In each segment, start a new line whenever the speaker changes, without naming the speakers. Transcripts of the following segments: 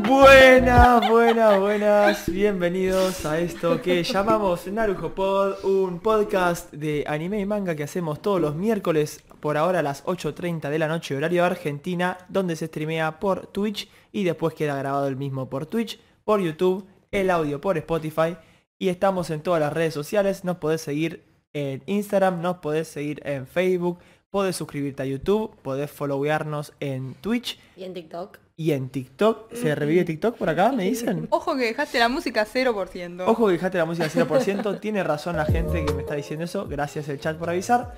Buenas, buenas, buenas. Bienvenidos a esto que llamamos Narujo Pod, un podcast de anime y manga que hacemos todos los miércoles por ahora a las 8.30 de la noche horario de Argentina, donde se streamea por Twitch y después queda grabado el mismo por Twitch, por YouTube, el audio por Spotify y estamos en todas las redes sociales. Nos podés seguir en Instagram, nos podés seguir en Facebook, podés suscribirte a YouTube, podés followearnos en Twitch.
Y en TikTok.
Y en TikTok, ¿se revive TikTok por acá? ¿Me dicen?
Ojo que dejaste la música 0%.
Ojo que dejaste la música al 0%. Tiene razón la gente que me está diciendo eso. Gracias el chat por avisar.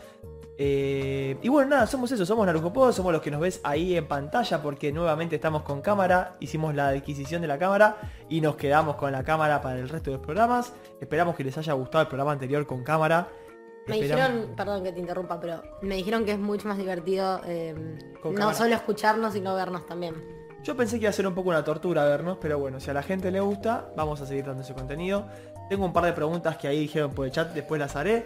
Eh, y bueno, nada, somos eso, somos Narucopod, somos los que nos ves ahí en pantalla porque nuevamente estamos con cámara, hicimos la adquisición de la cámara y nos quedamos con la cámara para el resto de los programas. Esperamos que les haya gustado el programa anterior con cámara.
Me
Esperamos-
dijeron, perdón que te interrumpa, pero me dijeron que es mucho más divertido eh,
Con
no
cámara.
solo escucharnos, sino vernos también.
Yo pensé que iba a ser un poco una tortura vernos, pero bueno, si a la gente le gusta, vamos a seguir dando ese contenido. Tengo un par de preguntas que ahí dijeron por el chat, después las haré.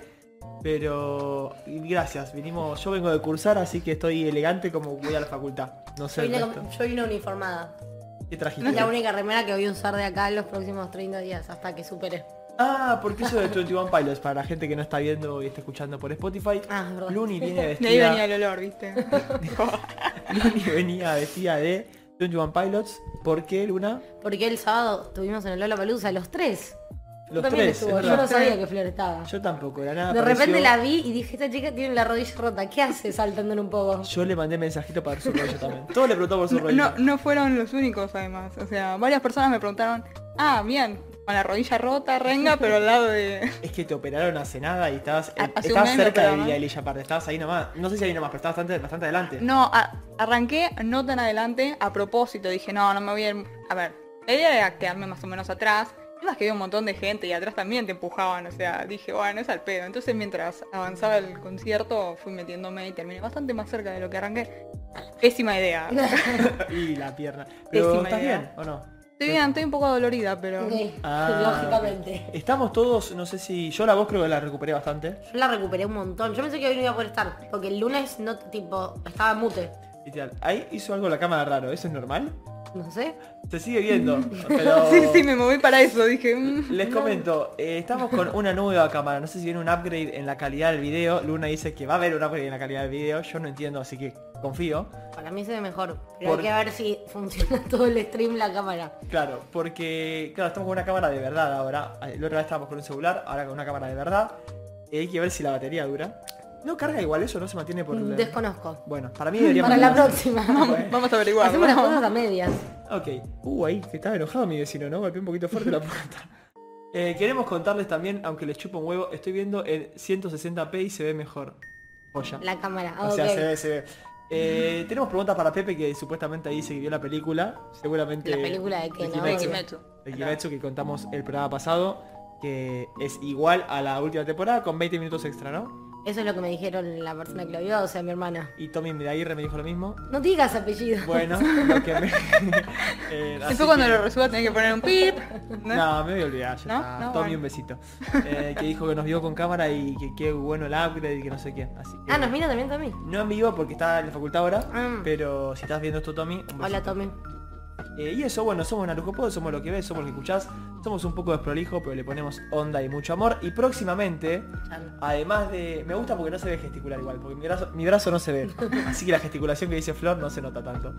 Pero y gracias, vinimos, yo vengo de cursar, así que estoy elegante como voy a la facultad. No sé
Yo
el
vine,
resto.
con- yo vine uniformada.
¿Qué trajiste?
Es la única remera que voy a usar de acá en los próximos 30 días, hasta que supere.
Ah, porque eso de 21 Pilots, para la gente que no está viendo y está escuchando por Spotify,
Ah, es verdad.
Luni viene
De ahí venía
vestida,
el olor, ¿viste?
Luni venía vestida de 21 Pilots, porque Luna,
Porque el sábado estuvimos en el Lola Palusa los tres. Yo
los
también
tres,
estuve,
es
yo no
verdad.
sabía que Flor estaba.
yo tampoco, era nada.
de repente
apareció.
la vi y dije, esta chica tiene la rodilla rota, ¿qué hace saltándole un poco?
Yo le mandé mensajito para su rollo también. Todo le preguntó por su
No,
rollo.
no, no fueron los únicos además. O sea, varias personas me preguntaron, ah, bien, con la rodilla rota, renga, pero al lado de.
Es que te operaron hace nada y estabas,
Ah, Hace un
estabas
mes me
cerca de
operaron.
Villa Elilla Park, estabas ahí nomás. No sé si ahí nomás, pero estabas bastante, bastante adelante.
No, a- arranqué no tan adelante a propósito. Dije, no, no me voy a ir. A ver, la idea era quedarme más o menos atrás. Además que había un montón de gente y atrás también te empujaban. O sea, dije, bueno, es al pedo. Entonces mientras avanzaba el concierto fui metiéndome y terminé bastante más cerca de lo que arranqué. Pésima idea.
y la pierna. Pero
Pésima
¿estás
idea.
bien o no?
Estoy bien, estoy un poco dolorida, pero.
Sí,
Ah,
lógicamente.
ok. Estamos todos, no sé si. Yo la voz creo que la recuperé bastante.
Yo la recuperé un montón. Yo pensé que hoy no iba a poder estar. Porque el lunes no, tipo, estaba mute.
Literal. Ahí hizo algo la cámara raro, ¿eso es normal?
No sé.
Se sigue viendo. Pero.
Sí, sí, me moví para eso. Dije, mm,
Les comento, eh, estamos con una nueva cámara, no sé si viene un upgrade en la calidad del video, Luna dice que va a haber un upgrade en la calidad del video, yo no entiendo, así que confío.
Para mí se ve mejor. Pero
Por-
hay que ver si funciona todo el stream la cámara.
Claro, porque claro, estamos con una cámara de verdad ahora. Eh, La otra vez estábamos con un celular, ahora con una cámara de verdad. Eh, hay que ver si la batería dura. No carga igual eso, no se mantiene por el...
Desconozco.
Bueno, para mí deberíamos...
Mm, Para la próxima.
vamos a averiguar.
Hacemos las
¿no?
cosas a medias.
Ok. Uh, ahí, que estaba enojado mi vecino, ¿no? Golpeé un poquito fuerte la puerta. Eh, queremos contarles también, aunque les chupo un huevo, estoy viendo en 160p y se ve mejor. Joya.
La cámara. Ah,
O sea,
ok.
se ve, se ve. Eh, tenemos preguntas para Pepe que supuestamente ahí se vio la película. Seguramente.
La película de que no.
De
Kimetsu.
Kimetsu.
de Kimetsu que contamos el programa pasado, que es igual a la última temporada con 20 minutos extra, ¿no?
Eso es lo que me dijeron la persona que lo vio, o sea, mi hermana.
Y Tommy Medaguirre me dijo lo mismo.
No digas apellido.
Bueno, lo que me... Eh, así
Después cuando
que-
lo resuelva tenés que poner un pip. ¿no?
No, me voy a olvidar, ya
¿No?
está.
No,
Tommy
bueno.
un besito. Eh, que dijo que nos vio con cámara y que qué bueno el upgrade y que no sé qué. Así que...
Ah, nos mira también Tommy.
No en vivo porque está en la facultad ahora,
Ah.
pero si estás viendo esto Tommy, un besito.
Hola Tommy.
Eh, y eso, bueno, somos Narucopod, somos lo que ves, somos lo que escuchás, somos un poco desprolijo, pero le ponemos onda y mucho amor. Y próximamente,
Chan.
además de... Me gusta porque no se ve gesticular igual, porque mi brazo, mi brazo no se ve. Así que la gesticulación que dice Flor no se nota tanto.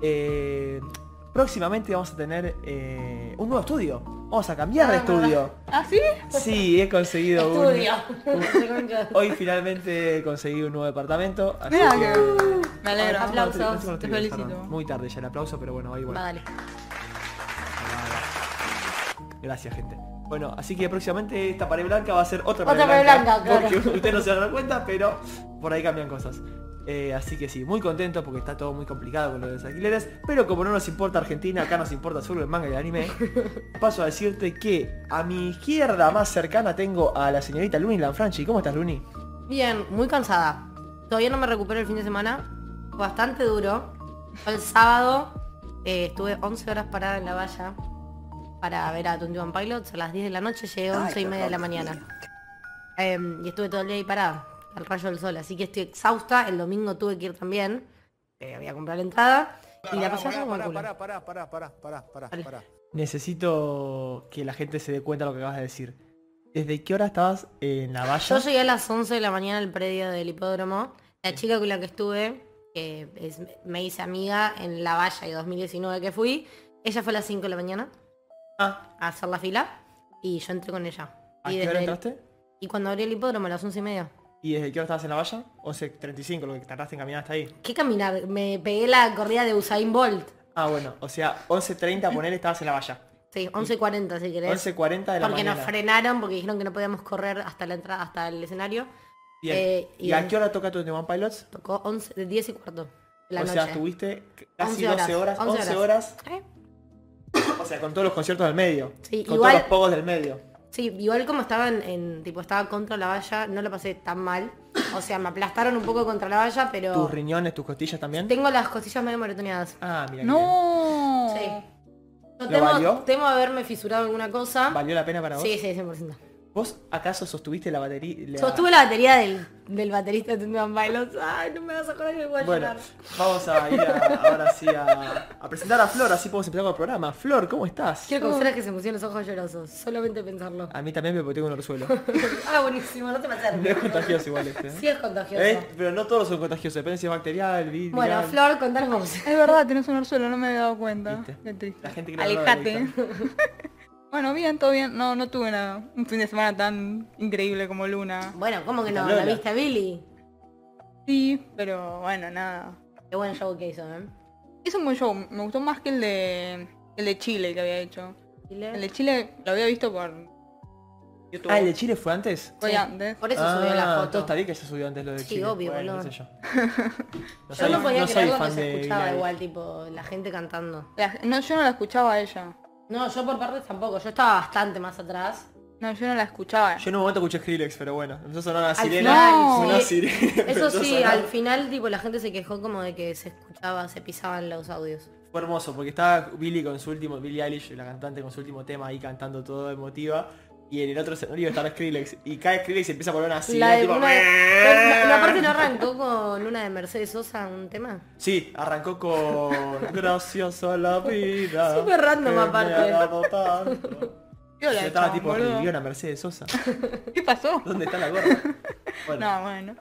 Eh, próximamente vamos a tener eh, un nuevo estudio. Vamos a cambiar de
Ah,
estudio.
¿Ah, sí?
Sí, he conseguido un...
Estudio.
Hoy finalmente conseguí un nuevo departamento. así
Mira
que-
que... Me alegro.
No, no, no, no, no, no, no, no,
Te
no, no, no, no,
felicito.
no, no, Muy tarde ya el aplauso, pero bueno, ahí
Va,
bueno.
dale.
Gracias, gente. Bueno, así que próximamente esta pared blanca va a ser otra pared
Otra pared
blanca.
blanca, claro.
Porque ustedes no se dan cuenta, pero por ahí cambian cosas. Eh, así que sí, muy contento porque está todo muy complicado con lo de los alquileres. Pero como no nos importa Argentina, acá nos importa solo el manga y el anime. Paso a decirte que a mi izquierda más cercana tengo a la señorita Luni Lanfranchi. ¿Cómo estás, Luni?
Bien, muy cansada. Todavía no me recupero el fin de semana. Fue bastante duro. Yo el sábado eh, estuve 11 horas parada en la valla para ver a 21 Pilots. A las 10 de la noche llegué a 11 y media de la mañana. Em, y estuve todo el día ahí parada, al rayo del sol. Así que estoy exhausta. El domingo tuve que ir también. eh, voy a comprar la entrada. Y la pasás como el
pará,
culo.
pará, pará, pará, pará, pará, pará,
Vale.
pará.
Necesito que la gente se dé cuenta de lo que acabas de decir. ¿Desde qué hora estabas en la valla?
Yo llegué a las 11 de la mañana al predio del hipódromo. La chica con la que estuve, que es- me hice amiga en la valla de 2019 que fui, ella fue a las 5 de la mañana
Ah,
a hacer la fila y yo entré con ella.
¿A
y,
qué
desde
hora
el-
entraste?
y cuando abrí el hipódromo a las 11 y media.
¿Y desde qué hora estabas en la valla? 11.35, lo que tardaste en caminar hasta ahí.
¿Qué caminar? Me pegué la corrida de Usain Bolt.
Ah, bueno, o sea, 11.30 poner estabas en la valla.
Sí, 11.40 si querés.
11.40 de la
porque
mañana.
nos frenaron, porque dijeron que no podíamos correr hasta la entrada, hasta el escenario.
Bien.
eh,
¿Y,
y
a
en-
qué hora toca tu One Pilots?
Tocó 11, de 10 y cuarto de la
o
noche.
sea, estuviste casi
11
12 horas, 11 horas.
¿Eh?
o sea, con todos los conciertos del medio.
Sí,
con
igual-
todos los pogos del medio.
Sí, igual como estaba en, en- tipo, estaba contra la valla, no la pasé tan mal. O sea, me aplastaron un poco contra la valla, pero
Tus riñones, tus costillas también.
tengo las costillas medio maratoneadas.
Ah, mira. qué bien.
No.
Sí. Yo
¿Lo
temo,
valió?
temo haberme fisurado alguna cosa.
¿Valió la pena para vos?
Sí, sí, 100%.
¿Vos acaso sostuviste la batería? la-
Sostuve la batería del, del baterista de Tunduan Pilots. Ay, no me vas a acordar que voy a
Bueno,
llorar.
vamos a ir a- ahora sí a, a presentar a Flor, así podemos empezar con el programa. Flor, ¿cómo estás?
Quiero confesar que se me pusieron los ojos llorosos, solamente pensarlo.
A mí también me tengo un orzuelo.
ah, buenísimo, no te me
No
acerques.
es contagioso igual este. ¿eh?
Sí es contagioso.
Eh, Pero no todos son contagiosos, depende si es bacterial, viral.
Bueno, Flor, contanos cómo se...
Es verdad, tenés un orzuelo, no me había dado cuenta.
Viste.
Qué triste.
La gente que no lo
Alejate.
detecta.
bueno, bien, todo bien. No, no tuve nada. un fin de semana tan increíble como Luna.
Bueno, ¿cómo que no?
Lola.
¿La viste a Billy?
Sí, pero bueno, nada.
Qué buen show que hizo, ¿eh?
Es un buen show, me gustó más que el de el de Chile que había hecho.
Chile.
El de Chile lo había visto por YouTube.
Ah, ¿el de Chile fue antes?
Fue
Sí.
antes.
Por eso
ah,
subió la foto.
Todo está bien que se subió antes lo de
Sí,
Chile.
obvio,
Bueno,
boludo.
qué sé yo. No
Yo no podía
no soy
creer lo que
fan
se
de
escuchaba
Billie
igual, tipo, la gente cantando.
La- no, yo no la escuchaba a ella.
No, yo por partes tampoco, yo estaba bastante más atrás.
No, yo no la escuchaba.
Yo en un momento escuché Skrillex, pero bueno, empezó a sonar una
Al
sirena.
final,
una
sí.
sirena,
Eso
empezó a
sí,
sonar.
al final tipo la gente se quejó como de que se escuchaba, se pisaban los audios.
Fue hermoso, porque estaba Billy con su último, Billie Eilish, la cantante con su último tema ahí cantando todo emotiva. Y en el otro escenario estaba Skrillex. Y cae Skrillex y empieza a poner una sirena
la de
tipo.
una... no, no, aparte no arrancó con una de Mercedes Sosa un tema.
Sí, arrancó con Graciosa la vida.
Súper random
que me ha
aparte.
dado tanto.
Yo la
Yo estaba
echaba,
tipo
boludo.
revivió a Mercedes Sosa.
¿Qué pasó?
¿Dónde está la gorra? Bueno,
No, bueno.
eh,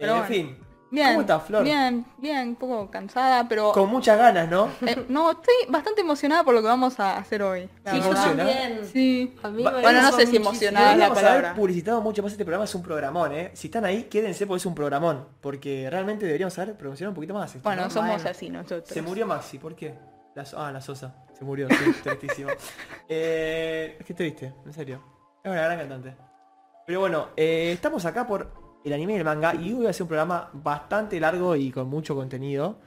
pero
en
bueno.
fin.
Bien.
¿Cómo estás, Flor?
Bien, bien, un poco cansada, pero
Con muchas ganas, ¿no?
eh, no, estoy bastante emocionada por lo que vamos a hacer hoy. la
Sí, yo
verdad.
emocionada.
Sí.
A mí
Va-
me
bueno,
no
hizo
sé si
muchísimo.
emocionada. Nada, la
Deberíamos haber
palabra.
publicitado mucho más este programa, es un programón, ¿eh? Si están ahí, quédense porque es un programón. Porque realmente deberíamos haber promocionado un poquito más. esto,
Bueno,
¿no?
somos
Bueno.
así nosotros.
Se murió Maxi, ¿por qué? La so- ah, la Sosa. Se murió, sí, tristísimo. Eh, qué triste, en serio. Es una gran cantante. Pero bueno, eh, estamos acá por el anime y el manga y hoy voy a hacer un programa bastante largo y con mucho contenido.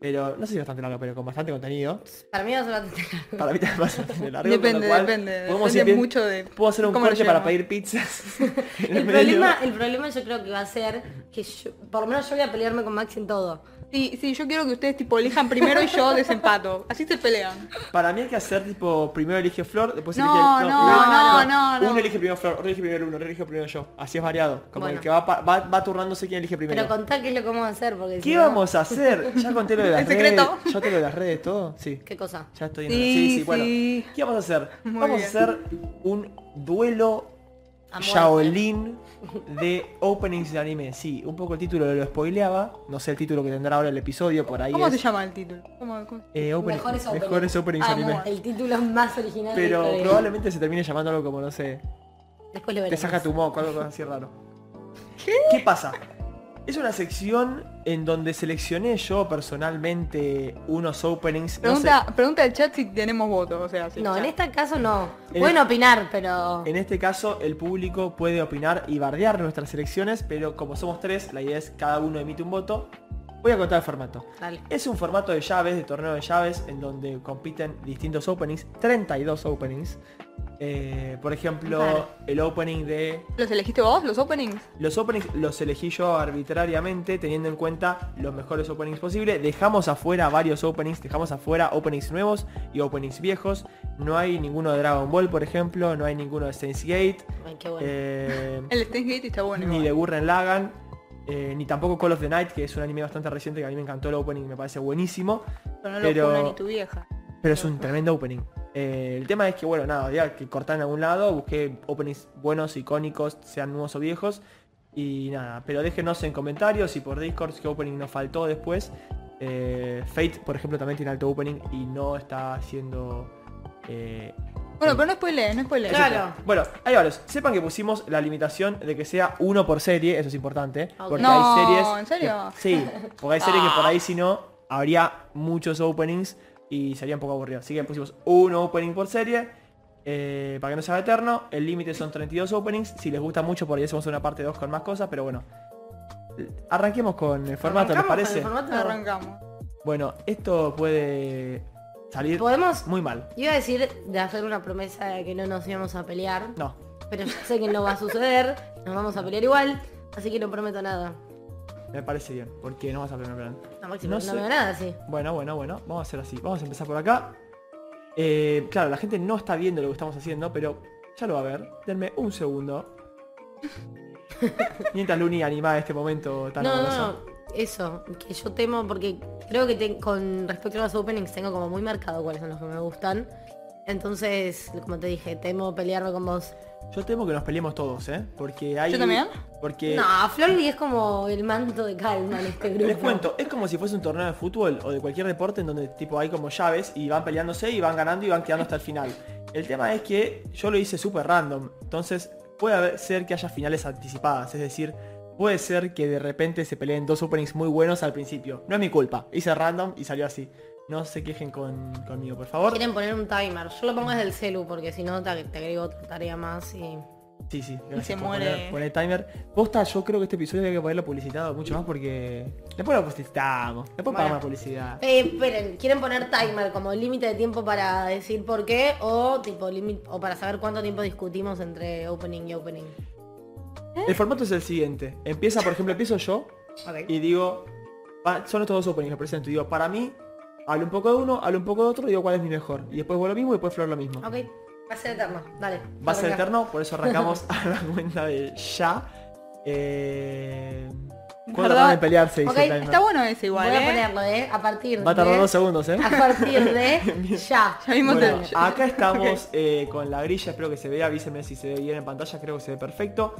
Pero, no sé si bastante largo, pero con bastante contenido.
Para mí va a ser bastante largo.
Para mí también bastante largo. con lo
Depende,
cual
depende.
podemos ir
Depende
bien-
mucho de.
Puedo hacer un
cómo lo
corte para
llevamos.
pedir pizzas. en
El
medio.
problema, el problema yo creo que va a ser que yo, por lo menos yo voy a pelearme con Max en todo.
Sí, sí, yo quiero que ustedes tipo elijan primero y yo desempato. Así se pelean.
Para mí hay que hacer tipo, primero elige Flor, después
No,
elige el-
no,
primero-
no, no, no.
Uno elige primero Flor, otro elige primero uno, otro elige primero yo. Así es variado. Como
Bueno.
el que va, pa- va, va turnándose quién elige primero.
Pero contá qué es lo que vamos a hacer, porque si
¿Qué
no-
vamos a hacer? Ya conté lo de las
¿El secreto?
redes. Ya te lo de las redes, todo. Sí.
¿Qué cosa?
Ya estoy en
Sí,
sí,
sí.
bueno. ¿Qué vamos a hacer?
Muy
vamos
bien.
a hacer un duelo
A muerte.
Shaolin de openings de anime. Sí, un poco el título lo spoileaba. No sé el título que tendrá ahora el episodio, por ahí
¿Cómo
es.
se llama el título? ¿Cómo- cómo-
Eh, opening-
Mejores openings.
mejores openings de
Ah,
anime.
bueno.
El título más original de la
Pero
historia.
probablemente se termine llamando algo como, no sé,
Después
te
lo veremos.
saca tu moco, algo así raro. ¿Qué? pasa? Es una sección en donde seleccioné yo personalmente unos openings. no sé,
Pregunta, pregunta al chat si tenemos votos, o sea, si
No,
ya.
en este caso no.
En
Pueden
el-
opinar, pero...
en este caso, el público puede opinar y bardear nuestras selecciones, pero como somos tres, la idea es cada uno emite un voto. Voy a contar el formato.
Dale.
Es un formato de llaves, de torneo de llaves, en donde compiten distintos openings, 32 openings. Eh, por ejemplo,
Vale.
el opening de
¿Los elegiste vos, los openings?
Los openings los elegí yo arbitrariamente teniendo en cuenta los mejores openings posibles. Dejamos afuera varios openings, dejamos afuera openings nuevos y openings viejos. No hay ninguno de Dragon Ball, por ejemplo, no hay ninguno de Saints Gate,
Ay, qué bueno.
eh,
El Steins Gate está bueno.
ni
igual.
de Gurren Lagan. eh, ni tampoco Call of the Night, que es un anime bastante reciente que a mí me encantó el opening, me parece buenísimo,
Pero no lo
Pero-
pone ni tu vieja.
pero es un tremendo opening. Eh, el tema es que, bueno, nada, había que cortar en algún lado, busqué openings buenos, icónicos, sean nuevos o viejos, y nada, pero déjenos en comentarios y por Discord qué opening nos faltó después. Eh, Fate, por ejemplo, también tiene alto opening y no está siendo... eh,
Bueno, pero no spoilees, no spoilees.
Claro.
Bueno, ahí va, los- sepan que pusimos la limitación de que sea uno por serie, eso es importante.
Ah,
Porque
No,
hay series.
¿en serio?
que- sí, porque hay series que por ahí si no, habría muchos openings y sería un poco aburrido. Así que pusimos un opening por serie. eh, para que no sea eterno, el límite son 32 openings. Si les gusta mucho, por ahí hacemos una parte 2 con más cosas, pero bueno. Arranquemos con el formato, ¿les
Arrancamos con el
parece?
formato.
Arrancamos.
Bueno, esto puede salir
Podemos...
muy mal.
Yo iba a decir de hacer una promesa de que no nos íbamos a pelear,
No.
pero ya sé que no va a suceder, nos vamos a pelear igual, así que no prometo nada.
Me parece bien, porque no vas a primer plan.
No, máximo,
No
no,
sé.
veo nada así.
Bueno, bueno, bueno, vamos a hacer así. Vamos a empezar por acá. Eh, claro, la gente no está viendo lo que estamos haciendo, pero ya lo va a ver. Denme un segundo. Mientras Luni anima este momento tan
No, no,
amoroso.
no, eso, que yo temo porque creo que te- con respecto a los openings tengo como muy marcado cuáles son los que me gustan. Entonces, como te dije, temo pelearme con vos.
Yo temo que nos peleemos todos, ¿eh? Porque hay...
¿Yo también?
Porque...
No, Florly es como el manto de calma en este grupo.
Les cuento, es como si fuese un torneo de fútbol o de cualquier deporte en donde tipo hay como llaves y van peleándose y van ganando y van quedando hasta el final. El tema es que yo lo hice súper random, entonces puede haber- ser que haya finales anticipadas, es decir, puede ser que de repente se peleen dos openings muy buenos al principio. No es mi culpa, hice random y salió así. No se quejen con- conmigo, por favor.
Quieren poner un timer. Yo lo pongo desde el celu porque si no te, te agrego otra tarea más y...
Sí, sí, gracias
se
por
muere.
poner- poner timer. Posta, yo creo que este episodio hay que ponerlo publicitado mucho más porque... Después lo publicitamos, después pagamos la publicidad.
Eh, esperen, ¿quieren poner timer como límite de tiempo para decir por qué? O tipo límite o para saber cuánto tiempo discutimos entre opening y opening.
El formato es el siguiente. Empieza, por ejemplo, empiezo yo
Ok.
y digo, pa- son estos dos openings, los presento. Y digo, para mí, hablo un poco de uno, hablo un poco de otro, digo cuál es mi mejor. Y después vos lo mismo y después Flor lo mismo.
Ok. Va a ser eterno. Dale.
Va a ser
arranca.
eterno, por eso arrancamos a la cuenta de ya. Eh... ¿Cuánto
¿Verdad?
van a pelearse? Dice
Ok,
el timer.
Está bueno ese igual,
Voy a
¿eh?
ponerlo, ¿eh? A partir
Va a tardar
de...
dos segundos, ¿eh?
A partir de ya.
Ya mismo
Bueno,
te...
acá estamos eh, con la grilla, espero que se vea, avísenme si se ve bien en pantalla, creo que se ve perfecto.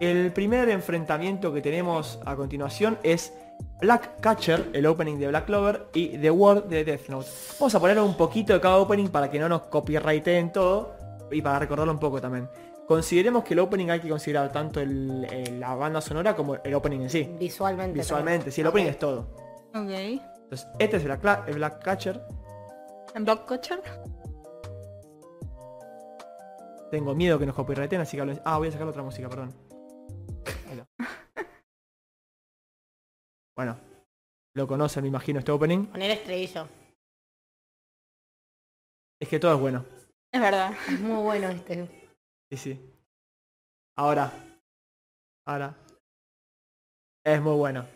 El primer enfrentamiento que tenemos a continuación es Black Catcher, el opening de Black Clover, y The World de Death Note. Vamos a poner un poquito de cada opening para que no nos copyrighten todo y para recordarlo un poco también. Consideremos que el opening hay que considerar tanto el- el- la banda sonora como el opening en sí.
Visualmente.
Visualmente, sí, el
Ok.
opening es todo.
Ok.
Entonces, este es Black, Cla- el Black Catcher.
¿En Blockcatcher?
Tengo miedo que nos copyrighten, así que hablo... Ah, voy a sacar otra música, perdón. Ahí está. Bueno, lo conocen, me imagino, este opening.
Poner estrellillo.
Es que todo es bueno.
Es verdad.
Es muy bueno este.
Sí, sí. Ahora. Ahora. Es muy bueno.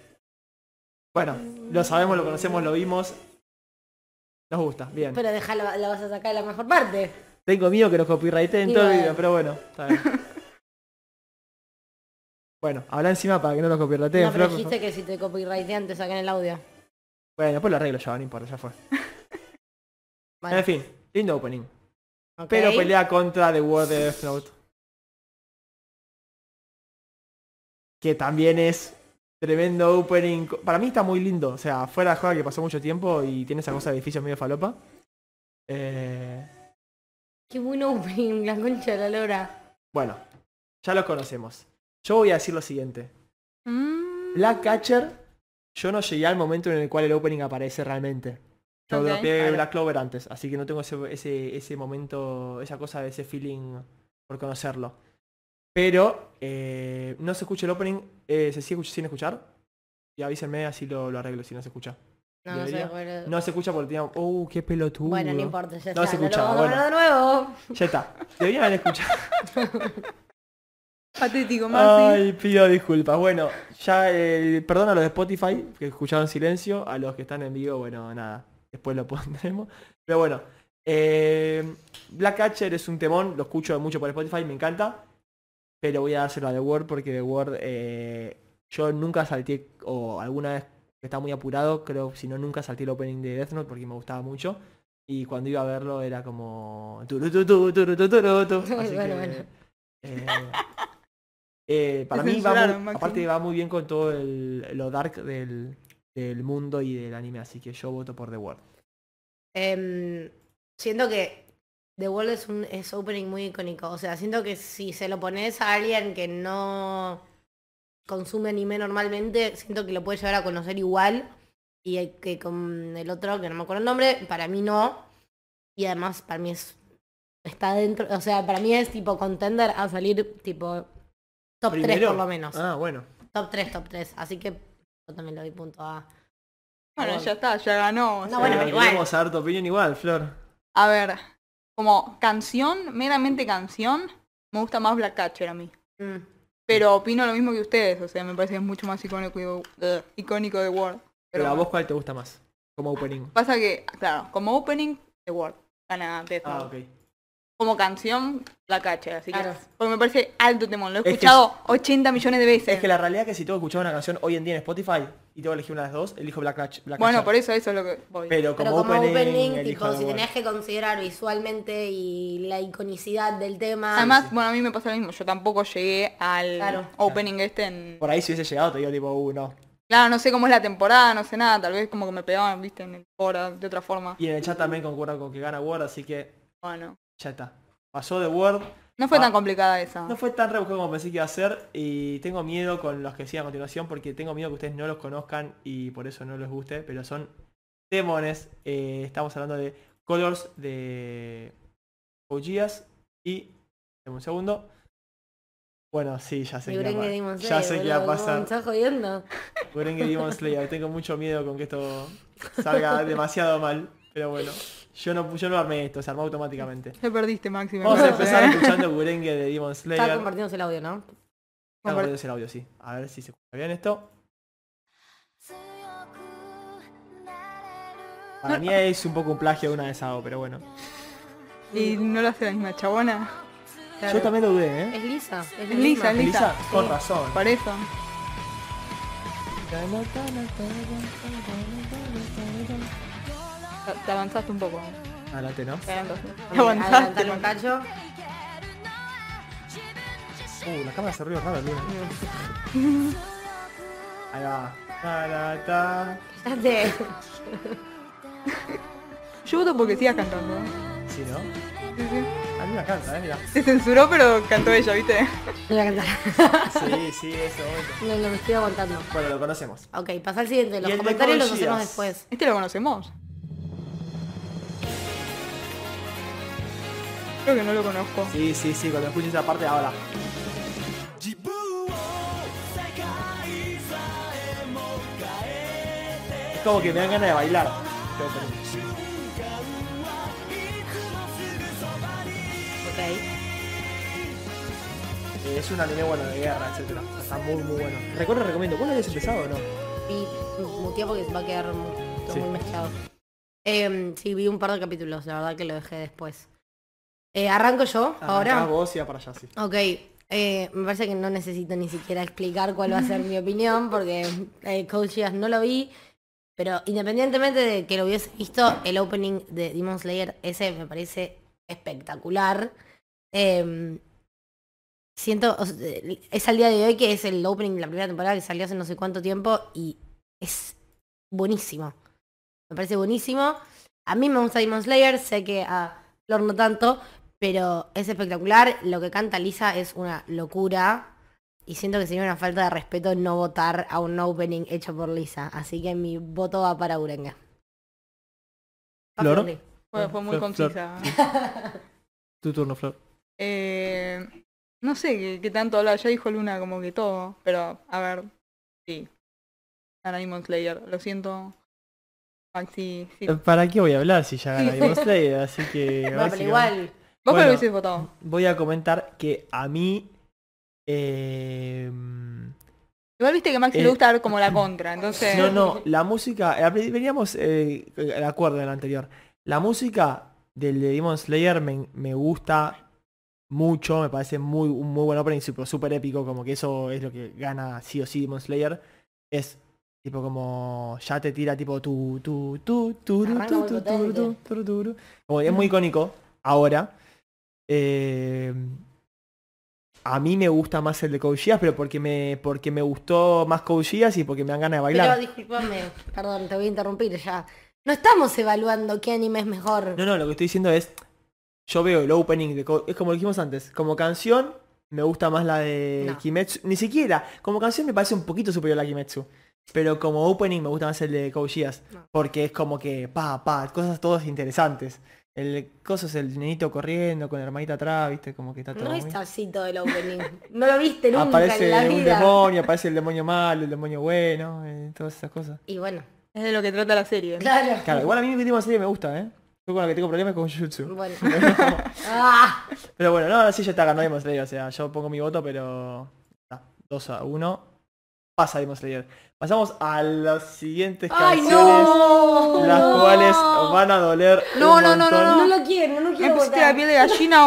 Bueno, lo sabemos, lo conocemos, lo vimos. Nos gusta, bien.
Pero déjalo, la vas a sacar la mejor parte.
Tengo miedo que nos copyrighten
Y
todo el
bueno.
video, pero bueno, está bien. Bueno, habla encima para que no nos copyrighten.
no,
Flor,
pero
por favor.
dijiste que si te copyrightean te sacan el audio.
Bueno, después lo arreglo yo, no importa, ya fue.
Bueno,
En fin, lindo opening.
ok.
Pero pelea contra The World de Death Note. Que también es tremendo opening. Para mí está muy lindo. O sea, fuera de juego que pasó mucho tiempo y tiene esa cosa de edificios medio falopa. Eh,
Qué buen opening, la concha de la lora.
bueno, ya los conocemos. Yo voy a decir lo siguiente.
Mm,
Black Catcher, yo no llegué al momento en el cual el opening aparece realmente. Yo
Ok,
dropeé
claro.
Black Clover antes, así que no tengo ese, ese, ese momento, esa cosa, ese feeling por conocerlo. Pero eh, no se escucha el opening, eh, se sigue escuch- sin escuchar. Y avísenme así lo, lo arreglo si no se escucha.
No, no
Debería.
sé, bueno.
No se escucha porque tenía... ¡Uh, qué pelotudo!
bueno, no importa, ya
No se
está. no lo
escuchaba,
vamos a
bueno.
poner de nuevo.
Ya está. Deberían haber escuchado.
Patético, Martín.
Ay, pido disculpas. Bueno, ya eh, perdón a los de Spotify que escucharon silencio, a los que están en vivo, bueno, nada, después lo pondremos. Pero bueno, eh, Black Catcher es un temón, lo escucho mucho por Spotify, me encanta, pero voy a dárselo a The Word porque The Word eh, Yo nunca salté, o alguna vez que estaba muy apurado, creo, si no, nunca salté el opening de Death Note porque me gustaba mucho. Y cuando iba a verlo era como... turu, tu, tu, turu, tu, turu, tu. Así
Bueno,
que,
bueno.
eh, eh, para
Te
mí va
censuraron,
muy,
Maxi.
aparte va muy bien con todo el- lo dark del, del mundo y del anime, así que yo voto por The Word.
Em, siento que The World es un es opening muy icónico. O sea, siento que si se lo pones a alguien que no consume anime normalmente, siento que lo puede llegar a conocer igual. Y el que con el otro, que no me acuerdo el nombre, para mí no. Y además para mí es. Está dentro. O sea, para mí es tipo contender a salir tipo top 3
Primero.
por lo menos.
Ah, bueno.
Top 3, top 3. Así que yo también le doy punto a.
Bueno,
Bueno.
ya está, ya ganó. o
No,
sea.
Ah, bueno,
Eh,
pero igual.
Queremos saber tu opinión igual, Flor.
A ver, como canción, meramente canción, me gusta más Black Catcher a mí.
Mm.
Pero opino lo mismo que ustedes, o sea, me parece que es mucho más icónico, eh, icónico de Word.
Pero, a
bueno.
vos cuál te gusta más, como opening.
Pasa que, claro, como opening, The Word. Gana Death
Ah,
Note.
ok.
Como canción, la caché, así
Claro.
que... Porque me parece alto temón, lo he
que-
escuchado 80 millones de veces.
Es que la realidad es que si tengo que escuchar una canción hoy en día en Spotify y tengo que elegir una de las dos, elijo Black Catch. Black
Bueno,
Catcher.
por eso, eso es lo que voy.
Pero como
Pero como opening,
elijo
tipo,
The
si
Word.
tenés que considerar visualmente y la iconicidad del tema.
Además, bueno, a mí me pasa lo mismo, yo tampoco llegué al
Ah, Claro.
opening este en...
Por ahí si hubiese llegado te digo tipo, uh, no.
Claro, no sé cómo es la temporada, no sé nada, tal vez como que me pegaban, viste, en el hora, de otra forma.
Y en el chat también concuerdan con que gana Word, así que
Bueno,
ya está. Pasó de Word,
no fue
Ah.
tan complicada esa.
no fue tan rebuscado como pensé que iba a ser y tengo miedo con los que sigan a continuación porque tengo miedo que ustedes no los conozcan y por eso no les guste, pero son demones. Eh, estamos hablando de Colors de Ogias y... Dame un segundo. Bueno, sí, ya sé
Mi
qué va a
Brengue
pasar.
Demon
Ya
Slayer,
sé qué va a
eh, boludo, ¿cómo me
pasar.
estás jodiendo?
Gurenge Demon Slayer. Tengo mucho miedo con que esto salga demasiado mal. Pero bueno, yo no, yo no armé esto, se armó automáticamente.
Te perdiste, Maxi. me
Vamos a
parece,
empezar
¿eh?
escuchando Gurenge de Demon
Está
Slayer.
compartiéndose el audio, ¿no?
Ah, bueno, es el audio, sí. A ver si se escucha bien esto.
強くなれる
Para mí es un poco un plagio de una de Sao, pero bueno.
Y no lo hace la misma chabona.
Yo también lo dudé, ¿eh?
Es Lisa. Es
Es Lisa,
Lisa.
es
Elisa,
Lisa.
con razón.
Por eso. Te- Te avanzaste un poco.
Adelante, ¿no?
Te avanzaste.
Adelantar un cacho.
いけるのは自分自身
Uh, la cámara se ruido raro, mira.
強く
Ahí va. Tarata.
Ya te-
Yo voto porque sigas cantando.
Sí, ¿no? A mí me encanta, ¿eh? Mira.
Se censuró, pero cantó ella, ¿viste?
No voy a cantar.
Sí, sí, eso. bueno.
No, no, me estoy aguantando.
Bueno, lo conocemos.
Ok, pasa al siguiente.
Y
Los
el de
comentarios los
Cogías.
hacemos después.
Este lo conocemos. Creo que no lo conozco.
Sí, sí, sí, cuando escuches esa parte ahora. Es como que me dan ganas de bailar. Pero, pero,
Ok.
eh, es un anime bueno de guerra, etcétera. Está muy muy bueno. Recuerdo, recomiendo. ¿Vos lo habías empezado o no?
Y muteé porque se va a quedar mu- todo
Sí.
muy mezclado. Em, sí, vi un par de capítulos. La verdad que lo dejé después. Eh, ¿Arranco yo ahora?
Arrancás vos y va para allá, sí.
Ok, eh, me parece que no necesito ni siquiera explicar cuál va a ser mi opinión porque eh, Code Geass no lo vi, pero independientemente de que lo hubiese visto, el opening de Demon Slayer ese me parece espectacular. Em, siento, o sea, es al día de hoy que es el opening de la primera temporada que salió hace no sé cuánto tiempo y es buenísimo. Me parece buenísimo. A mí me gusta Demon Slayer, sé que a Flor no tanto, pero es espectacular. Lo que canta Lisa es una locura. Y siento que sería una falta de respeto no votar a un opening hecho por Lisa. Así que mi voto va para Urenga. Va
¿Flor?
Flor.
Fue, fue muy
Flor,
concisa.
Tu turno, Flor.
Eh, no sé qué, qué tanto habla. Ya dijo Luna como que todo. Pero, a ver. Sí. Ahora Demon Slayer. Lo siento. Maxi. Sí. Vos
¿Para qué voy a hablar si ya gana Demon Slayer? Así que...
No, pero igual.
cuál
Bueno.
hubieses votado.
Voy a comentar que a mí... eh,
Igual viste que a Maxi
Eh,
le gusta dar como la contra. Entonces.
No, no, la música, eh, veníamos eh, al acuerdo en el anterior. La música del de Demon Slayer me, me gusta mucho, me parece muy, un muy buen opening, súper super épico, como que eso es lo que gana sí o sí Demon Slayer, es tipo como ya te tira tipo tu tu tu tu
Arranca
tu tu
muy
tu
potente.
tu tu tu tu. Como es muy icónico ahora. Eh, a mí me gusta más el de Couchillas, pero porque me porque me gustó más Couchillas y porque me dan ganas de
Pero
bailar.
disculpame, perdón, te voy a interrumpir ya. No estamos evaluando qué anime es mejor.
No, no, lo que estoy diciendo es yo veo el opening de Cou- es como lo dijimos antes, como canción me gusta más la de
No.
Kimetsu, ni siquiera, como canción me parece un poquito superior a la de Kimetsu, pero como opening me gusta más el de Couchillas.
No.
Porque es como que, pa, pa, cosas todas interesantes. El coso es el nenito corriendo con la hermanita atrás, viste, como que está todo
No
muy-
es así todo el opening. No lo viste nunca en
Aparece
la
un
vida.
demonio, aparece el demonio malo, el demonio bueno, eh, todas esas cosas.
Y bueno,
Es de lo que trata la serie.
claro.
Claro, igual a mí última serie me gusta, ¿eh? Yo con la que tengo problemas es con Jujutsu.
Bueno. Ah,
Pero bueno, no, así ya está, ganó Demon Slayer, o sea, yo pongo mi voto, pero... 2 a 1, pasa Demon Slayer. Pasamos a las siguientes
¡Ay,
canciones,
no!
las
No.
cuales van a doler
No,
un
no, no, no,
montón.
No lo quiero, no lo
Me
quiero
pusiste la
votar.
piel de gallina,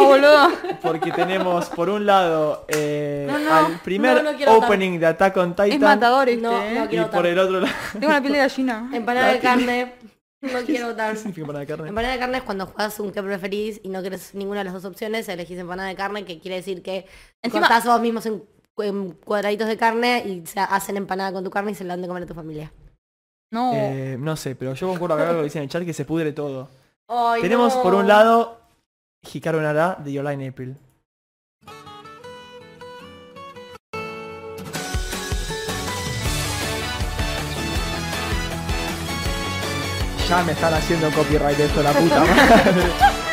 boludo.
Porque tenemos, por un lado, eh,
No, no,
al primer
no, no quiero votar.
opening de Attack on Titan.
Es matador este,
No,
eh.
no
y
quiero
por
votar.
el otro lado...
Tengo la piel de gallina.
Eh,
Empanada de carne. No quiero votar.
¿Qué significa empanada de carne?
Empanada de carne es cuando jugás un que preferís y no querés ninguna de las dos opciones, elegís empanada de carne, que quiere decir que
Encima-
cortás vos mismos en, en cuadraditos de carne y se hacen empanada con tu carne y se la dan de comer a tu familia.
No.
Eh, no sé, pero yo concuerdo acá con lo que dicen en el chat que se pudre todo.
Ay,
tenemos,
no.
por un lado, Hikaru Nara de Your Lie in April. Ya me están haciendo copyright de esto, la puta madre.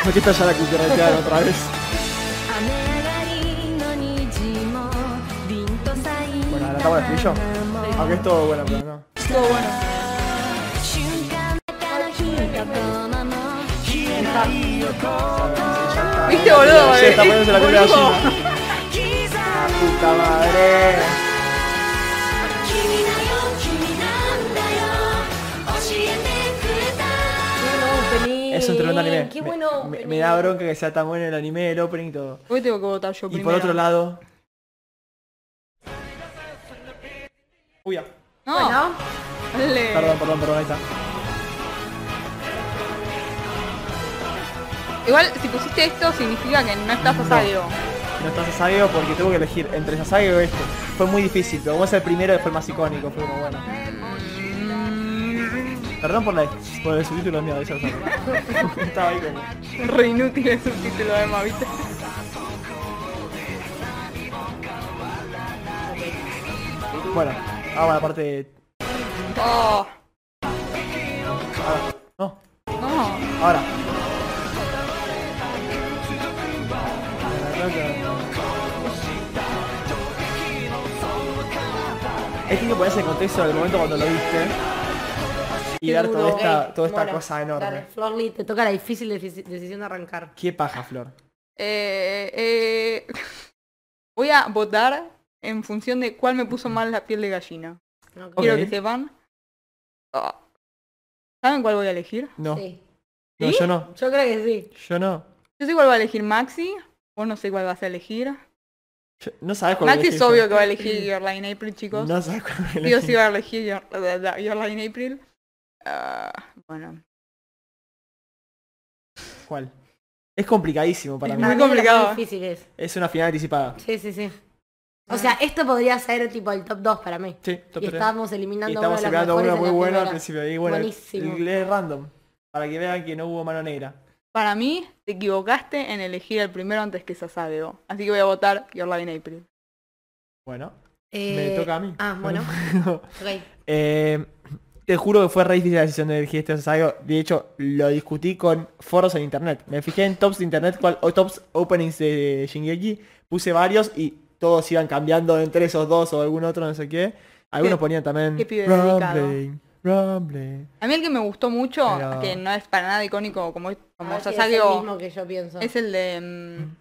¿Por qué está ya la copyrightaron otra vez?
雨上がりの虹も凛と咲いた
Bueno, ahora estamos el estribillo. Aunque es todo bueno, pero no.
瞬間から火がこのの
¿Viste, boludo?
Sí, está
Eh,
poniéndose la piel de
boludo.
gallina. La puta madre.
君だよ君なんだよ教えてくれた
Es un tremendo anime.
Eh, Qué
Me-
bueno
me,
opening.
me da bronca que sea tan bueno el anime, el opening y todo.
Hoy tengo que votar yo
Y
primero.
por otro lado. Uy, ya.
No.
Bueno,
dale.
Perdón, perdón, perdón, ahí está.
Igual, si pusiste esto, significa que no estás a salvo.
No está Sasageo porque tuve que elegir entre Sasageo o este. Fue muy difícil, pero vamos a el primero fue el más icónico, fue como bueno.
Mm,
Perdón por, la, por el subtítulo mío de Sasageo. Estaba ahí como.
Re inútil el subtítulo de Mavita.
Bueno, ahora la parte de.
Oh,
Ahora. No,
no.
ahora. Es que ponerse en contexto del momento cuando lo viste y
qué
dar
duro.
toda esta,
Ok,
toda esta
bueno,
cosa
Dale,
enorme.
Florly, te toca la difícil defi- decisión de arrancar.
Qué paja, Flor.
Eh, eh, voy a votar en función de cuál me puso mal la piel de gallina.
Ok.
Ok.
Quiero que sepan. Ah. ¿Saben cuál voy a elegir?
No,
Sí.
no,
¿Sí?
yo no.
Yo creo que sí.
Yo no.
Yo sé cuál va a elegir Maxi. Vos no sé cuál vas a elegir.
Yo- no sabes cuál
Maxi
elegí
es
yo.
obvio que va a elegir Your Line April, chicos.
No sabes cuál
Sí o
elegí.
sí va a elegir Your, la- la- Your Lie in April. Ah, bueno.
¿Cuál? Es complicadísimo para
Es
mí.
Para
muy
mí de las
complicado.
¿eh?
más difíciles.
Es una final anticipada.
Sí, sí, sí. O sea, esto podría ser tipo el top 2 para mí.
Sí, top
y
3.
estábamos
Y
eliminando
estamos
uno de los
esperando
mejores
uno
en
muy
la
bueno al
primera.
principio. Y bueno,
Buenísimo.
el- es random. Para que vean que no hubo mano negra.
Para mí, te equivocaste en elegir el primero antes que Sasabeo. Así que voy a votar Your Line in April.
Bueno,
Eh,
me toca a mí.
Ah, bueno. ok.
Eh, te juro que fue re difícil la decisión de elegir este Sasago. De hecho, lo discutí con foros en internet. Me fijé en tops de internet, cual, o tops openings de Shingeki. Puse varios y todos iban cambiando entre esos dos o algún otro, no sé qué. Algunos
Qué-
ponían también
qué pibe
Rumbling, Rumbling.
A mí el que me gustó mucho,
Pero-
que no es para nada icónico como, como
Ah, sí, es
Sasabeo,
el mismo que yo pienso.
Ah,
es el de... mm,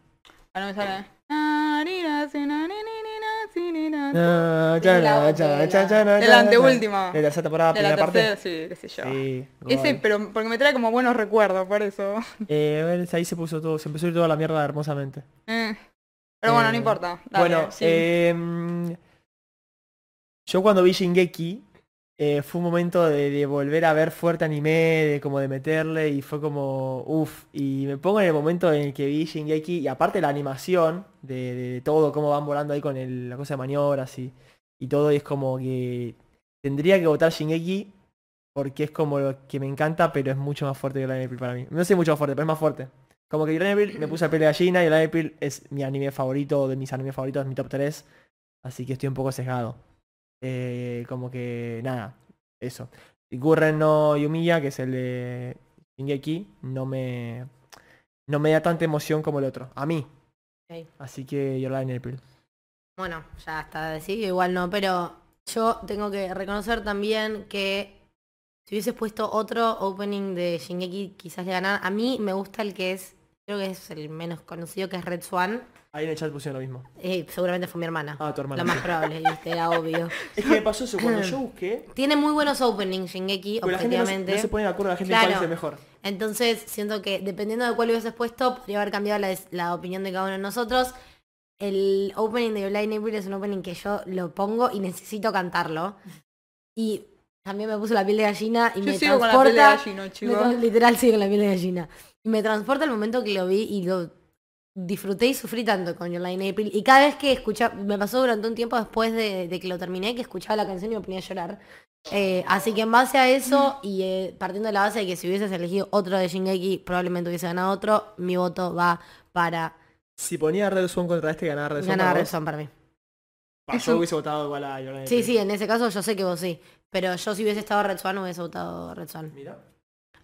ah, no me sale. De la anteúltima.
De la tercera temporada,
De la
primera parte.
tercera, sí, qué sé yo.
Sí,
Ese,
gol.
pero porque me trae como buenos recuerdos, por eso.
Eh, a ver, ahí se puso todo, se empezó a ir toda la mierda hermosamente.
Eh. Pero bueno, no
Eh,
importa. dale,
bueno,
sí.
em, yo cuando vi Shingeki eh, fue un momento de, de volver a ver fuerte anime, de como de meterle y fue como uff. Y me pongo en el momento en el que vi Shingeki y aparte la animación de, de todo, cómo van volando ahí con el- la cosa de maniobras y, y todo, y es como que tendría que votar Shingeki porque es como lo que me encanta, pero es mucho más fuerte que Lion April para mí. No sé mucho más fuerte, pero es más fuerte. Como que Lion April me puse a pelea gallina y Lion April es mi anime favorito, de mis animes favoritos, es mi top 3. Así que estoy un poco sesgado. Eh, como que nada, eso. Y Gurren no Yumiya, que es el de Shingeki, no me no me da tanta emoción como el otro, a mí.
Ok.
Así que yo Lion April.
Bueno, ya está decidido, igual no, pero yo tengo que reconocer también que si hubieses puesto otro opening de Shingeki quizás le ganan. A mí me gusta el que es, creo que es el menos conocido, que es Red Swan.
Ahí en el chat pusieron lo mismo.
Eh, seguramente fue mi hermana.
Ah, tu hermana.
Lo más probable, viste, era obvio.
Es que me pasó eso, cuando yo busqué,
Tiene muy buenos openings Shingeki,
pero la gente no, se-
objetivamente.
no se pone de acuerdo la gente
Claro.
cuál es el mejor.
Entonces, siento que dependiendo de cuál hubieses puesto, podría haber cambiado la, la opinión de cada uno de nosotros. El opening de Blind April es un opening que yo lo pongo y necesito cantarlo. Y también me puso la piel de gallina y
Yo
me
sigo con la
transporta.
piel de gallino,
me
chicos.
tra- literal sigo con la piel de gallina. Y me transporta el momento que lo vi y lo disfruté y sufrí tanto con Your Line April. Y cada vez que escuchaba, me pasó durante un tiempo después de, de que lo terminé, que escuchaba la canción y me ponía a llorar. Eh, así que en base a eso y eh, partiendo de la base de que si hubieses elegido otro de Shingeki probablemente hubiese ganado otro, mi voto va para
Si ponía Red Swan contra este, ganaba Red Swan.
ganar
para
Red
vos.
Son para mí.
Ah,
Es
Yo
un-
hubiese votado igual a Your Line
Sí,
April.
sí, en ese caso yo sé que vos sí. Pero yo si hubiese estado Red Swan hubiese votado Red Swan.
Mira,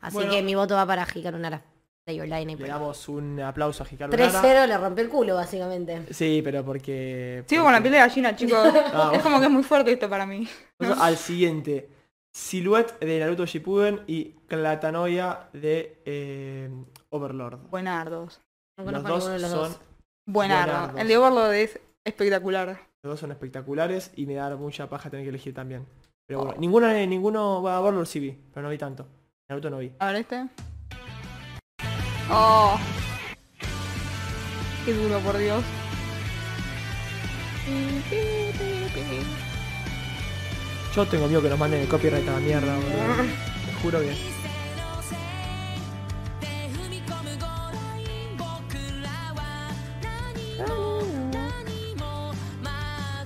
Así
Bueno.
que mi voto va para Hikaru Nara de Your Line
le
April.
damos un aplauso a Hikaru Nara.
3-0 le rompió el culo básicamente.
Sí, pero porque...
Sigo con la
porque-
piel de gallina, chicos.
Ah, bueno.
Es como que es muy fuerte esto para mí.
Vamos al siguiente. Silhouette de Naruto Shippuden y Clatanoia de eh, Overlord.
Buenardos.
No
Los
conozco
dos,
ninguno de los
son,
dos.
Buenardo.
Buenardos.
El de Overlord es espectacular.
los dos son espectaculares y me da mucha paja tener que elegir también. Pero bueno, ninguno, eh, ninguno va a Overlord sí vi, pero no vi tanto. Naruto no vi.
A ver este. Oh. Qué duro, por Dios.
Yo tengo miedo que nos manden el copyright a la mierda, boludo. Te juro que...
見せの線で踏み込むゴール僕らは何も何もま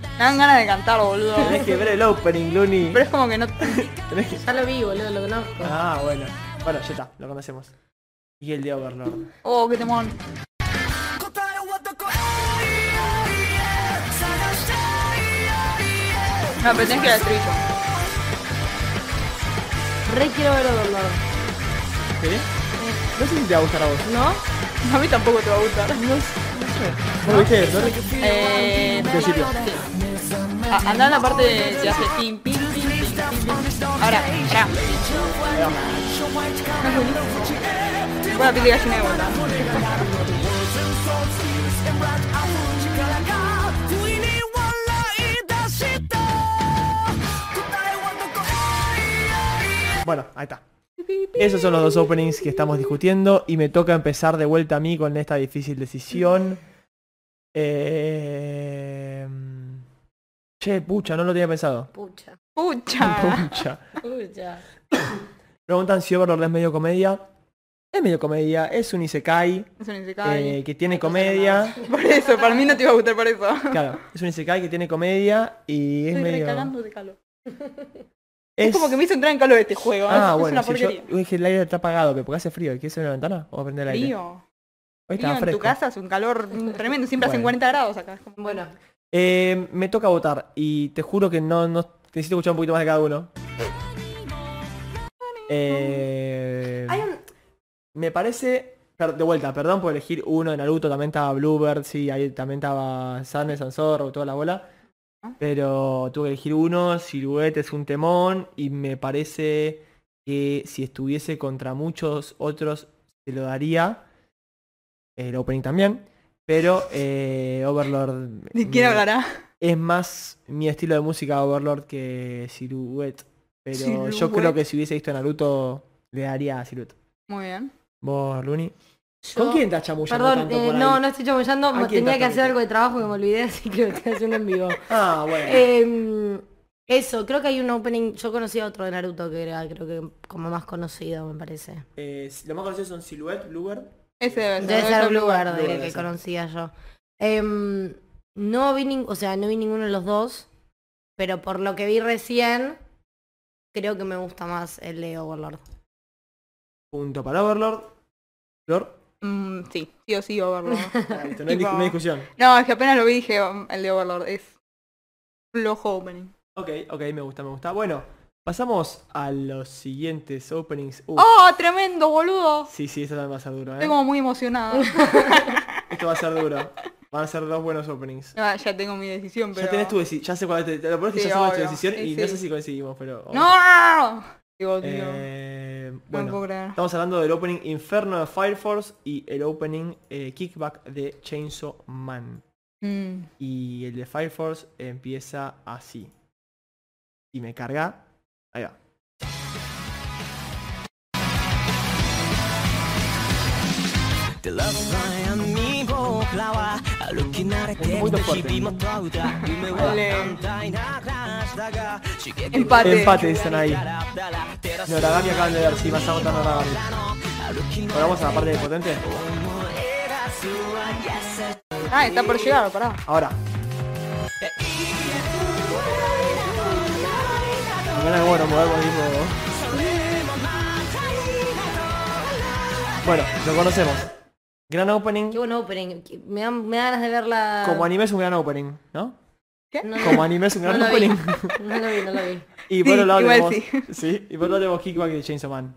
だ
Me dan ganas de cantar, boludo.
Tenés que ver el opening, Looney.
Pero es como que no...
Tenés que-
Ya lo vi, boludo, lo conozco.
Ah, bueno. Bueno, ya está, lo conocemos. Y el de Overlord.
Oh, qué temón.
答えはどこへ探して
No, pero tenés que ir al estribillo.
Re quiero ver Overlord.
¿Querés? No sé si te va a gustar a vos.
¿No? A mí tampoco te va a gustar.
¿No viste? ¿No viste?
Eh...
principio.
a- Andá en la parte de... que hace pim, pim, pim, pim, pim, pim. Ahora, ahora. Buena piel de gallina de vuelta.
Bueno, ahí está. Esos son los dos openings que estamos discutiendo y me toca empezar de vuelta a mí con esta difícil decisión. Eh... Che, pucha, no lo tenía pensado.
Pucha.
Pucha.
Pucha.
Pucha.
Preguntan si Overlord es medio comedia. Es medio comedia, es un isekai
Es un
eh,
isekai.
que tiene comedia.
Por eso, para mí no te iba a gustar por eso.
Claro, es un isekai que tiene comedia y es
Estoy
medio...
recalando de calor. Es... como que me hizo entrar en calor este juego.
Ah,
es,
bueno,
es
si
una
yo
porquería.
yo dije el aire está apagado, pero porque hace frío, ¿y qué es una ventana? ¿O prender el aire?
Frío.
Hoy
Frío
está
en tu
fresco.
casa es un calor tremendo. Siempre hacen
Bueno.
40 grados acá. Es como-
Bueno,
Eh, me toca votar y te juro que no, no necesito escuchar un poquito más de cada uno. Eh,
hay un...
me parece, per- de vuelta, perdón por elegir uno de Naruto, también estaba Bluebird, sí, ahí también estaba Sanne, Sansor, toda la bola. Pero tuve que elegir uno, Silhouette es un temón y me parece que si estuviese contra muchos otros se lo daría. El opening también. Pero eh, Overlord
¿De quién
me-
hablará?
es más mi estilo de música Overlord que Silhouette. Pero yo
Silhouette.
creo que si hubiese visto Naruto le daría a Silhouette.
Muy bien.
¿Vos, Luni?
Yo-
¿Con quién estás chamullando
Perdón,
tanto
eh,
por ahí?
no, no estoy chamullando,
quién
tenía
estás
que hacer
chamullando?
algo de trabajo que me olvidé, así que lo estoy haciendo en vivo.
Ah, bueno.
Eh, eso, creo que hay un opening, yo conocía otro de Naruto que era creo que como más conocido, me parece.
Eh, lo más conocido son Silhouette, Bluebird.
Ese debe ser.
Debe
debe
ser
ser
Blue
Blue
Verde,
Verde,
que
sí.
conocía yo. Em, no vi nin- o sea, no vi ninguno de los dos, pero por lo que vi recién, creo que me gusta más el de Overlord.
Punto para Overlord. Flor.
Mm, sí, sí o sí, Overlord.
Ah, listo, no, hay,
Tipo-
dis- no hay discusión.
no, es que apenas lo vi dije, "Mm, el de Overlord es flojo opening.
Ok, ok, me gusta, me gusta. Bueno, pasamos a los siguientes openings. Uh,
¡Oh, tremendo, boludo!
Sí, sí, esto va a ser duro,
Estoy
¿eh?
como muy emocionada.
Esto va a ser duro. Van a ser dos buenos openings.
Ah, ya tengo mi decisión, pero...
Ya tenés tu decisión. Ya sé cuál es tu- te- Lo peor es que
Sí,
ya sabemos tu
obvio.
decisión
Sí,
y no
sí.
sé si coincidimos, pero.
¡No! Digo, tío,
Eh,
no me puedo
bueno,
creer.
estamos hablando del opening Inferno de Fire Force y el opening eh, Kickback de Chainsaw Man.
Mm,
Y el de Fire Force empieza así. Y me carga. Ahí va.
The love sign に僕らは歩き慣れてきた日々も問うた夢は安泰な暮らしだが刺激
Empate.
Empate, dicen ahí.
だったら照らす
Noragami acaban de ver, sí, vas a votar Noragami.
歩きの
Ahora vamos a la parte de potente.
思い出すは優しい
Ah, está por llegar, pará.
Ahora. Bueno, bueno, movemos el mismo. Bueno, lo conocemos. Gran opening.
Qué buen opening, que- me dan, me dan ganas de verla.
Como anime es un gran opening, ¿no?
No, no,
Como anime es un
no
gran
lo vi.
opening.
No lo vi, no lo vi.
Y por
Sí,
otro lado
igual
tenemos. Sí. y por otro lado tenemos Kickback de Chainsaw Man.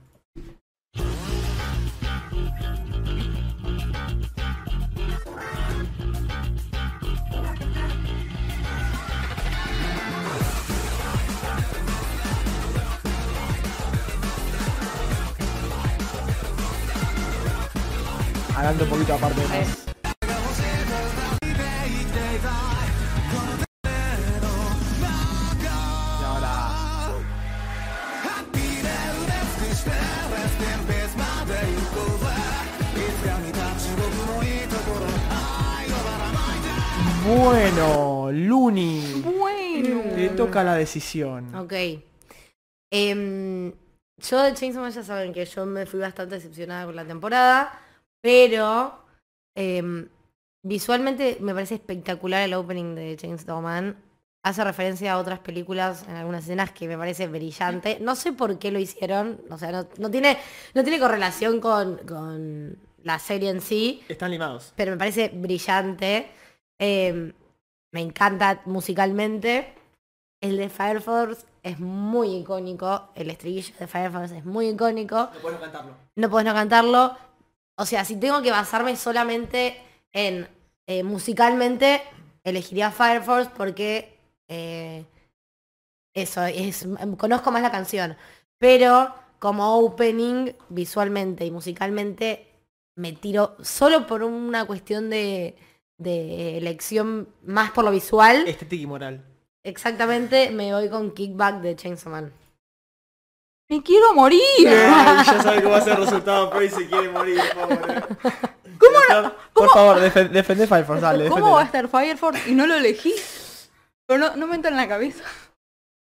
Hablando un poquito aparte de más. Y ahora. Bueno, Luni,
Bueno.
te toca la decisión.
Ok. Em, yo de Chainsaw Man ya saben que yo me fui bastante decepcionada con la temporada, pero em, visualmente me parece espectacular el opening de Chainsaw Man. Hace referencia a otras películas en algunas escenas que me parece brillante. No sé por qué lo hicieron, o sea, no, no tiene, no tiene correlación con, con la serie en sí,
Están limados.
pero me parece brillante. Eh, me encanta musicalmente. El de Fire Force es muy icónico. El estribillo de Fire Force es muy icónico.
No puedo cantarlo.
No podés no cantarlo. O sea, si tengo que basarme solamente en eh, musicalmente, elegiría Fire Force porque eh, eso, es, conozco más la canción. Pero como opening, visualmente y musicalmente, me tiro solo por una cuestión de, de elección más por lo visual.
Estética y Este moral.
Exactamente, me voy con Kickback de Chainsaw Man.
Me quiero morir.
ya sabe cómo va a ser el resultado, pero se quiere morir, pobre. ¿Cómo no? Por favor, defen- defende Fire Force, dale,
¿Cómo va a
defende.
estar Fire Force y no lo elegí? Pero no, no me entra en la cabeza.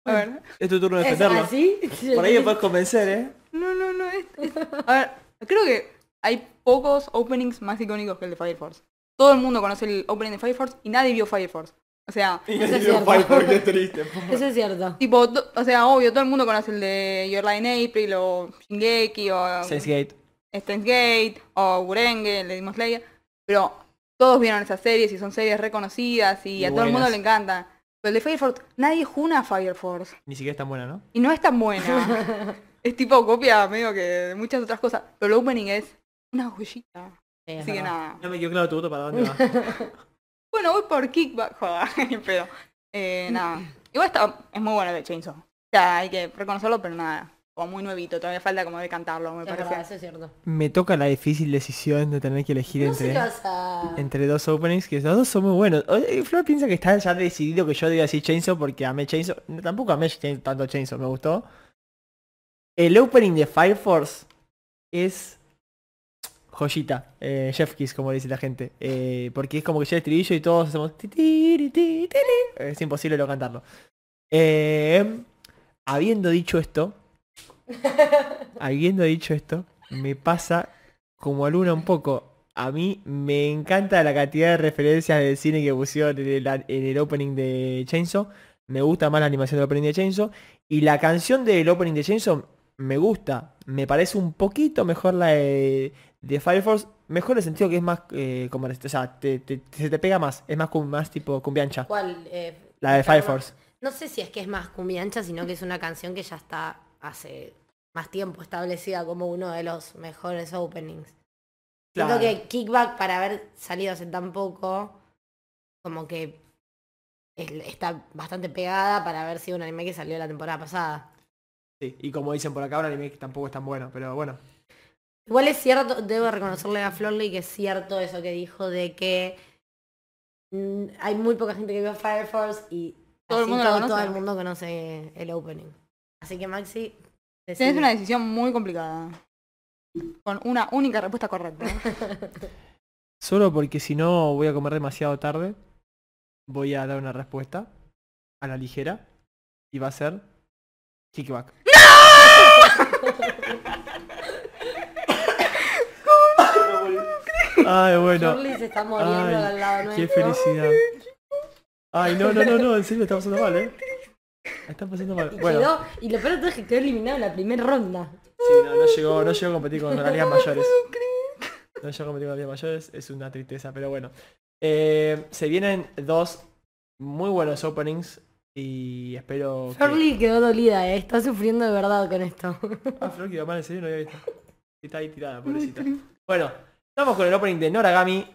A ver.
Es tu turno de
¿Es
defenderlo.
así?
Por ahí me puedes convencer, ¿eh?
No, no, no. es- es- A ver, creo que hay pocos openings más icónicos que el de Fire Force. Todo el mundo conoce el opening de Fire Force y nadie vio Fire Force. O sea,
Y
Eso es cierto.
qué triste.
Eso es cierto.
tipo, to- o sea, obvio, todo el mundo conoce el de Your Line April o Shingeki o
Sensegate.
Steins Gate o Gurenge, le dimos Slayer, pero todos vieron esas series y son series reconocidas y,
Y
a todo el mundo
buenas.
le encanta. Pero el de Fire Force, nadie juna a Fire Force
Ni siquiera es tan buena, ¿no?
y no es tan buena. es tipo copia medio que de muchas otras cosas, pero el opening es una joyita.
Sí, es
Así que
verdad.
nada.
No me quedó claro tu voto para dónde va.
Bueno, voy por Kickback, joda, ni en pedo. Eh, nada. Igual está, es muy bueno el de Chainsaw. O sea, hay que reconocerlo, pero nada. como muy nuevito, todavía falta como de cantarlo, me
Es verdad,
parece.
eso es cierto.
Me toca la difícil decisión de tener que elegir
No sé
entre,
qué vas a...
entre dos openings, que los dos son muy buenos. O- eh, Flor piensa que está ya decidido que yo diga así Chainsaw porque amé Chainsaw. No, tampoco amé Chain- tanto Chainsaw, me gustó. El opening de Fire Force es joyita, eh, Chef Kiss, como dice la gente. Eh, porque es como que llega el estribillo y todos hacemos... ti, ti, ri, ti, ti, ri. Es imposible no cantarlo. Eh, habiendo dicho esto, habiendo dicho esto, me pasa como a Luna un poco. A mí me encanta la cantidad de referencias de cine que pusieron en el, en el opening de Chainsaw. Me gusta más la animación del opening de Chainsaw. Y la canción del opening de Chainsaw me gusta. Me parece un poquito mejor la de, de Fire Force. Mejor en el sentido que es más eh, como... O sea, te, te- se te pega más. Es más, cum- más tipo cumbiancha.
¿Cuál? Eh,
La de Fire
Karma.
Force.
No sé si es que es más cumbiancha, sino que es una canción que ya está hace más tiempo establecida como uno de los mejores openings.
Claro.
Siento que Kickback, para haber salido hace tan poco, como que es- está bastante pegada para haber sido un anime que salió la temporada pasada.
Sí, Y como dicen por acá, un anime que tampoco es tan bueno. Pero bueno.
Igual es cierto, debo reconocerle a Florley que es cierto eso que dijo de que mm, hay muy poca gente que vio Fire Force y
Todo el
así
mundo la
todo-
conoce.
todo el mundo conoce el opening. Así que Maxi, decí.
Tienes una decisión muy complicada. Con una única respuesta correcta.
Solo porque si no voy a comer demasiado tarde, voy a dar una respuesta a la ligera y va a ser kickback. ¡No! Ay, bueno.
Shirley se está muriendo
Ay,
al lado nuestro.
Qué felicidad. Ay, no, no, no, no, en serio, está pasando mal, ¿eh? Está pasando mal.
Y
Bueno,
quedó, y lo peor de todo es que quedó eliminado en la primera ronda.
sí, no, no llegó, no llegó a competir con realidades mayores. No llegó a competir con realidades mayores, es una tristeza, pero bueno. Eh, se vienen dos muy buenos openings y espero que...
Shirley quedó dolida, eh. está sufriendo de verdad con esto.
Ah, Flor quedó mal, en serio, no había visto. Está ahí tirada, pobrecita. Bueno, estamos con el opening de Noragami.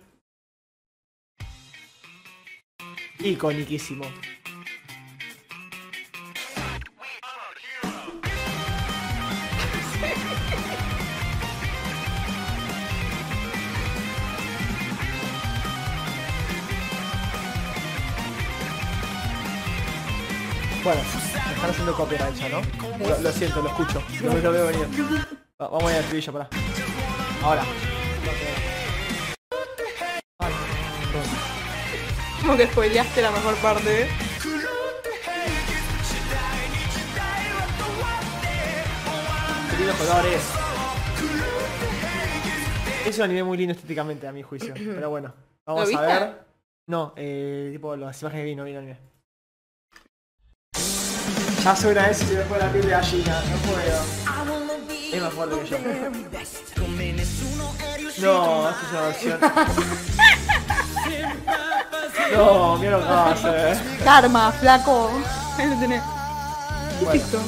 Iconiquísimo. Bueno, me están haciendo copyright ya, ¿no? Lo, lo siento, lo escucho. Lo, lo veo venir. Va- vamos a ir al estribillo, pará. Ahora. Ay, perdón.
Como que spoileaste la mejor parte.
Queridos colores. Es un anime muy lindo estéticamente a mi juicio. Pero bueno, vamos
viste?
a ver. No, eh, tipo las imágenes que vi, no vi el anime. Ya suena eso y se me pone la piel de gallina, no puedo. Es más fuerte que yo. No, esta es una versión. No, mira lo que pasa, eh.
Karma, flaco. Ahí lo tenés.
Bueno.
Listo.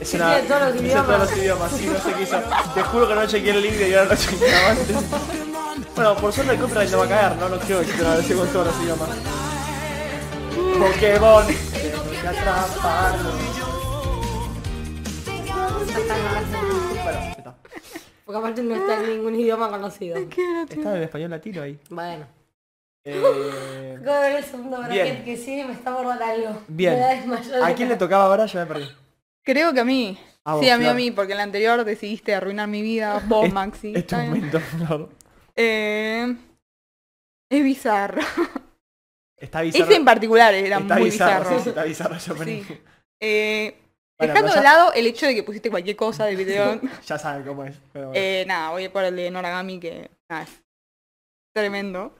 Es una...
Tiene todos los
dice
idiomas.
todos los idiomas, sí, no sé qué hizo. Te juro que no chequeé el link de que ahora no chequeaba antes. Bueno, por suerte el copyright no va a caer, no, no creo que te lo decimos todos los idiomas. Pokémon, tengo que atraparlo. Bueno, ya está.
Porque aparte no está en ningún idioma conocido.
Está en español latino ahí.
Bueno.
Eh,
Acabo de ver el segundo bracket
Bien.
que sí me está por dar algo.
bien.
Me da desmayar de
¿A quién le
cara.
tocaba ahora? Ya me perdí.
Creo que a mí.
A vos,
sí, a mí, a
Flor.
mí, porque en la anterior decidiste arruinar mi vida, vos,
Es-
Maxi.
Es tu
Está bien.
momento, Flor.
Eh, es bizarro.
Está bizarro.
Ese en particular era
está
muy
bizarro.
bizarro.
sí, sí, está bizarro, yo poní.
Sí. Eh,
Bueno,
dejando
pero
de
ya-
lado el hecho de que pusiste cualquier cosa del video,
Ya saben cómo es. pero bueno.
eh, nada, voy por el de Noragami que nada, es tremendo.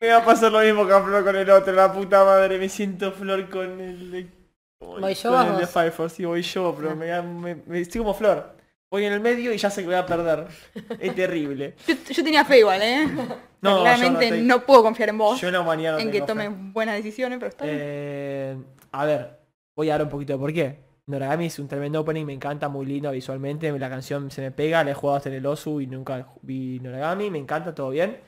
Me va a pasar lo mismo que a Flor con el otro, la puta madre, me siento Flor con el de...
¿Voy yo
con
o
el de
vos?
Fire Force, sí, voy yo, pero me, da- me- me- estoy como Flor. Voy en el medio y ya sé que voy a perder. Es terrible.
Yo, yo tenía fe igual, ¿eh?
No, yo
Claramente
no
no,
te-
puedo confiar en vos,
Yo en la humanidad no
en que
tengo fe.
tomes buenas decisiones, pero está bien.
Eh, a ver, voy a dar un poquito de por qué. Noragami es un tremendo opening, me encanta, muy lindo visualmente, la canción se me pega, la he jugado hasta en el Osu y nunca ju- vi Noragami, me encanta, todo bien.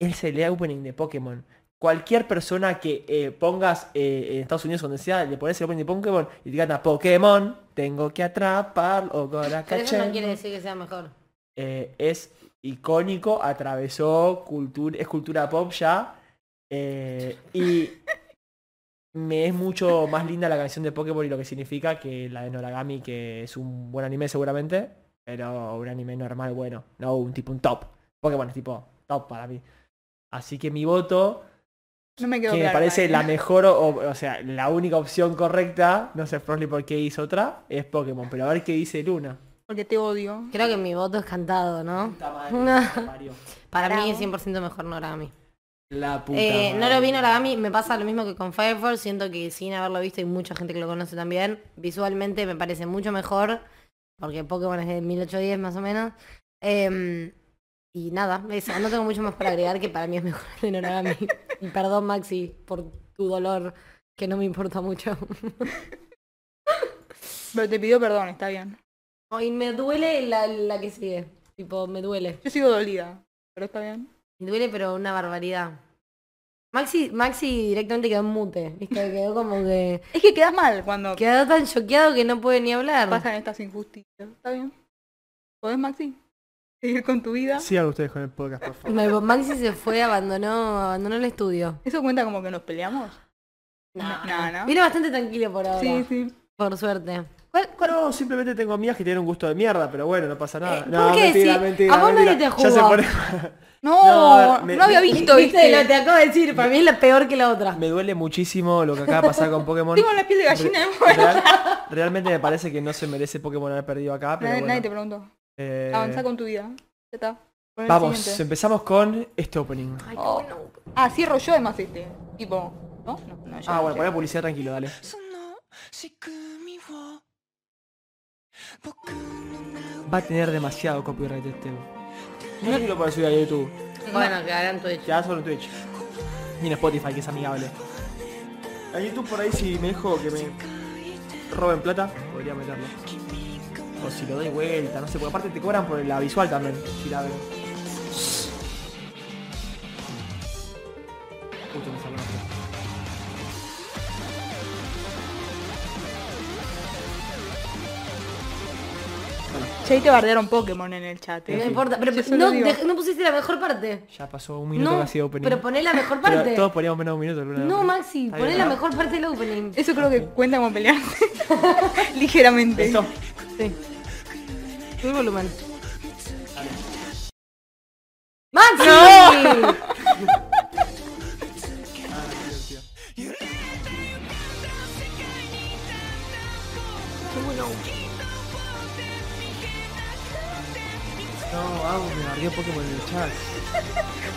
Es el opening de Pokémon. cualquier persona que eh, pongas eh, en Estados Unidos cuando sea, le pones el opening de Pokémon y te gana Pokémon, tengo que atraparlo con la
Pero eso
caché".
no quiere decir que sea mejor.
Eh, es icónico, atravesó cultura, es cultura pop ya. eh, y me es mucho más linda la canción de Pokémon y lo que significa que la de Noragami, que es un buen anime seguramente, pero un anime normal bueno, no un tipo un top. Pokémon es tipo top para mí. Así que mi voto,
No me
que
quedó
me
claro.
parece
¿eh?
la mejor, o, o sea, la única opción correcta, no sé Frosty por qué hizo otra, es Pokémon, pero a ver qué dice Luna.
Porque te odio.
Creo que mi voto es cantado, ¿no?
que parió.
Para mí
Bravo.
es 100% mejor Noragami.
La puta.
Eh, no
madre.
lo vi Noragami, me pasa lo mismo que con Fire Force, siento que sin haberlo visto y mucha gente que lo conoce también, visualmente me parece mucho mejor, porque Pokémon es de 1810 más o menos. Em, y nada, eso, no tengo mucho más para agregar que para mí es mejor el de Noragami. Y perdón Maxi por tu dolor, que no me importa mucho.
Pero te pidió perdón, está bien.
Ay, me duele la, la que sigue, tipo, me duele.
Yo sigo dolida. Pero está bien.
Me duele, pero una barbaridad. Maxi, Maxi directamente quedó en mute, ¿viste? Quedó como que...
Es que quedas mal cuando
Quedó tan choqueado que no puede ni hablar.
Ah.
pasan estas injusticias. ¿Está bien? ¿Podés, Maxi? Seguir con tu vida.
Sigan ustedes con el podcast, por favor.
Ma- Maxi se fue, abandonó, abandonó el estudio.
¿Eso cuenta como que nos peleamos? No, no, no.
Vino bastante tranquilo por ahora.
Sí, sí.
Por suerte.
No, simplemente tengo mías que tienen un gusto de mierda, pero bueno, no pasa nada.
Eh,
no,
¿por qué?
mentira,
Si
mentira.
a vos nadie
mentira.
te
Ya se
jugó.
pone- No,
No,
me-
no había
me-
visto,
Viste, lo
¿viste?
te acabo de decir, para mí es la peor que la otra.
Me duele muchísimo lo que acaba de pasar con Pokémon.
Tengo la piel de gallina,
Re-
me muero.
real- realmente me parece que no se merece Pokémon haber perdido acá, pero
Nadie,
bueno.
nadie te preguntó.
Eh,
Avanza con tu vida. Ya está. Pon el
Vamos,
siguiente.
empezamos con este opening.
Oh. Ah, cierro yo además este. Tipo, ¿no? No, no, yo
Ah,
no
bueno,
sé.
poné publicidad tranquilo, dale.
その仕組みを僕の名を
Va a tener demasiado copyright este. No sé si lo puedo subir a YouTube.
Bueno, quedarán Twitch.
Ya solo en Twitch. Y en Spotify, que es amigable. A YouTube por ahí si me dejo que me roben plata, podría meterlo. O si lo doy vuelta, no sé, porque aparte te cobran por la visual también, si la veo. Justo me salió una pelota.
Che, ahí te bardearon Pokémon en el chat.
No
¿eh?
importa, pero
Yo solo
no,
digo.
dej- no pusiste la mejor parte.
Ya pasó un minuto
No,
casi de opening.
pero poné la mejor
Pero
parte.
todos poníamos menos de un minuto. Luna, de
No,
opening.
Maxi,
Está
poné
bien,
la
¿no?
mejor parte del opening.
Eso creo que cuenta como pelearse. Ligeramente.
Eso.
Sí. Subí el volumen. ¡Maxi!
No, vamos, me barrió Pokémon en el chat.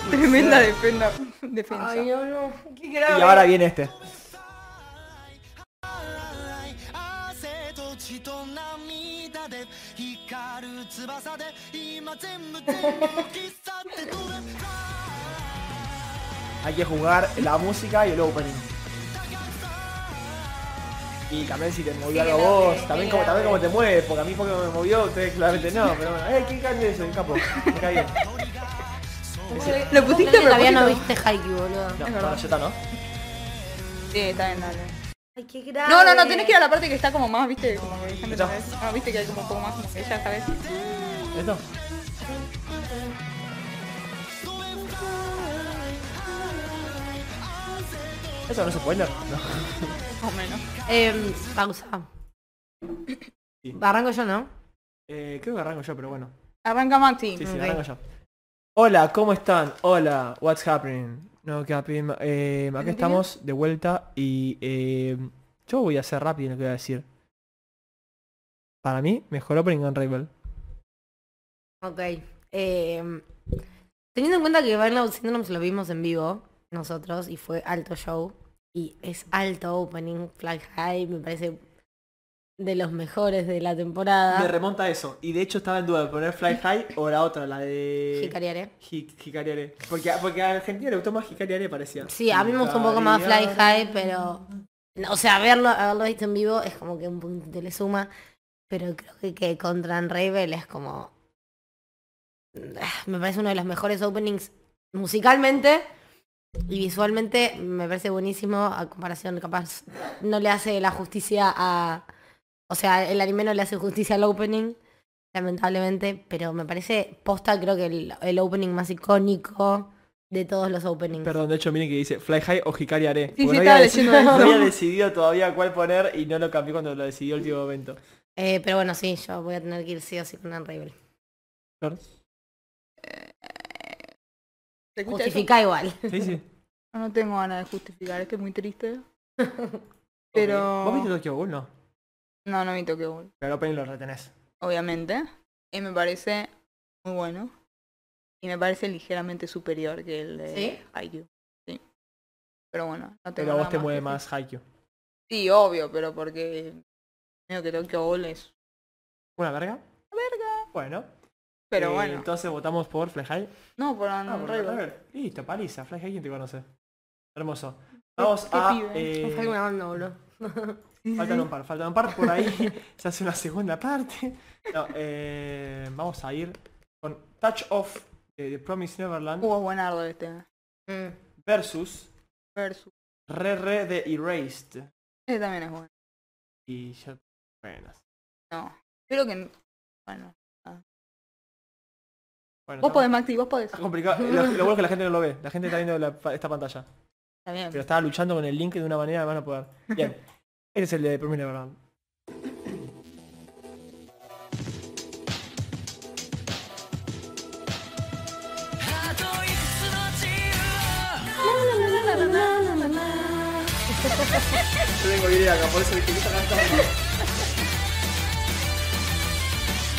Tremenda defenda, defensa.
Ay, no, no. Qué
Y
grave.
ahora viene este.
汗と血と涙で光る翼で今全部全部喫茶ってどれ
Hay que jugar la música y el opening. Y también si te movió algo vos, también, como, también como te mueves, porque a mí Pokémon me movió, ustedes claramente no, pero bueno, eh, ¿quién cambia eso? ¿Quién capo? Me cae bien.
Lo pusiste
Creo que
a
todavía no
propósito.
viste Haikyuu, boludo.
No, no, ya está, ¿no?
Sí, está bien, dale.
Ay, qué grave.
No, no, no, tenés que ir a la parte que está como más, viste, como que hay gente
Eso.
que sabe. No, Ah, viste que hay como un poco más, como que ya sabes.
¿Esto? ¿Eso no es spoiler? No.
Más o menos.
Em, pausa.
Sí.
Arranco yo, ¿no?
Eh, creo que arranco yo, pero bueno.
Arranca Maxi.
Sí, sí,
Ok.
arranco yo. Hola, ¿cómo están? Hola, what's happening? No, Capim, eh, acá estamos de vuelta y eh, yo voy a ser rápido en lo que voy a decir. Para mí, mejor opening en Rival.
Ok. Em, teniendo en cuenta que Burnout Syndrome lo vimos en vivo nosotros y fue alto show y es alto opening, flag high, me parece de los mejores de la
Me
temporada.
remonta a eso. Y de hecho estaba en duda de poner Fly High o la otra, la de...
Hikari Are.
Hi- Hikari Are. Porque, porque a Argentina le gustó más Hikari Are, parecía.
Sí, a mí me gustó un poco más Fly High, pero... O sea, verlo, haberlo visto en vivo es como que un puntito le suma, pero creo que, que contra Unravel es como... Ah, Me parece uno de los mejores openings musicalmente Y visualmente me parece buenísimo, a comparación capaz no le hace la justicia a... O sea, el anime no le hace justicia al opening, lamentablemente, pero me parece posta creo que el, el opening más icónico de todos los openings.
Perdón, de hecho miren que dice Fly High o Hikari Are. Porque
sí,
no
estaba
había
leyendo
deci-
eso.
No había decidido todavía cuál poner y no lo cambié cuando lo decidió el último momento.
Eh, pero bueno, sí, yo voy a tener que ir sí o sí con Unravel.
Flor.
¿Se escucha eso?
Justifica igual.
Sí, sí.
No, No tengo ganas de justificar, es que es muy triste. Pero...
¿Vos viste Tokyo Ghoul? No.
No, no vi Tokyo Ghoul,
Pero opening lo retenés.
obviamente. Y me parece muy bueno. Y me parece ligeramente superior que el de
¿Sí?
Haikyuu. Sí. Pero bueno, no tengo
Pero a
nada
vos te
más
mueve
que decir.
más Haikyuu.
Sí, obvio, pero porque... Medio que Tokyo Ghoul es...
¿Una verga? Verga. Bueno.
Pero
eh,
bueno.
Entonces votamos por Fly High.
No, por
Ah, por
Unravel.
River. Listo, paliza. Fly High, ¿quién te conoce? Hermoso. Vamos a...
pibe.
eh,
Fue alguna banda, boludo.
Faltan un par, faltan un par, por ahí se hace una segunda parte. No, eh, vamos a ir con Touch Off de The Promise Neverland
Hubo buenardo este.
Mm.
versus
Versus.
Re Re de Erased.
Ese también es bueno.
Y ya... Bueno.
No. Creo que... n- Bueno.
bueno,
Vos
está-
podés, Maxi, vos podés.
Está
Ah,
complicado. Lo, lo bueno es que la gente no lo ve. La gente está viendo la- esta pantalla.
Está bien.
Pero estaba luchando con el link de una manera que van a poder. Bien. Este es el de Promise Neverland. Yo tengo idea acá, por eso dije que esta cantando.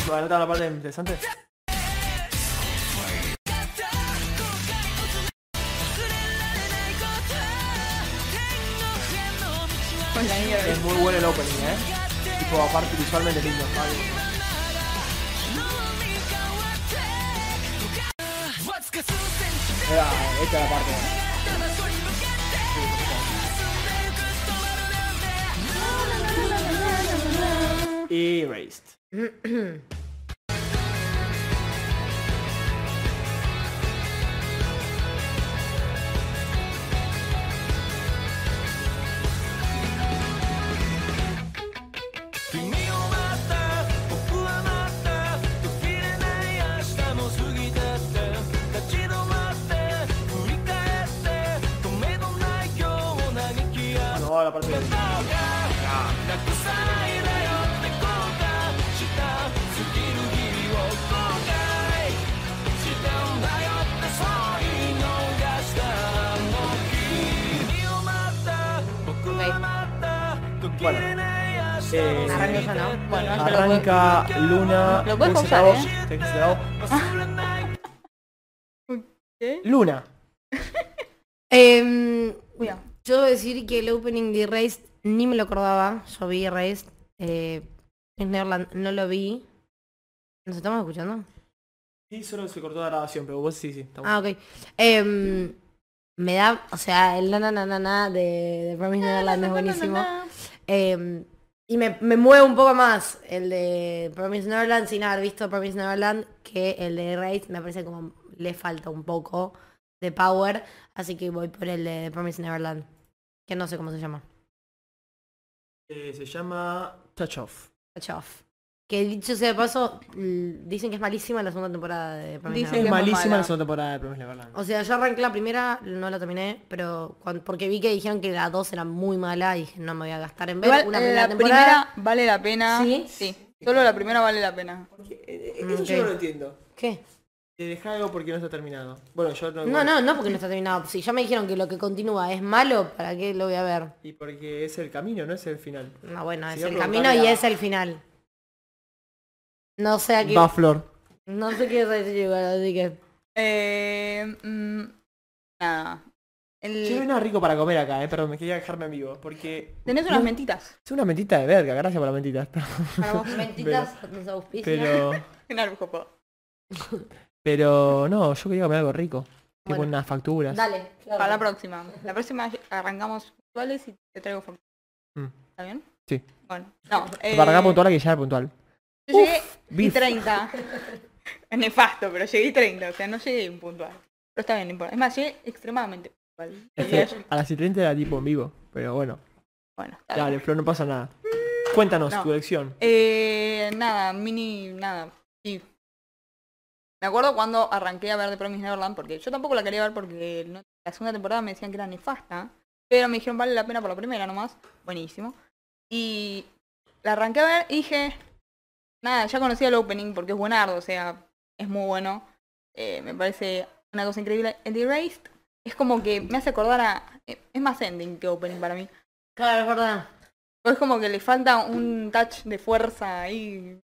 Bueno, ¿no está la parte interesante?
Con la nieve.
Es muy bueno el opening, ¿eh? Tipo, aparte visualmente lindo. ¿vale? Era, esta es la parte. Erased. Bueno, vamos a la parte de...
Ok.
Bueno. Eh,
Arranco yo, ¿no?
Bueno, ya lo voy-
Arranca Luna.
Lo puedes
Dulce la
pausar,
voz, te dice la voz.
¿Qué?
Luna.
Em,
Cuidado.
Yo debo decir que el opening de Erased ni me lo acordaba. Yo vi Erased. Eh, en Neverland no lo vi. ¿Nos estamos escuchando?
Sí, solo se cortó la grabación, pero vos sí, sí. estamos-
Ah, ok. Em, me da, o sea, el na na na na na de, de Promise Neverland es buenísimo. Em, y me, me mueve un poco más el de Promise Neverland sin haber visto Promise Neverland que el de Erased me parece como le falta un poco de power. Así que voy por el de Promise Neverland. Que no sé cómo se llama.
Eh, se llama Touch Off.
Touch Off. Que dicho sea de paso, mm, dicen que es malísima la segunda temporada de Promised
Dicen
Es
que-
Neverland.
muy
malísima
mala.
la segunda temporada de Promise Neverland.
O sea, yo arranqué la primera, no la terminé, pero cuan- porque vi que dijeron que la dos era muy mala y dije, no me voy a gastar en ver
Igual,
una
eh,
primera
la
temporada.
primera vale la pena.
¿Sí?
Solo la primera vale la pena.
eh, Eso
Ok.
yo no lo entiendo.
¿Qué?
Te dejé algo porque no está terminado. Bueno, yo no...
No, no, no porque no está terminado. Si ya me dijeron que lo que continúa es malo, ¿para qué lo voy a ver?
Y porque es el camino, no es el final.
No, bueno, es
Sigo
el camino y
preguntando.
es el final. No sé a qué.
Va, Flor.
No sé qué decir igual, así que.
Eh, mm, nada. El-
Che, hay nada rico para comer acá, eh, perdón, me quería dejarme en vivo. Porque...
Tenés unas mentitas.
Es una mentita de verga, gracias por las mentitas.
Para vos, mentitas, nos auspician.
Pero...
En Naruto Pop.
Pero no, yo quería comer algo rico. Tipo
Bueno.
unas facturas.
Dale, claro.
Para la próxima. La próxima arrancamos puntuales y te traigo form-
Mm.
¿Está bien?
Sí.
Bueno. No. eh,
Para acá puntual hay que llegar puntual.
Yo llegué y
beef.
30. es nefasto, pero llegué y 30. O sea, no llegué puntual. Pero está bien, no importa. Es más, llegué extremadamente. Igual.
Es que a las 7.30 era tipo en vivo, pero bueno.
Bueno, está bien.
Dale, Flor, no pasa nada. Cuéntanos
No.
tu elección.
Eh, nada, mini, nada. Sí. Me acuerdo cuando arranqué a ver The Promised Neverland, porque yo tampoco la quería ver porque no- la segunda temporada me decían que era nefasta, pero me dijeron vale la pena por la primera nomás. Buenísimo. Y la arranqué a ver y dije, nada, ya conocía el opening porque es buenardo, o sea, es muy bueno. Eh, me parece una cosa increíble. El de Erased es como que me hace acordar a... eh, Es más ending que opening para mí.
Claro, es verdad.
O es como que le falta un touch de fuerza ahí.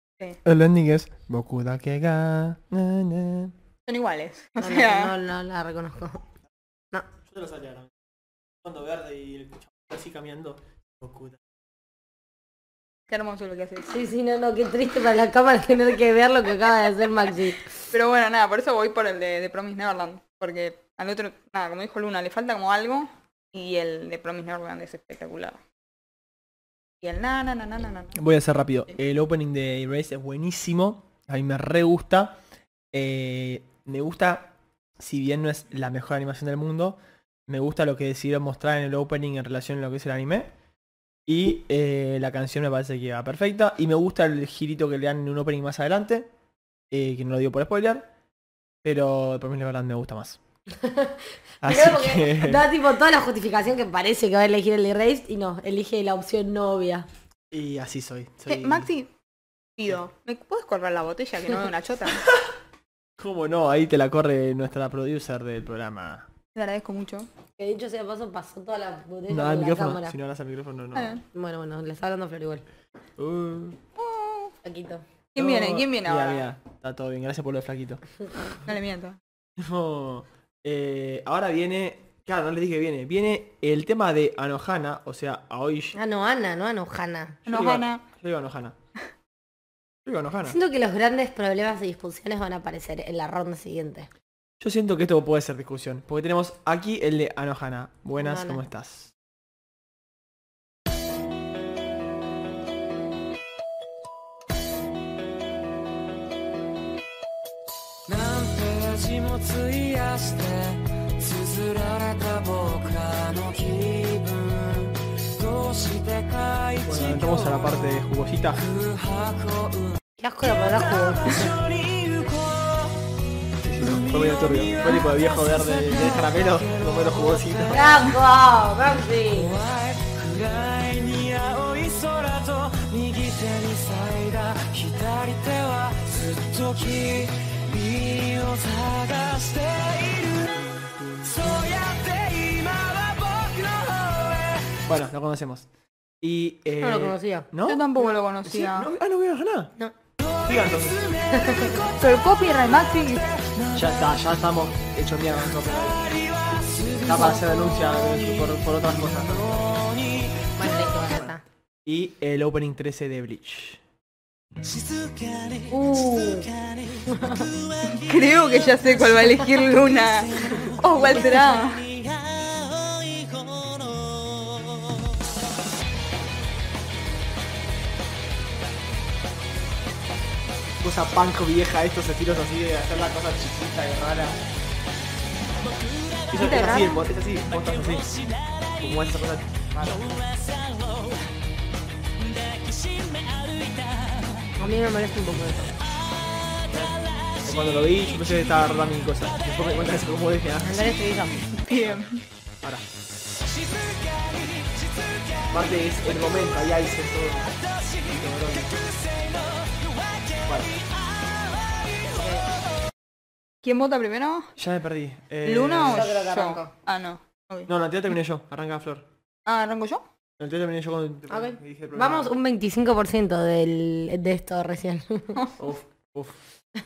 El ending es Bokuda que ga. na, na.
Son iguales. O
No, no, no,
sea,
no la reconozco.
Yo te lo salía ahora. Fondo verde y el chabón así caminando. Bokuda.
qué hermoso lo que haces.
Sí, sí, no, no, qué triste para la cámara tener que ver lo que acaba de hacer Maxi.
Pero bueno, nada, por eso voy por el de, de Promise Neverland. Porque al otro, nada, como dijo Luna, le falta como algo. Y el de Promise Neverland es espectacular. Y el na na na na na na. na.
Voy a ser rápido. El opening de Erase es buenísimo. A mí me re gusta. Eh, me gusta, si bien no es la mejor animación del mundo, me gusta lo que decidieron mostrar en el opening en relación a lo que es el anime. Y eh, la canción me parece que va perfecta. Y me gusta el girito que le dan en un opening más adelante. eh, que no lo digo por spoiler. Pero por mí la verdad me gusta más. Así
Claro, porque
que...
da tipo toda la justificación que parece que va a elegir el Erased y no, elige la opción novia.
Y así soy.
Eh,
soy...
Che, Eh, Maxi, pido, ¿me puedes correr la botella que no veo una chota? Te
¿Cómo no? Ahí te la corre nuestra producer del programa.
agradezco mucho.
Que dicho sea de paso, pasó toda la botella
No,
por
al
la
micrófono.
cámara.
Si no hablas al micrófono,
Está bien.
no.
Bueno, bueno, le está hablando Flor igual.
Uh,
Paquito.
no.
¿Quién viene? ¿Quién viene
Mira,
ahora?
mira, Está todo bien. Gracias por lo de flaquito.
No le miento.
No. Eh, ahora viene... Claro, no les dije que viene. Viene el tema de Anohana, o sea, Aoish.
Ah, no, Ana, no Anojana.
Yo digo-
Anohana.
Yo digo Anohana. Yo digo Anohana.
Siento que los grandes problemas y discusiones van a aparecer en la ronda siguiente.
Yo siento que esto puede ser discusión. Porque tenemos aquí el de Anohana. Buenas,
Anohana.
¿cómo estás?
「何ページも費やして綴られた僕らの気分」「どうしてか一
Bueno,
度
entramos a la parte de jugosita.
空白を埋め
Qué asco la palabra jugo.
場所に行こ
Fue medio turbio. Fue tipo de viejo verde de caramelo, comerlo jugosito.
¡Bravo! ¡Maxi!
う」「暗いに青い空と右手に咲いた左手はずっと君を探している」「そうやって今は僕の方へ」
Bueno, lo conocemos. Y, eh,
No lo conocía.
¿No?
Yo tampoco lo
¿Sí?
conocía.
¿No? Ah, no vieron nada.
No.
Sigan, entonces.
Pero el copyright, Maxi.
Ya está, ya estamos hechos mierda en copyright. Está para hacer denuncia por, por otras cosas.
Bueno, listo, ya está.
Y el opening 13 de Bleach.
Uh,
Creo que ya sé cuál va a elegir Luna. Oh, ¿cuál será?
Usa punk vieja estos estilos así de hacer la cosa chiquita y rara. Es, es así, el mo- es así, mostras así. Como esa cosa rara.
a mí me molesta un poco eso.
Pero Cuando lo vi, yo pensé que estaba rodando mi cosa. Después me di cuenta que se como dije, ah,
Andrés Trillo.
Bien.
ahora. Aparte es el momento, ahí hay todo. Bueno.
¿Quién vota primero?
Ya me perdí. Eh,
¿Luna o
yo creo que
yo?
arranco.
Ah, no. Ok.
No, la teoría terminé yo. Arranca Flor.
Ah, ¿arranco yo?
La teoría terminé yo cuando
A ver,
cuando dije el programa.
Vamos un 25% del, de esto recién.
Uf, uf.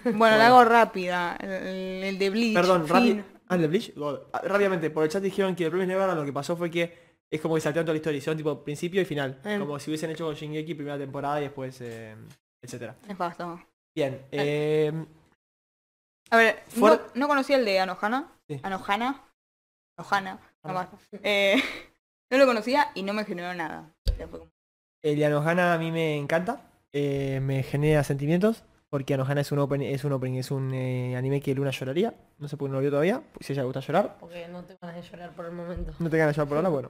Bueno, la hago rápida. El, el- el de Bleach.
Perdón,
Finn.
rápido. Ah, ¿el de Bleach? God. Ah, Rápidamente, por el chat dijeron que el Promised Neverland lo que pasó fue que es como que saltearon toda la historia. Hicieron tipo principio y final.
Eh.
Como si hubiesen hecho con Shingeki primera temporada y después, eh, etcétera.
Es vasto.
Bien. Eh,
A ver, no,
Fuera-
no conocía el de Anohana.
Sí.
Anohana. Anohana. No basta. Eh, no lo conocía y no me generó nada. O sea, fue como-
el de Anohana a mí me encanta. eh, me genera sentimientos. Porque Anohana es un opening, es un, opening, es un eh, anime que Luna lloraría. No sé por qué no lo vio todavía. Si a ella le gusta llorar.
Porque no tengo ganas de llorar por el momento.
No te ganas de llorar por ahora, bueno.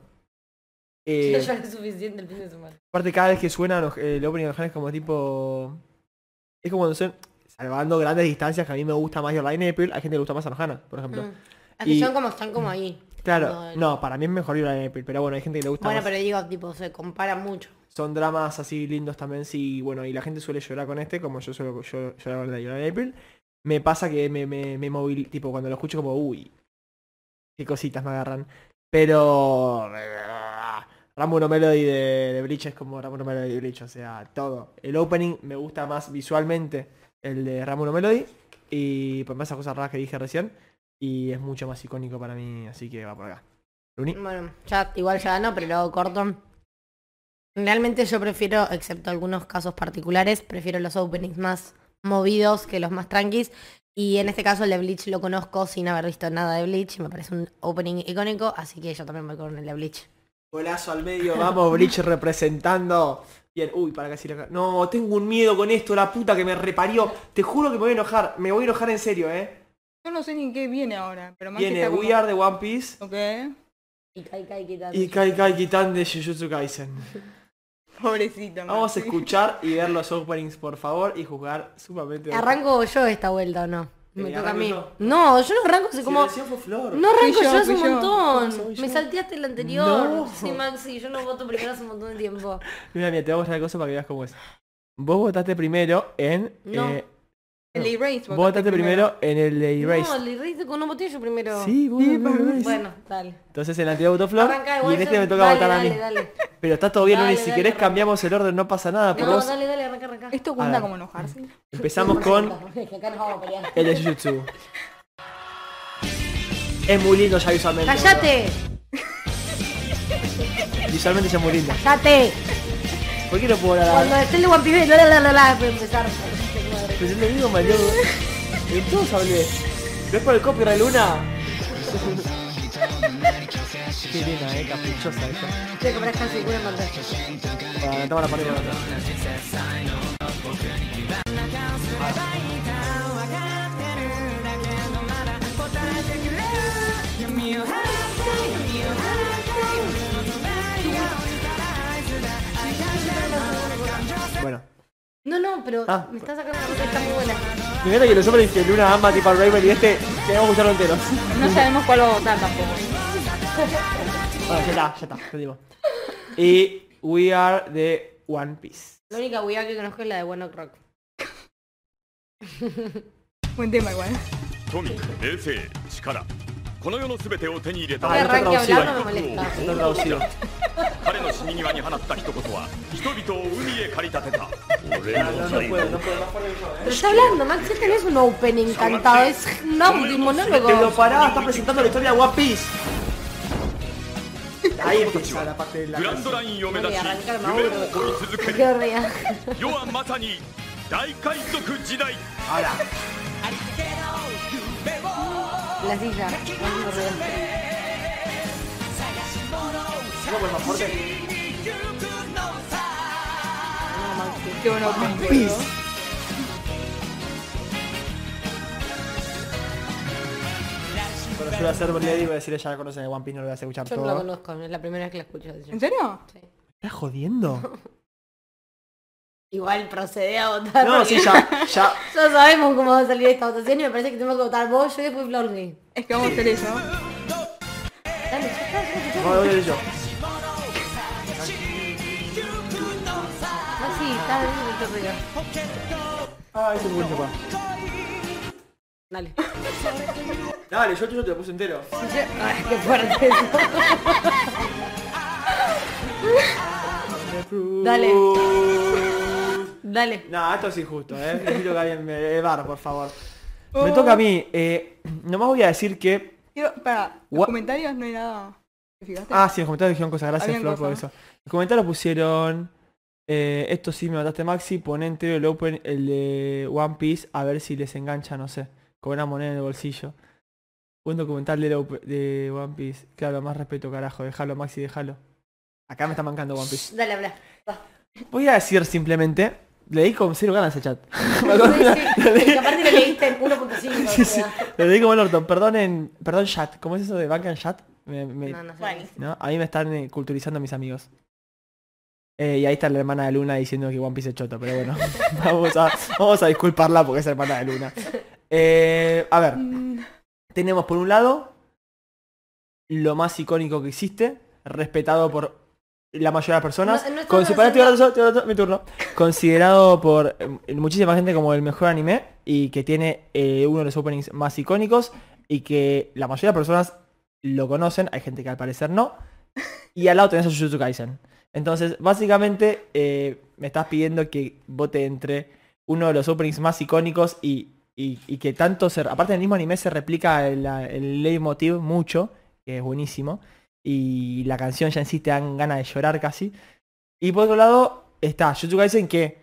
Yo
Eh,
lloré suficiente el fin de semana.
Aparte cada vez que suena los- el opening de Anohana es como tipo... Es como cuando suena... Salvando grandes distancias que a mí me gusta más Your Pineapple, hay gente que le gusta más Anohana, por ejemplo.
Mm. Las que
Y-
son como están como ahí.
Claro,
Como-
Mm. no, para mí es mejor Your Pineapple, pero bueno, hay gente que le gusta
Bueno,
más.
pero digo, tipo, se compara mucho.
Son dramas así lindos también, sí, bueno, y la gente suele llorar con este, como yo suelo yo, llorar con el de Your April. Me pasa que me, me, me movil- tipo, cuando lo escucho como, uy, qué cositas me agarran. Pero... Rambo no Melody de, de Bleach es como Rambo no Melody de Bleach, o sea, todo. El opening me gusta más visualmente el de Rambo no Melody y por más esas cosas raras que dije recién y es mucho más icónico para mí, así que va por acá. Luni.
Bueno, ya igual ya no, pero luego corto. Realmente yo prefiero, excepto algunos casos particulares, prefiero los openings más movidos que los más tranquis. Y en este caso el de Bleach lo conozco sin haber visto nada de Bleach y me parece un opening icónico, así que yo también voy con el de Bleach.
Golazo al medio, vamos Bleach representando. Bien, uy, para casi la ca- No, tengo un miedo con esto, la puta que me reparió. Te juro que me voy a enojar, me voy a enojar en serio, eh.
Yo no sé ni qué viene ahora, pero más
Viene We Are de One Piece
Ok.
Y Kai Kai Kitatsu.
y Kai Kai Kitan de Jujutsu Kaisen.
Pobrecito.
Vamos a
Maxi.
escuchar y ver los openings, por favor, y juzgar sumamente.
¿Arranco yo esta vuelta o no? Me
Eh,
toca a
arranco
mí.
yo.
No, yo no arranco,
Si
así como...
recién fue Flor.
No arranco
Fui yo,
yo hace un
fui yo.
Soy
montón.
yo.
Me salteaste el anterior.
No.
Sí, Maxi, yo no voto primero hace un montón de tiempo.
Mira, mira, te voy a mostrar la cosa para que veas cómo es. Vos votaste primero en...
No.
eh,
El de Erased,
vos
votaste
votaste primero en el de
No,
Erased.
le reíste con un botillo primero.
Sí, vos votaste en el de Erased.
Bueno, dale.
Entonces en el anterior votó Flor
Arranca
y
igual
en
yo-
este me toca
dale,
votar a
dale,
mí.
Dale,
Pero está todo bien,
Dale,
Luni. Si
dale,
querés
arranca.
cambiamos el orden, no pasa nada. Por
No,
vos
dale, dale, arranca, arranca.
Esto
Ahora.
cuenta como enojarse.
empezamos con Eh,
Que acá nos vamos a pelear.
el de Jujutsu. Es muy lindo ya visualmente.
¡Cállate!
boludo. Visualmente ya es muy lindo.
¡Cállate!
¿Por qué no puedo hablar?
Cuando esté el de One Piece, la, la, la, la, la, voy a empezar. Madre.
Pero yo lo digo mal, loco. En todos hablé. ¿No es por el copyright, Luna? Qué linda, eh, caprichosa esa.
Voy a comprar casi una pantalla.
Para, toma la parte de atrás. Bueno,
No, no, pero
Ah.
me está sacando una cosa que está muy buena.
primero que los hombres que Luna ama tipo a Raven y este queremos escucharlo entero.
No sabemos cuál va a votar tampoco.
Bueno, ya está, ya está, perdimos. Y We Are de One Piece.
La única weá que conozco es la de One Ok Rock.
Buen tema igual.
富平成力この世のすべてを手に入れた
Ah,
Que
no está
arranque
traducido.
hablando me molesta.
の顔してる
彼の死に際に放った一言は人々を海へ駆り立てた俺
puedo, no puedo,
Pero está hablando, Max, este no es un open encantado, es un audio, un
Pero
monólogo.
pará, estás presentando la historia de One Piece. Ahí empieza la parte de la
グランド
canción.
ラインを目指
無理
し
やなんか
夢を追い続け
Qué
る
horrible.
世はまさに大海賊時代
Ahora,
La silla. Qué horrible.
¿cómo por más fuerte?
Qué bueno.
Bueno, yo voy a hacer Bolívar y voy a decirle ya la conocen de One Piece, no lo voy a hacer escuchar
Yo no la
todo. ¿Me
conozco, es la primera vez que la escucho. de hecho.
¿En serio?
estás jodiendo?
Igual procede a votar.
No, sí,
porque
ya, ya.
Ya sabemos cómo va a salir esta votación y me parece que tenemos que votar vos, yo y después Florny.
Es que vamos a hacer eso.
Dale, ya está, ya está, ya
No, lo voy a leer yo.
está. Maxi, Ah, está bien el corrido.
Ah, eso es bueno, papá.
Dale.
Dale, yo, yo te lo puse entero.
Ay, qué fuerte Dale. Dale.
Nah, esto es injusto, ¿eh? Necesito que alguien me... eh, Bar, por favor. Me toca a mí. Eh, nomás voy a decir que...
Quiero, para, los
Gua-
comentarios no hay nada. ¿Te fijaste?
Ah, sí, en los comentarios dijeron cosas. Gracias,
Habían
Flor, por eso.
cosas.
En los comentarios pusieron... eh, esto sí me mataste, Maxi. Pon entero el Open, el de One Piece, a ver si les engancha, no sé. Con una moneda en el bolsillo. Un documental del Open- de One Piece. Claro, más respeto, carajo. Déjalo, Maxi, déjalo. Acá me está mancando One Piece.
Dale, habla.
Voy a decir simplemente Leí con cero ganas el chat. Me acuerdo, lo
Sí,
leí-
sí. Aparte lo leíste en 1.5.
sí, sí, Lo leí como el orto. Perdonen, perdón chat. ¿Cómo es eso de bancan chat? Me- me-
No, no sé.
Bueno.
¿no? A mí me están eh, culturizando mis amigos. Eh, y ahí está la hermana de Luna diciendo que One Piece es choto, pero bueno, vamos, a, vamos a disculparla porque es hermana de Luna. Eh, a ver, tenemos por un lado lo más icónico que existe, respetado por la mayoría de las personas,
No- no estamos
consi- pará, estoy
haciendo-
hablando yo, estoy hablando yo, mi turno. considerado por eh, muchísima gente como el mejor anime y que tiene eh, uno de los openings más icónicos y que la mayoría de las personas lo conocen, hay gente que al parecer no, y al lado tenés a Jujutsu Kaisen. Entonces, básicamente, eh, me estás pidiendo que vote entre uno de los openings más icónicos y, y- y que tanto se... Aparte, en el mismo anime se replica el, la- el leitmotiv mucho, que es buenísimo, y la canción ya en sí te dan ganas de llorar casi. Y por otro lado, está Jujutsu Kaisen que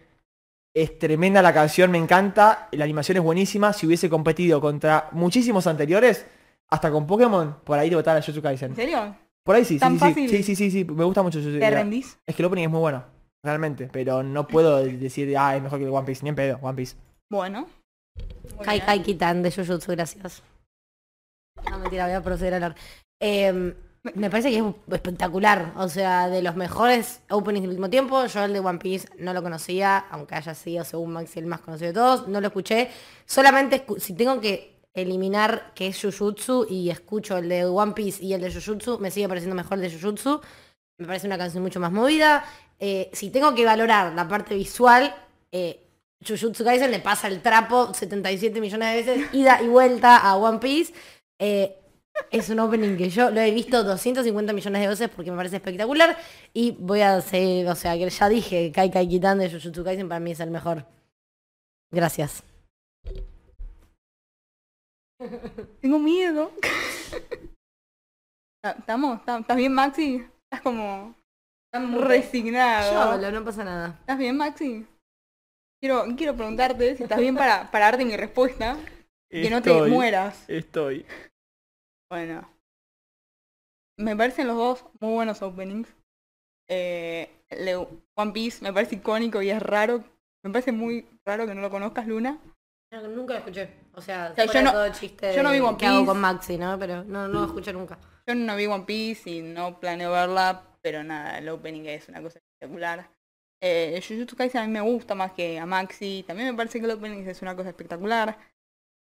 es tremenda la canción, me encanta, la animación es buenísima, si hubiese competido contra muchísimos anteriores, hasta con Pokémon, por ahí te votar a Jujutsu Kaisen.
¿En serio?
Por ahí sí, sí,
¿Tan
sí, sí,
fácil?
sí, sí, sí, sí, me gusta mucho. Jujutsu- la-
¿Te rendís?
es que el opening es muy bueno, realmente, pero no puedo decir, ah, es mejor que el One Piece, ni en pedo, One Piece.
Bueno. Muy
Kai
bien.
Kai Kitan de Jujutsu, gracias. No, mentira, voy a proceder a hablar. Eh, me parece que es espectacular, o sea, de los mejores openings del último tiempo. Yo el de One Piece no lo conocía, aunque haya sido, según Maxi, el más conocido de todos, no lo escuché. Solamente escu- si tengo que eliminar que es Jujutsu y escucho el de One Piece y el de Jujutsu, me sigue pareciendo mejor el de Jujutsu. Me parece una canción mucho más movida. Eh, si tengo que valorar la parte visual, eh, Jujutsu Kaisen le pasa el trapo 77 millones de veces, ida y vuelta a One Piece. Eh, es un opening que yo lo he visto 250 millones de veces porque me parece espectacular. Y voy a hacer, o sea, que ya dije, Kai Kai Kitan de Jujutsu Kaisen para mí es el mejor. Gracias.
Tengo miedo. Ah, ¿Estamos? ¿Está- ¿Estás bien, Maxi? Estás como resignado.
Yo hablo, no pasa nada.
¿Estás bien, Maxi? Quiero, quiero preguntarte si estás bien para, para darte mi respuesta. Que no te mueras.
Estoy.
Bueno. Me parecen los dos muy buenos openings. Eh, el de One Piece me parece icónico y es raro. Me parece muy raro que no lo conozcas, Luna.
Nunca lo escuché. O sea,
sea,
fuera
yo
de
no-
todo el chiste
yo no vi
de-
One
que hago
Piece.
con Maxi, ¿no? Pero no, no lo escuché nunca.
Yo no vi One Piece y no planeo verla, pero nada, el opening es una cosa espectacular. Eh, Jujutsu Kaisen a mí me gusta más que a Maxi. También me parece que el opening es una cosa espectacular.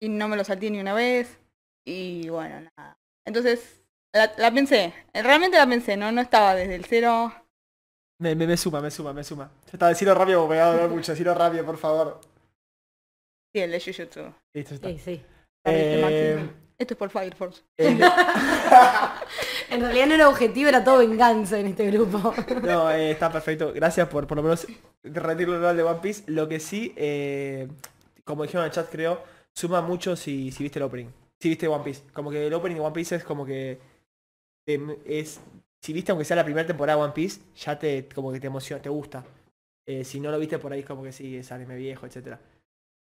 Y no me lo salté ni una vez. Y bueno, nada. Entonces, la, la pensé. eh, Realmente la pensé, ¿no? No estaba desde el cero.
Me, me, me suma, me suma, me suma. Ya está, decirlo rápido porque me va a doler mucho, decirlo rápido, por favor.
Sí, el de Jujutsu.
Listo, ya está.
Sí, sí.
Perdiste,
Eh,
Maxi. Esto es por Fire Force.
el-
En realidad no era objetivo, era todo venganza en este grupo.
No, eh, está perfecto. Gracias por por lo menos retirarlo el de One Piece. Lo que sí, eh, como dijeron en el chat, creo, suma mucho si, si viste el opening. Si viste One Piece. Como que el opening de One Piece es como que... em, es Si viste aunque sea la primera temporada de One Piece, ya te como que te emociona, te gusta. Eh, si no lo viste por ahí, es como que sí, es anime viejo, etcétera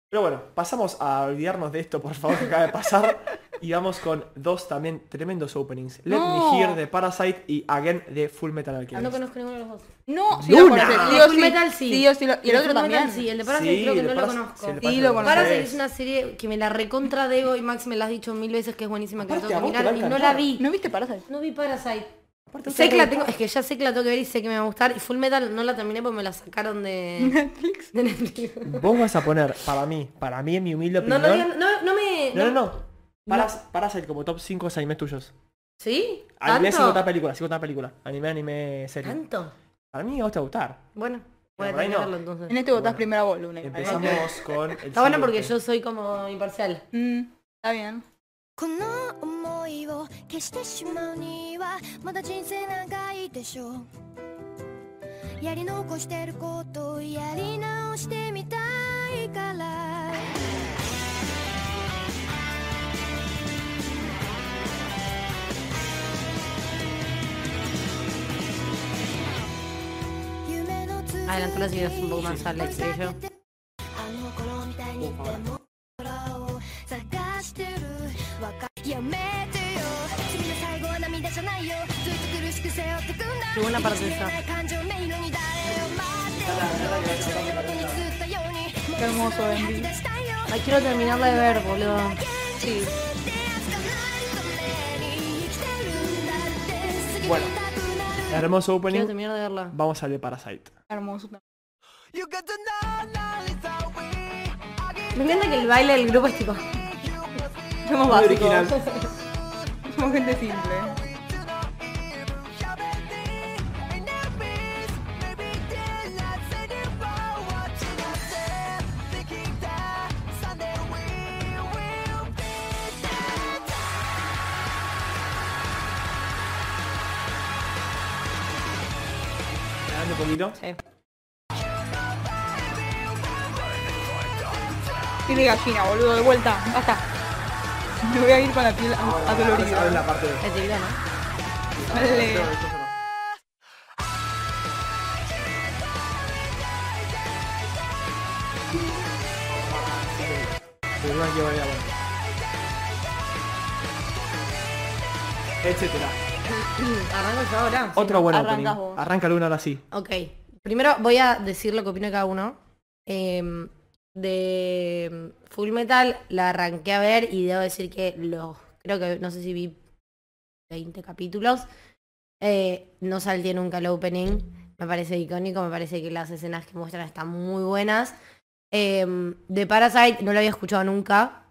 Pero bueno, pasamos a olvidarnos de esto, por favor, que acaba de pasar. Y vamos con dos también tremendos openings. Let
No.
Me Hear de Parasite y Again de Full Metal Alchemist.
no conozco ninguno de los dos.
No, sí lo
Luna.
conoces. Sí,
El
o
Full
sí.
Metal sí.
Sí, o sí lo- Y el otro
Fullmetal
también.
Sí, el de Parasite creo que
el
no
de
lo
Paras-
conozco.
el de
Sí,
Paras-
lo conocés.
Parasite es una serie que me la recontra debo y Max me la has dicho mil veces que es buenísima que la
Aparte,
tengo que
a vos te
mirar
va a
y no la
encantar.
vi.
¿No viste Parasite?
No vi Parasite.
Aparte,
Sé
usted
que la
re-
tengo, es que ya sé que la tengo que ver y sé que me va a gustar. Y Full Metal no la terminé porque me la sacaron de,
Netflix.
de Netflix.
Vos vas a poner, para mí, para mí en mi humilde
No,
opinión.
no, digan- no, no me.
no, no, no. Paras, Parasite como top 5 es animes tuyos.
¿Sí?
Anime sin contar
¿Tanto?
película, sin contar película. Anime, anime, serie.
¿Tanto?
Para mí a vos te va a gustar.
Bueno,
Pero
voy a
por ahí
tener que
no.
verlo
En
entonces.
este votás
Bueno.
primero a vos, Luna.
Empezamos con el
Está bueno porque
siguiente.
yo soy como imparcial.
Mm, está bien.
この思いを消してしまうにはまだ人生長いでしょうやり残してることをやり直してみたいから夢の続き
Adelantó las ideas un poco más a Alex y yo.
あの頃みたいにでも空を探してるわかやめてよ君の最後は涙じゃないよずっと苦しく背負ってくんだ
Qué buena parte esa.
感情迷路に誰を待っても
Qué hermoso, Bendy.
Ay, quiero terminarla de ver, boludo.
Sí.
Bueno.
Hermoso
Quiero
opening.
terminar de verla.
Vamos al de Parasite.
Hermoso también.
Me encanta que el baile del grupo es tipo.
Somos
Muy
básicos.
original.
Somos gente simple.
Adelante un poquito.
Sí.
Y de gallina, boludo, de vuelta. Basta. Me voy a ir con la piel
Ah,
a-
Ahora
adolorida.
la parte de-
Es divino, ¿no?
Dale.
Pero bueno, aquí voy a poner. Etcétera.
Arranco yo ahora.
Otra buena opening.
arrancas vos.
Arranca alguna ahora sí.
Ok. Primero voy a decir lo que opino de cada uno. Eh, de Full Metal la arranqué a ver y debo decir que los. Creo que no sé si vi 20 capítulos. Eh, no salté nunca el opening. Me parece icónico, me parece que las escenas que muestran están muy buenas. Eh, de Parasite no lo había escuchado nunca.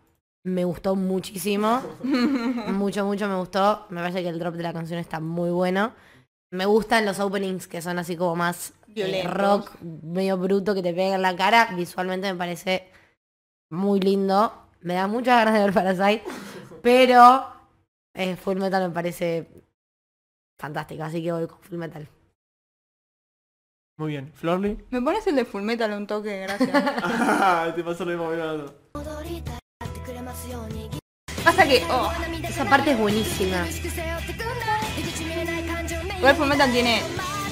Me gustó muchísimo. mucho, mucho me gustó. Me parece que el drop de la canción está muy bueno. Me gustan los openings que son así como más eh,
Violentos.
rock, medio bruto, que te pega en la cara. Visualmente me parece muy lindo. Me da muchas ganas de ver Parasite. Pero eh, Full Metal me parece fantástico. Así que voy con Full Metal.
Muy bien. Florly.
¿Me pones el de Fullmetal un toque? Gracias.
Ah, Te pasó lo mismo mirando.
Pasa que, oh,
Esa parte es buenísima.
igual Fullmetal tiene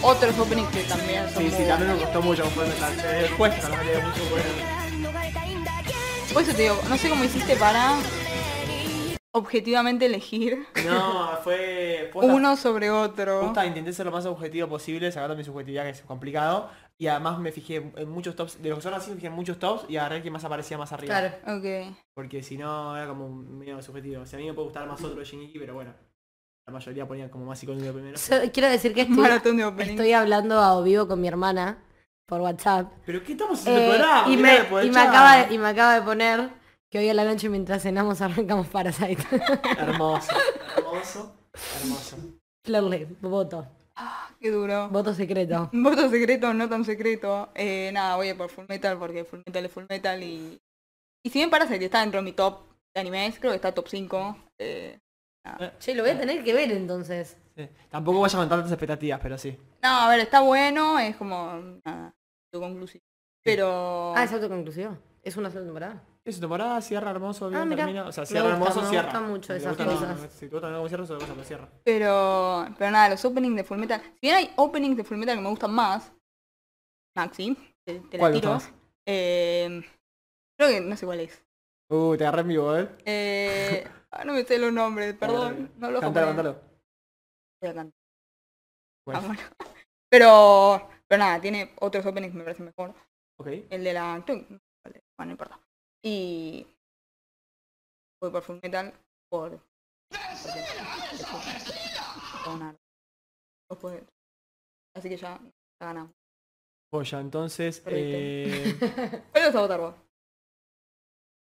otros openings que también son
Sí, sí,
muy
también me
buenos.
costó mucho. Fue eh, cuesta, no me dio mucho. pues. bueno.
Por eso te digo, no sé cómo hiciste para objetivamente elegir
No, fue... posta-
uno sobre otro.
Posta, intenté ser lo más objetivo posible, sacando mi subjetividad, que es complicado. Y además me fijé en muchos tops. De los que son así, me fijé en muchos tops y agarré el que más aparecía más arriba.
Claro.
Ok.
Porque si no, era como un medio subjetivo. O sea, a mí me puede gustar más otro de Shingeki, pero bueno. La mayoría ponían como más icónico primero.
So- quiero decir que estoy,
Maratón de opening.
estoy hablando a vivo con mi hermana por WhatsApp.
¿Pero qué estamos haciendo
Eh,
el programa?
y,
Mirá,
me,
aprovechá.
y me acaba de, y me acaba de poner que hoy a la noche mientras cenamos arrancamos Parasite.
Hermoso, hermoso, hermoso.
Florley, voto.
Qué duro.
Voto secreto.
Voto secreto, no tan secreto. Eh, nada, voy a por Full Metal porque Full Metal es Full Metal y. Y si bien Parasite está dentro de mi top de animes, creo que está top 5. eh,
Che, lo voy a tener que ver entonces.
Sí. Tampoco vaya con tantas expectativas, pero sí.
no, a ver, está bueno, es como. Nada, tu conclusión. Pero.
Ah, es autoconclusivo. Es una sola temporada.
Es su temporada, cierra hermoso, bien,
Ah, mirá.
termina. O sea,
Me
cierra
gusta,
hermoso,
me
cierra.
gusta mucho
Si te
esas
gusta, no,
cosas.
si te gusta no, como cierra, es otra cosa, pero cierra.
Pero, pero nada, los openings de Fullmetal. Si bien hay openings de Fullmetal que me gustan más, Maxi, te, te la
¿Cuál gusta
tiro.
más?
eh, creo que no sé cuál es.
Uh, te agarré en vivo, ¿eh?
Eh, ah, no me sé los nombres, perdón. No lo
Cantalo, cantalo.
Voy a cantar.
Bueno,
Ah, bueno. Pero, pero nada, tiene otros openings que me parecen mejor.
ok.
El de la... Bueno, no importa. Y... Voy por Full Metal por... porque- por una- después- Así que ya la ganamos.
Joya, entonces,
Perdiste.
eh,
¿Cuál vas a votar vos?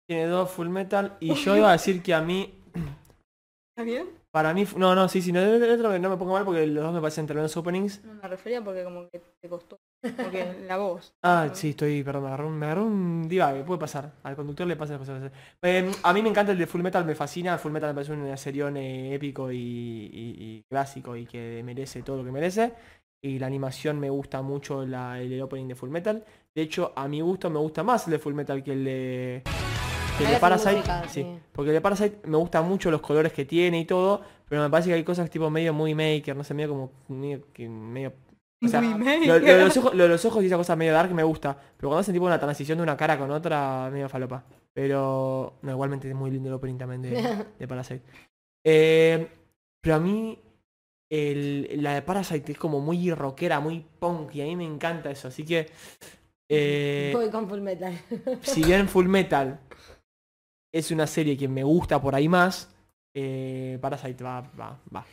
tiene dos Full Metal y yo iba a decir que a mí
¿Está bien?
Para mí, no, no, sí, sí, no, no, no, no, no me pongo mal porque los dos me parecen tremendos openings.
No me refería porque como que te costó. Porque la voz.
Ah, sí, estoy, perdón, me agarró, un- me agarró un divague, puede pasar. Al conductor le pasa las cosas. a veces. Eh, a mí me encanta el de Full Metal, me fascina. Full Metal me parece un serión eh, épico y, y- y clásico y que merece todo lo que merece. Y la animación me gusta mucho la- el, el opening de Full Metal. De hecho, a mi gusto me gusta más el de Full Metal que el de, que el
Ahora
de
sí
Parasite.
música,
sí.
sí.
Porque el de Parasite me gusta mucho los colores que tiene y todo. Pero me parece que hay cosas tipo medio movie maker, no sé, medio como medio, que medio o sea,
Muy
lo, lo
maker.
de los ojos, lo de los ojos y esa cosa medio dark me gusta. Pero cuando hacen tipo una transición de una cara con otra, medio falopa. Pero. No, igualmente es muy lindo el opening también de, de Parasite. Eh, pero a mí. el- la de Parasite es como muy rockera, muy punk, y a mí me encanta eso. Así que, eh,
Voy con Full Metal.
si bien Full Metal es una serie que me gusta por ahí más, eh, Parasite va, va, va.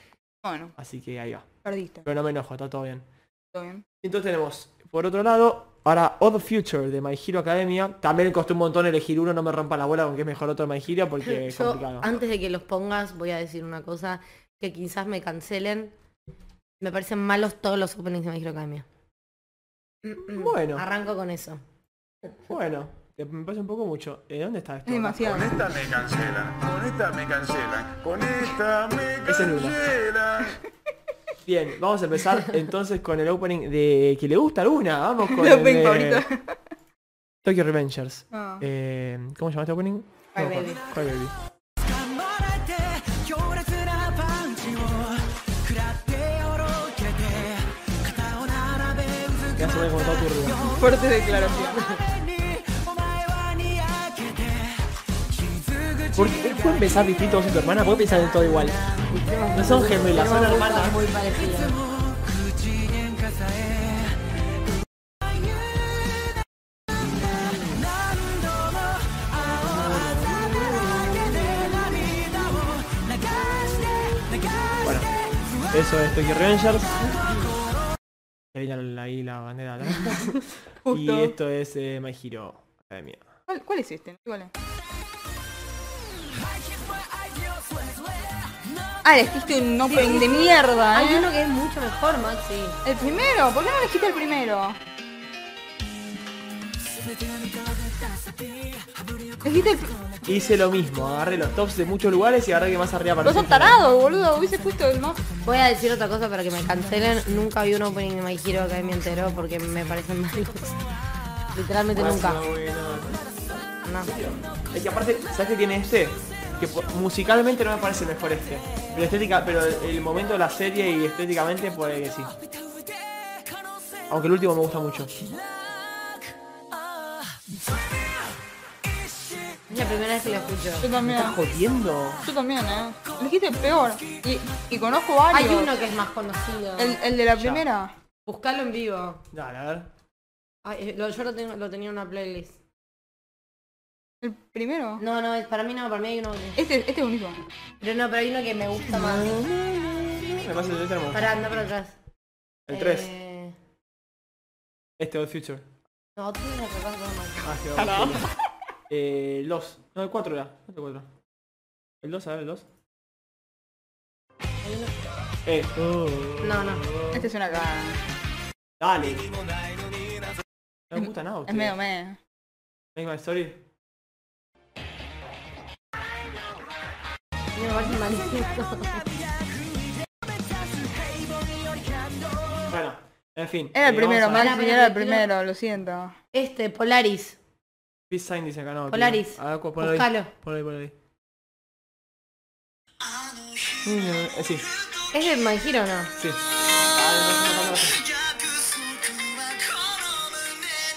Bueno,
Así que ahí va.
perdiste.
Pero no me enojo, está todo bien.
Todo bien.
Entonces tenemos, por otro lado, ahora Odd Future de My Hero Academia. También costó un montón elegir uno, no me rompa la bola con que es mejor otro My Hero porque es
Yo,
complicado.
antes de que los pongas, voy a decir una cosa que quizás me cancelen. Me parecen malos todos los openings de My Hero Academia.
Bueno.
Arranco con eso.
Bueno, eh, me pasa un poco mucho. Eh, ¿Dónde está esto?
Es demasiado.
Con esta me cancelan, con esta me cancelan, con esta me
Ese es Lula.
cancelan.
Bien, vamos a empezar entonces con el opening de que le gusta a Luna. Vamos con
El opening
de
favorito.
Tokyo Revengers.
Ah.
Eh, ¿Cómo se llama este opening? No
Cry
me acuerdo. Cry Baby.
頑張られて強烈なパンチを食らってよろけて肩を並べうず
Ya se ve como todo turbio.
Fuerte declaración.
くにお前はにやけて傷口
¿Por qué puede empezar distinto vos y tu hermana? Puede pensar en todo igual. No son gemelas, son hermanas.
Muy parecido.
口喧嘩さえ何度も青あざだらけで涙を流して流して
Eso es Tokyo Revengers. Ahí la, ahí la bandera atrás. y
Justo.
esto es eh, My Hero Academia.
¿Cuál, cuál es este? ¿Cuál es? Ah, elegiste un opening de mierda,
Hay
¿eh?
uno que es mucho mejor, Maxi.
¿El primero? ¿Por qué no elegiste el primero? Elegiste el... pr-
Hice lo mismo, agarré los tops de muchos lugares y agarré que más arriba
Vos
aparece.
sos tarado, boludo. Hubiese puesto el más...
Voy a decir otra cosa para que me cancelen. Nunca vi un opening de My Hero Academia entero porque me parecen malos. Literalmente nunca.
Ah, bueno.
No.
Es que aparte, ¿sabes qué tiene este? Que po- musicalmente no me parece mejor este. Pero estética, pero el, el momento de la serie y estéticamente puede que sí. Aunque el último me gusta mucho.
Es la primera vez que lo escucho.
Yo también.
Ah.
Jodiendo.
Yo también, ¿eh? Elegiste el peor. Y, y conozco varios.
Hay uno que es más conocido.
El, el de la primera.
Buscalo en vivo.
Dale, a ver.
Ay, eh, lo- yo lo, tengo- lo tenía en una playlist.
¿El primero?
No, no, es- para mí no, para mí hay uno que...
Este, este es buenísimo.
Pero no, pero hay uno que me gusta más.
Me pasa el termo.
Pará, anda para atrás.
El 3.
Eh,
Este, Old Future.
No, tú no capaz no, no.
Ah, qué horror. Eh, el 2. No, el 4 era. El 4. El 2, a ver, el 2. Eh.
No, no.
Este es una cagada.
Dale. No me eh. gusta nada.
Es medio medio.
Make my story.
Me parece malísimo.
Bueno, en fin.
Era el
eh, vamos
primero,
a-
Max.
Maxi, era el primero, lo siento.
Este, Polaris.
Peace sign dice acá, no.
Polaris.
tío. A ver, cu- ponlo ahí.
Buscalo.
Ponlo ahí, ponlo ahí. Eh, sí,
¿Es de My Hero o no?
sí. Ah, no, no, no, no.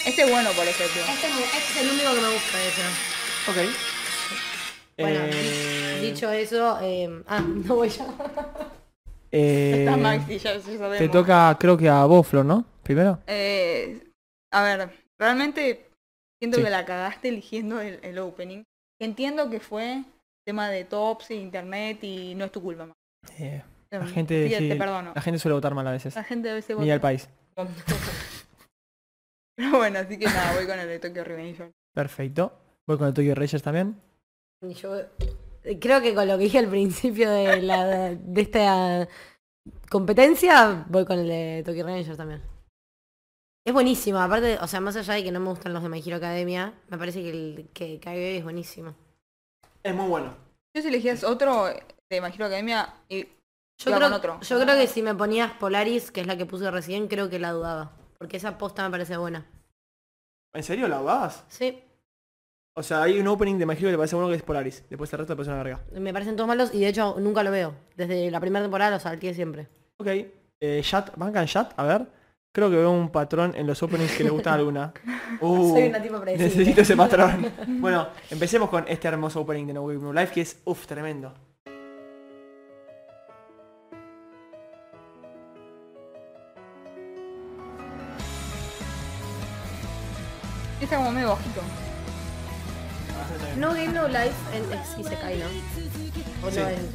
Este es bueno, por ejemplo.
Este es, mu- este es el único que me gusta de eso.
Ok.
Bueno,
Eh,
Dicho eso, eh, ah, no voy yo.
eh,
Está Maxi, ya, ya sabemos.
te toca, creo que a vos, Flor, ¿no? Primero.
Eh, a ver, realmente siento
Sí.
que la cagaste eligiendo el, el opening. Entiendo que fue tema de tops e internet y no es tu culpa. Maxi.
Eh, la
Em,
gente,
sí,
sí,
te perdono.
la gente suele votar mal a veces.
La gente a veces
Mira el
vota.
país.
Pero bueno, así que nada, voy con el de Tokyo Revengers.
Perfecto. Voy con el Tokyo Rangers también.
Y yo eh, creo que con lo que dije al principio de, la, de esta competencia, voy con el de Tokyo Rangers también. Es buenísimo, aparte, o sea, más allá de que no me gustan los de My Hero Academia, me parece que el que Kai Baby es buenísimo.
Es muy bueno.
Yo si elegías otro de My Hero Academia y
Yo
Iba
creo,
con otro.
yo creo que si me ponías Polaris, que es la que puse recién, creo que la dudaba. Porque esa posta me parece buena.
¿En serio la vas?
Sí,
O sea, hay un opening de My Hero que le parece bueno que es Polaris. Después el resto le parece una verga.
me parecen todos malos y de hecho nunca lo veo. Desde la primera temporada lo salteé siempre.
Ok. Eh, Shat, ¿bancan Shat? A ver. Creo que veo un patrón en los openings que le gusta a alguna. Uh,
Soy una tipa predecible.
necesito ese patrón. bueno, empecemos con este hermoso opening de No Way No Life que es, uff, tremendo.
Está como medio bajito.
No Game No Life en ex Isekai, ¿no? O no
Sí.
es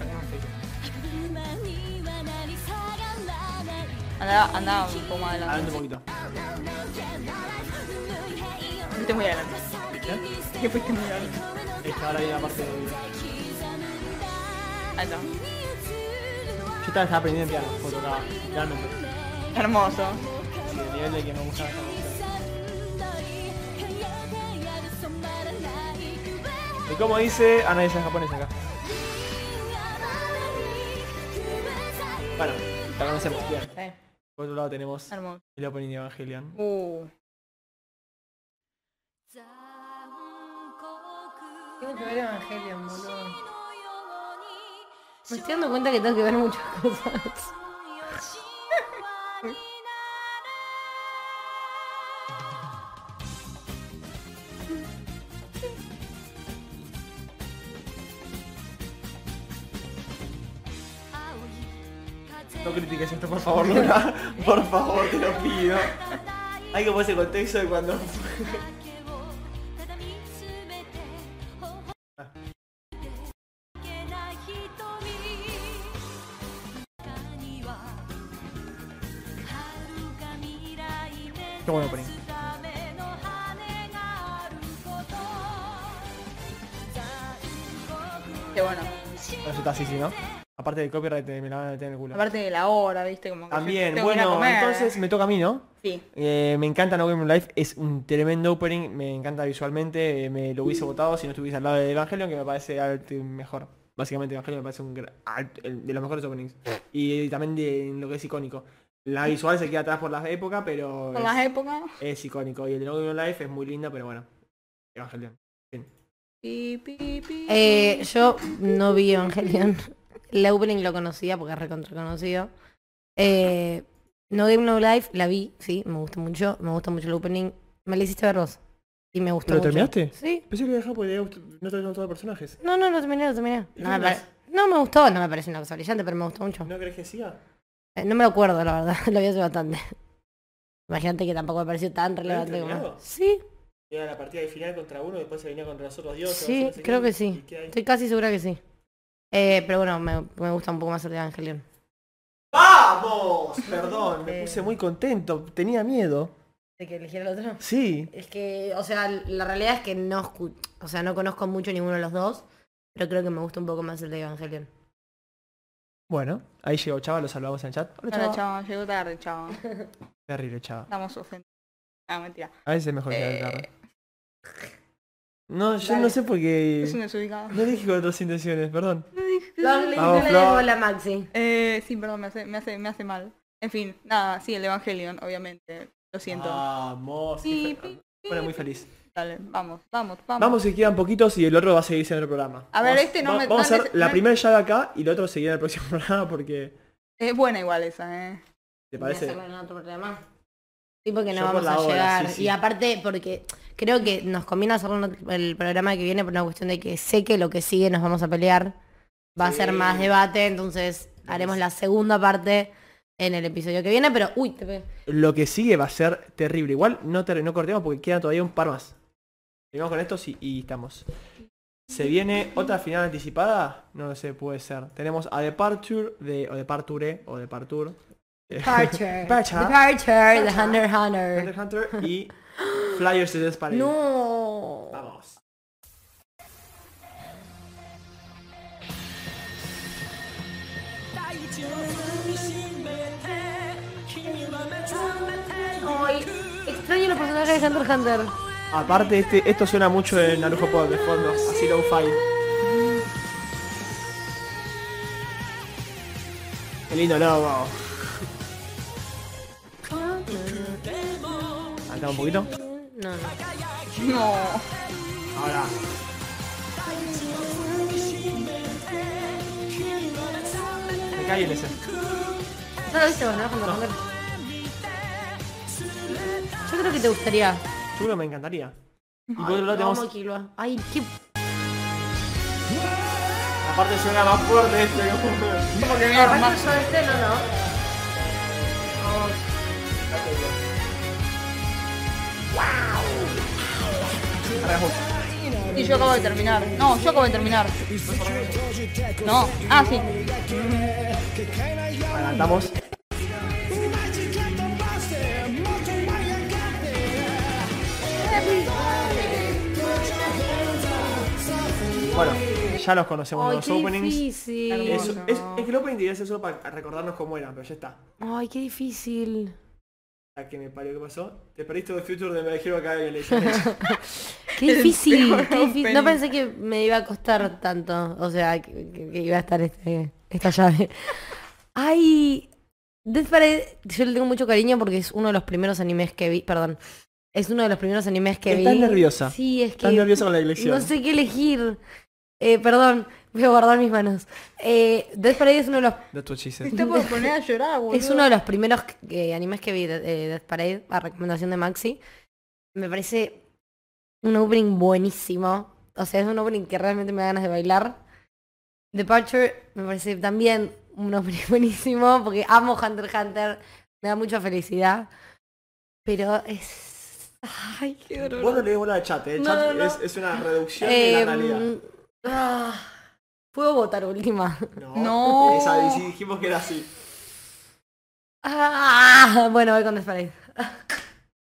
Andaba, andaba un poco más adelante.
Adelante un poquito.
Fuiste muy adelante. Que fuiste muy adelante.
Esta ahora viene la parte de... Yo
Ahí está.
estaba, estaba aprendiendo piano, porque tocaba gran nombre.
Hermoso.
Sí, el nivel de que me gustaba esta música. Y como dice, analiza japonés acá. Bueno, la conocemos bien.
Sí,
Por otro lado tenemos
hermoso.
el opening de Evangelion.
Uh.
Tengo que ver Evangelion, boludo. Me estoy dando cuenta que tengo que ver muchas cosas.
No critiques esto, por favor, Luna. Por favor, te lo pido. Hay que ponerse contexto de cuando... Qué bueno opening.
Qué bueno.
Eso está así, sí, ¿no? Aparte del copyright eh, me la van a meter en el culo.
Aparte de la hora, viste, como que yo
También,
tengo que ir a
bueno,
comer. ¿eh?
entonces me toca a mí, ¿no?
Sí.
Eh, me encanta No Game No Life, es un tremendo opening, me encanta visualmente, eh, me lo hubiese votado si no estuviese al lado de Evangelion, que me parece arte mejor. Básicamente Evangelion me parece un gra- art- el- de los mejores openings. Y también de en lo que es icónico. La visual se queda atrás por la época, pero
Por las
es,
épocas.
es icónico. Y el de No Game No Life es muy lindo, pero bueno. Evangelion.
Pi, pi, pi.
Eh, yo no vi Evangelion. La opening lo conocía porque es recontra conocido. Eh, no Game No Life la vi, sí, me gustó mucho. Me gusta mucho el opening. Me la hiciste ver vos. Y me gustó
¿Lo
mucho.
terminaste?
Sí.
Pensé que dejaba porque no trajeron todos los personajes.
No, no, lo terminé, lo terminé.
¿Y
No,
qué
me
más?
pare- no me gustó, no me parece una cosa brillante, pero me gustó mucho.
¿No crees que siga?
Eh, No me lo acuerdo, la verdad. Lo vi hace bastante. Imagínate que tampoco me pareció tan relevante como...
terminado?
Sí,
Era la partida de final contra uno, después se venía contra los otros dioses.
Sí, no sé creo qué, que sí. y estoy casi segura que sí. Eh, pero bueno, me, me gusta un poco más el de Evangelion.
¡Vamos! Perdón, Oh, me
Eh.
puse muy contento, tenía miedo.
¿De que eligiera el otro?
Sí.
Es que, o sea, la realidad es que no, escu- o sea, no conozco mucho ninguno de los dos, pero creo que me gusta un poco más el de Evangelion.
Bueno, ahí llegó Chava, lo saludamos en el chat. Hola,
Hola,
Chava.
chavo. Llegó tarde, chavo.
Terrible, Chava.
Estamos ofendidos. Ah, mentira.
A veces es mejor llegar
Eh,
tarde. No, yo
dale.
no sé por
Es un
qué...
desubicado.
No dije con otras intenciones, perdón.
Flor,
Vamos,
le- no le
Flor.
debo la Maxi.
Eh, sí, perdón, me hace, me hace, me hace mal. En fin, nada, sí, el Evangelion, obviamente. Lo siento.
Ah, Vamos.
Pi,
qué fe-
pi,
Bueno, muy feliz.
Dale, vamos, vamos, vamos.
Vamos, si quedan poquitos y el otro va a seguirse en otro programa.
A ver,
Vamos-
este no
va-
me-
Vamos a
no
hacer
me-
la
no-
primera llave acá y el otro seguirá en el próximo programa porque...
Es buena igual esa, eh.
¿Te
Voy a
parece?
hacerlo en otro programa. Sí, porque no
Yo por
vamos
la
a
hora,
llegar.
sí, sí.
Y aparte, porque creo que nos conviene hacerlo en otro- el programa que viene por una cuestión de que sé que lo que sigue nos vamos a pelear. Va a ser más debate, entonces haremos la segunda parte en el episodio que viene, pero uy, te pegué.
Lo que sigue va a ser terrible. Igual no, ter- no cortemos porque quedan todavía un par más. Terminamos con estos y, y estamos. ¿Se viene otra final anticipada? No lo sé, puede ser. Tenemos a Departure de. o Departure o Departure. eh,
Departure.
Pacha.
Departure, The
Pacha.
Hunter x Hunter.
Hunter x Hunter y Flyers de Death Parade.
Eh. No.
Vamos.
Ay, extraño los personajes de Hunter x Hunter.
Aparte este, esto suena mucho en Naruto Pod de fondo, así low fi. Qué lindo logo. Canta un poquito.
No, no.
No.
Ahora. Me cae el ese.
No lo viste vos, ¿no? Hunter x Hunter. Yo creo que te gustaría.
Seguro me encantaría. Y por
Ay,
otro lado
lo amo,
tenemos...
Killua. Ay, qué...
Aparte suena más fuerte este que
Como que me
yo
arma-
este no, no.
Arranjó. Y yo acabo de terminar. No, yo acabo de terminar. No. Ah, sí.
Adelantamos. Bueno, ya los conocemos
Ay,
los
qué
openings.
difícil.
Es,
Hermoso.
es- es que el opening debería ser solo para recordarnos cómo eran, pero ya está.
Ay, qué difícil.
La que me parió, ¿qué pasó? Te perdiste el future de Me Hero Academia Legends.
Qué difícil.
peor
qué difícil. No
opening.
pensé que me iba a costar tanto. O sea, que, que- que iba a estar este- esta llave. Ay. Death Parade, yo le tengo mucho cariño porque es uno de los primeros animes que vi. Perdón. Es uno de los primeros animes que
Estás
vi.
nerviosa.
Sí, es que.
Estás nerviosa con la elección.
No sé qué elegir. Eh, perdón, voy a guardar mis manos. Eh, Death Parade es uno de los
De tu hechizo.
Te puedo poner a llorar, boludo.
es uno de los primeros eh, animes que vi, de- eh, Death Parade, a recomendación de Maxi. Me parece un opening buenísimo. O sea, es un opening que realmente me da ganas de bailar. Departure me parece también un opening buenísimo, porque amo Hunter x Hunter, me da mucha felicidad. Pero es... Ay, qué dolor.
Vos no le des bola al chat, eh. El
No,
chat
no, no.
Es, es una reducción de
Eh,
la realidad.
ah, Puedo votar última.
No.
Esa, si dijimos que era así.
Ah, bueno, voy con Death Parade.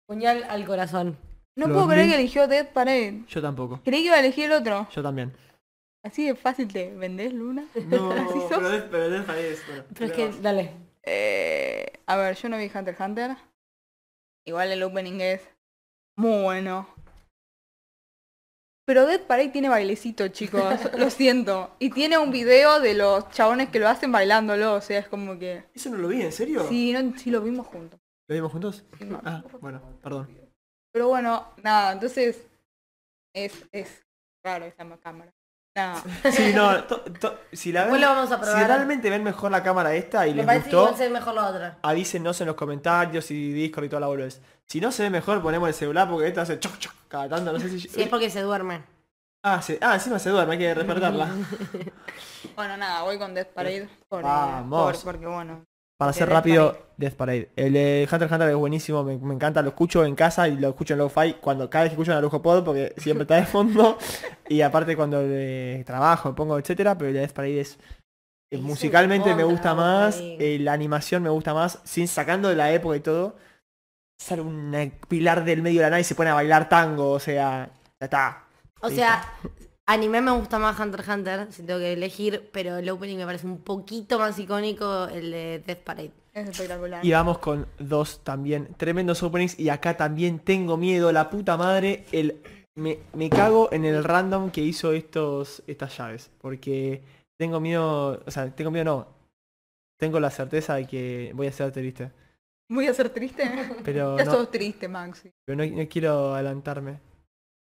Puñal al corazón.
No
Los
puedo creer
mil-
que eligió Dead Parade.
Yo tampoco.
Creí que iba a elegir el otro.
Yo también.
Así de fácil te vendés, Luna.
No,
Así sos.
pero es, pero es, es- bueno,
Pero es
pero-
que, dale.
Eh, a ver, yo no vi Hunter x Hunter. Igual el opening es muy bueno. Pero Dead Parade tiene bailecito, chicos. lo siento. Y tiene un video de los chabones que lo hacen bailándolo. O sea, es como que...
¿Eso no lo vi? ¿En serio?
Sí, no, sí lo vimos juntos.
¿Lo vimos juntos?
Sí, no.
Ah, bueno, perdón.
Pero bueno, nada, entonces... Es, es raro esta cámara. Nada.
Sí, no, to- to- si la ven,
Después lo vamos a probar.
si realmente ven mejor la cámara esta y
Me
les
parece que
gustó,
igual se ve mejor la otra.
avísenos en los comentarios y Discord y toda la boludez. Si no se ve mejor, ponemos el celular porque esta hace choc choc cada tanto, no sé si...
Si es porque se duerme.
ah, se- ah, encima se duerme, hay que despertarla.
Bueno, nada, voy con Death Parade. Por, eh,
Vamos.
por- porque bueno.
Para
De
ser
Death
rápido, Death Parade. El de Hunter x Hunter es buenísimo, me, me encanta, lo escucho en casa y lo escucho en Lo-Fi cuando cada vez que escucho en Arujo Pod porque siempre está de fondo. y aparte cuando eh, trabajo, pongo, etcétera, pero el de Death Parade es. eh,
Y
musicalmente me
recontra,
gusta más,
sí.
eh, la animación me gusta más, sin sacando de la época y todo. Sale un eh, pilar del medio de la nada y se pone a bailar tango, o sea, ya está.
O
Sí,
sea, anime me gusta más Hunter x Hunter, si tengo que elegir, pero el opening me parece un poquito más icónico el de Death Parade.
Es espectacular.
Y vamos con dos también. Tremendos openings. Y acá también tengo miedo. La puta madre. El, me, me cago en el random que hizo estos, estas llaves. Porque tengo miedo. O sea, tengo miedo no. Tengo la certeza de que voy a ser triste.
Voy a ser triste.
Pero
ya
no,
sos triste, Maxi.
pero no, no quiero adelantarme.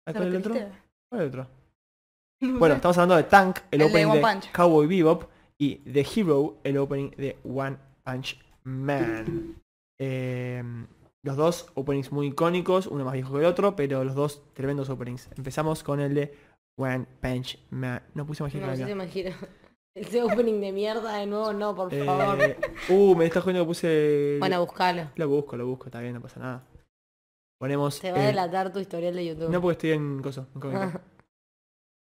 Ah, ¿Cuál es el
¿Ser
otro?
triste?
¿Cuál es el otro?
No
Bueno,
sé.
estamos hablando de Tank, el,
El de
opening
One
de,
Punch.
Cowboy Bebop. Y The Hero, el opening de One Punch Man. Eh, los dos openings muy icónicos, uno más viejo que el otro, pero los dos tremendos openings. Empezamos con el de One Punch Man. No puse magia
No, yo
acá.
te imagino. Ese opening de mierda de nuevo, no, por favor.
Eh, uh, me está jodiendo que puse...
Bueno, buscalo.
Lo busco, lo busco, está bien, no pasa nada. Ponemos...
Te va a
el-
delatar tu historial de YouTube.
eh. No porque estoy en coso, en cómica.
Ah,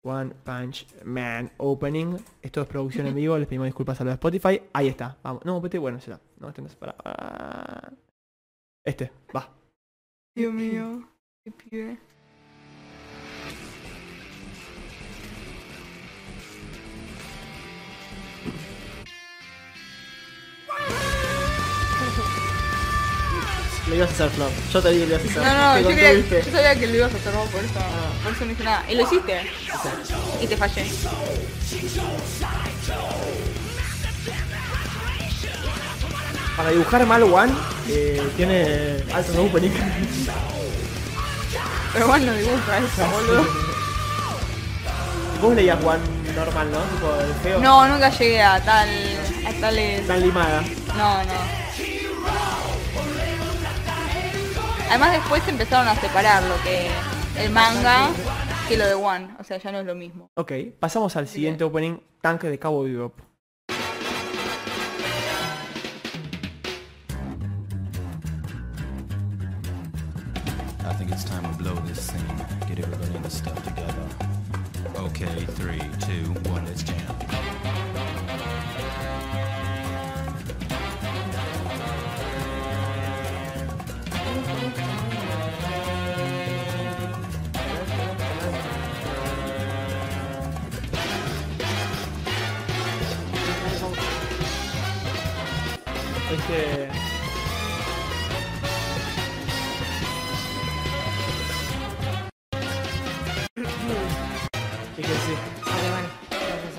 One Punch Man Opening. Esto es producción en vivo, les pedimos disculpas a los de Spotify. Ahí está, vamos. No, pete, bueno, ya está. No, este no es para. ah. Este, va.
Dios mío, qué pibe.
Le ibas a hacer flop. Yo te dije que le ibas a hacer.
No, no,
Te
yo, quería,
contuviste.
yo sabía que lo ibas a hacer vos por eso, por eso no hice nada. Y lo hiciste. Y te fallé.
Para dibujar mal One, eh, tiene altos opening.
Pero bueno, dibuja eso, boludo.
Vos leías One normal, ¿no? Tipo el feo.
No, nunca llegué a tal. a tales.
Tan limada.
No, no. Además después se empezaron a separar lo que. el manga
Ah,
que lo de One. O sea, ya no es lo mismo.
Ok, pasamos al siguiente opening, tanque de Cabo Bebop.
I think it's time we blow this scene. Get everybody in the stuff together. Okay, three, two, one, let's jam.
Este. Es que sí.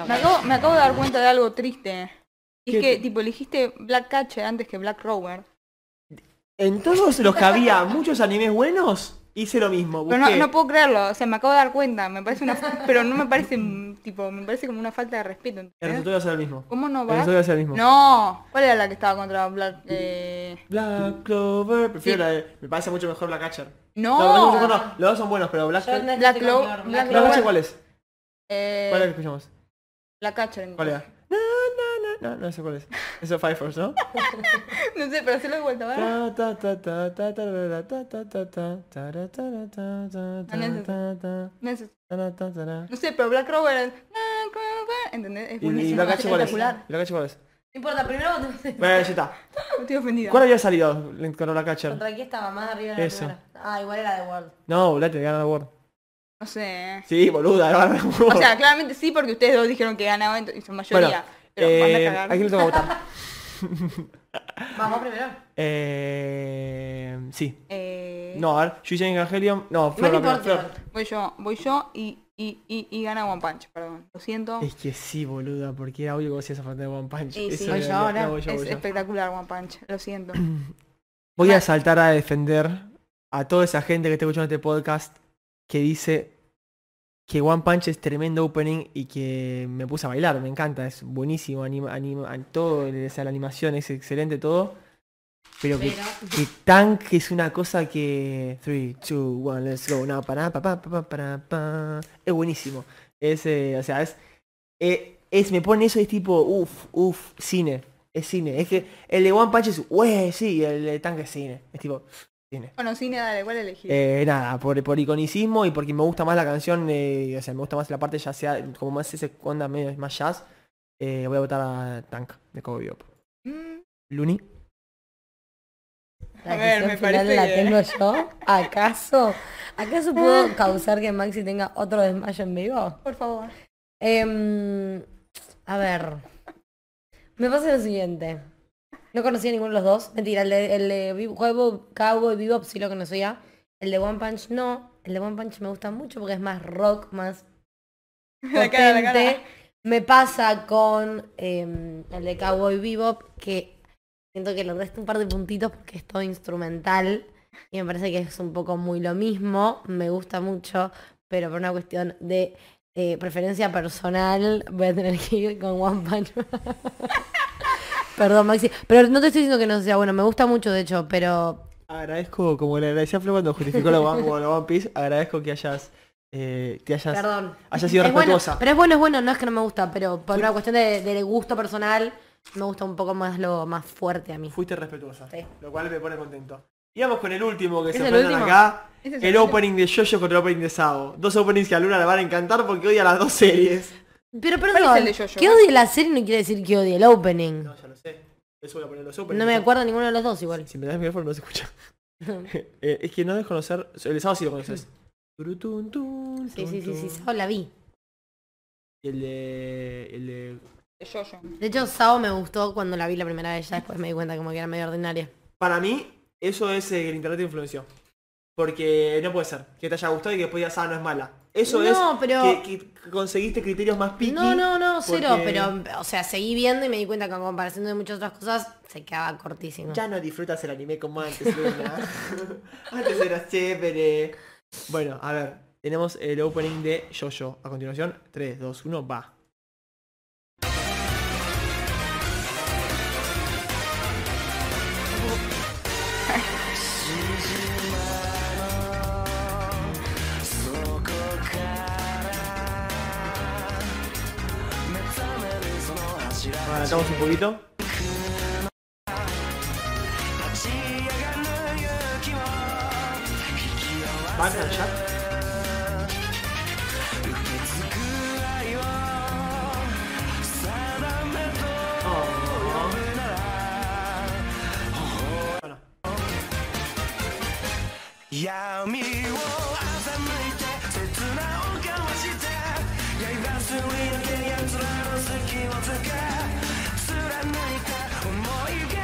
Me acabo, me acabo de dar cuenta de algo triste. Y es
¿Qué
que,
te-
tipo, elegiste Black Catcher antes que Black Rover.
En todos los que había muchos animes buenos, hice lo mismo.
Pero no,
busqué-
no puedo creerlo, o sea, me acabo de dar cuenta, me parece una... Pero no me parece, mm, tipo, me parece como una falta de respeto.
El
¿entendés?
resultado iba a ser el mismo.
¿Cómo no
El
vas?
resultado iba a ser el mismo.
¿eh? No, ¿cuál era la que estaba contra Black? Eh...
Black Clover, prefiero
Sí.
la de... Me parece mucho mejor Black Catcher.
No.
me parece mucho mejor, no. Los dos son buenos, pero Black...
Yo este
Black
no-
Black
estoy
Clo-
con Black Clover.
Black
Catcher,
Clover,
¿cuál es?
eh,
¿Cuál es la que escuchamos?
Black Catcher.
¿Cuál era? No, no, no, no, no sé cuál es. Eso es Fire Force, ¿no?
No sé, pero hacelo de vuelta, ¿verdad?
Ta, ta, ta, ta, ta, tarara, ta, ta, ta, ta, tara, tara, ta, ta,
No, no es
ta, ta, ta,
No sé,
tara, ta, tara.
no sé, pero Black Rover es... Black Rover, ¿Entendés? Es
¿Y, y
buenísimo,
Black
es
Catcher cuál es? ¿Y
espectacular.
Black Catcher cuál es?
importa, primero vos
Bueno, ya está.
Estoy ofendida.
¿Cuál había salido con Black Catcher?
¿Contra qué estaba? Más arriba de la
Eso.
primera. Ah, igual era de World.
No, Black Catcher, gana la World.
No sé. eh.
Sí, boluda, gana la World.
O sea, claramente sí, porque ustedes dos dijeron que ganaba en en su mayoría.
bueno,
pero
eh,
van a
¿a
cagar.
quién le toca votar?
Vamos primero.
Eh, sí.
Eh,
No, a ver, Yuji Evangelion. No, Flor, la
no importa.
primera, Flor.
Voy yo, voy yo y, y, y, y gana One Punch, perdón. Lo siento.
Es que sí, boluda, porque era obvio que vos ibas a faltar de One Punch.
Y sí.
Eso
Voy
era-
yo ahora.
no, voy yo,
es
voy yo.
espectacular One Punch, lo siento.
Voy a saltar a defender a toda esa gente que está escuchando este podcast que dice que One Punch es tremendo opening y que me puse a bailar, me encanta, es buenísimo, anima, anima, an- todo, o sea, la animación es excelente, todo. Pero que, que Tank es una cosa que... 3, 2, 1, let's go. No, para, pa, pa, pa, pa, para, pa. Es buenísimo. Es, eh, o sea, es, eh, es... Me pone eso y es tipo, uff, uff, cine. Es cine. Es que el de One Punch es, wey, sí, el de Tank es cine. Es tipo, cine.
Bueno, cine, dale, ¿cuál elegí?
Eh, nada, por, por iconicismo y porque me gusta más la canción, eh, o sea, me gusta más la parte ya sea, como más ese onda medio más jazz, eh, voy a votar a Tank de Cowboy Bebop.
Mm,
Luni.
La
A ver,
decisión
me
final
parece
la
que-
tengo yo. ¿Acaso? ¿Acaso puedo causar que Maxi tenga otro desmayo en vivo?
por favor.
Em, a ver. Me pasa lo siguiente. No conocía a ninguno de los dos. Mentira, el de, el de Bebop- Cowboy- Cowboy Bebop sí lo conocía. El de One Punch no. El de One Punch me gusta mucho porque es más rock, más
La cara, la cara.
potente. Me pasa con em, el de Cowboy Bebop que siento que le resto un par de puntitos porque es todo instrumental y me parece que es un poco muy lo mismo. Me gusta mucho, pero por una cuestión de eh, preferencia personal voy a tener que ir con One Punch. Man. Perdón, Maxi. Pero no te estoy diciendo que no sea bueno. Me gusta mucho, de hecho, pero...
Agradezco, como le agradecí a Flo cuando justificó la One, bueno, la One Piece, agradezco que hayas, eh, que hayas,
Perdón.
hayas sido
Es bueno,
respetuosa.
pero es bueno, es bueno, no es que no me gusta, pero por una cuestión de, de gusto personal, me gusta un poco más lo más fuerte a mí.
Fuiste respetuosa,
Sí.
lo cual me pone contento. Y vamos con el último que
¿Es
se
el
enfrentan
último?
acá.
Ese es
El
último.
opening de Jojo contra el opening de Sao. Dos openings que a Luna le van a encantar porque odia las dos series.
Pero
¿Cuál es
perdón,
el de Jojo?
que odie la serie no quiere decir que odie el opening.
No, ya lo sé. Eso voy a poner los openings.
No me acuerdo ninguno de los dos igual.
Si me das el micrófono no se escucha. Eh, es que no debes conocer. El de Sao sí lo conoces. Turutun, tun,
Sí,
tun,
sí, sí, sí,
tun.
Sao la vi.
Y el de. El de.
De Jojo.
De hecho, Sao me gustó cuando la vi la primera vez, ya después me di cuenta como que era medio ordinaria.
Para mí, eso es eh, que el internet te influenció. Porque no puede ser que te haya gustado y que después digas, ah, no es mala. Eso es
No, pero-
que, que conseguiste criterios más picky.
No, no, no, cero,
porque
pero, o sea, seguí viendo y me di cuenta que en comparación de muchas otras cosas se quedaba cortísimo.
Ya no disfrutas el anime como antes, Luna. antes era chévere. Bueno, a ver. Tenemos el opening de Jojo. A continuación, 3, 2, 1, va. Adelantamos un poquito.
「
mano al chat? Bueno,
闇を欺いて切な音感をして刃すり抜け奴らの隙を突け貫いた思いが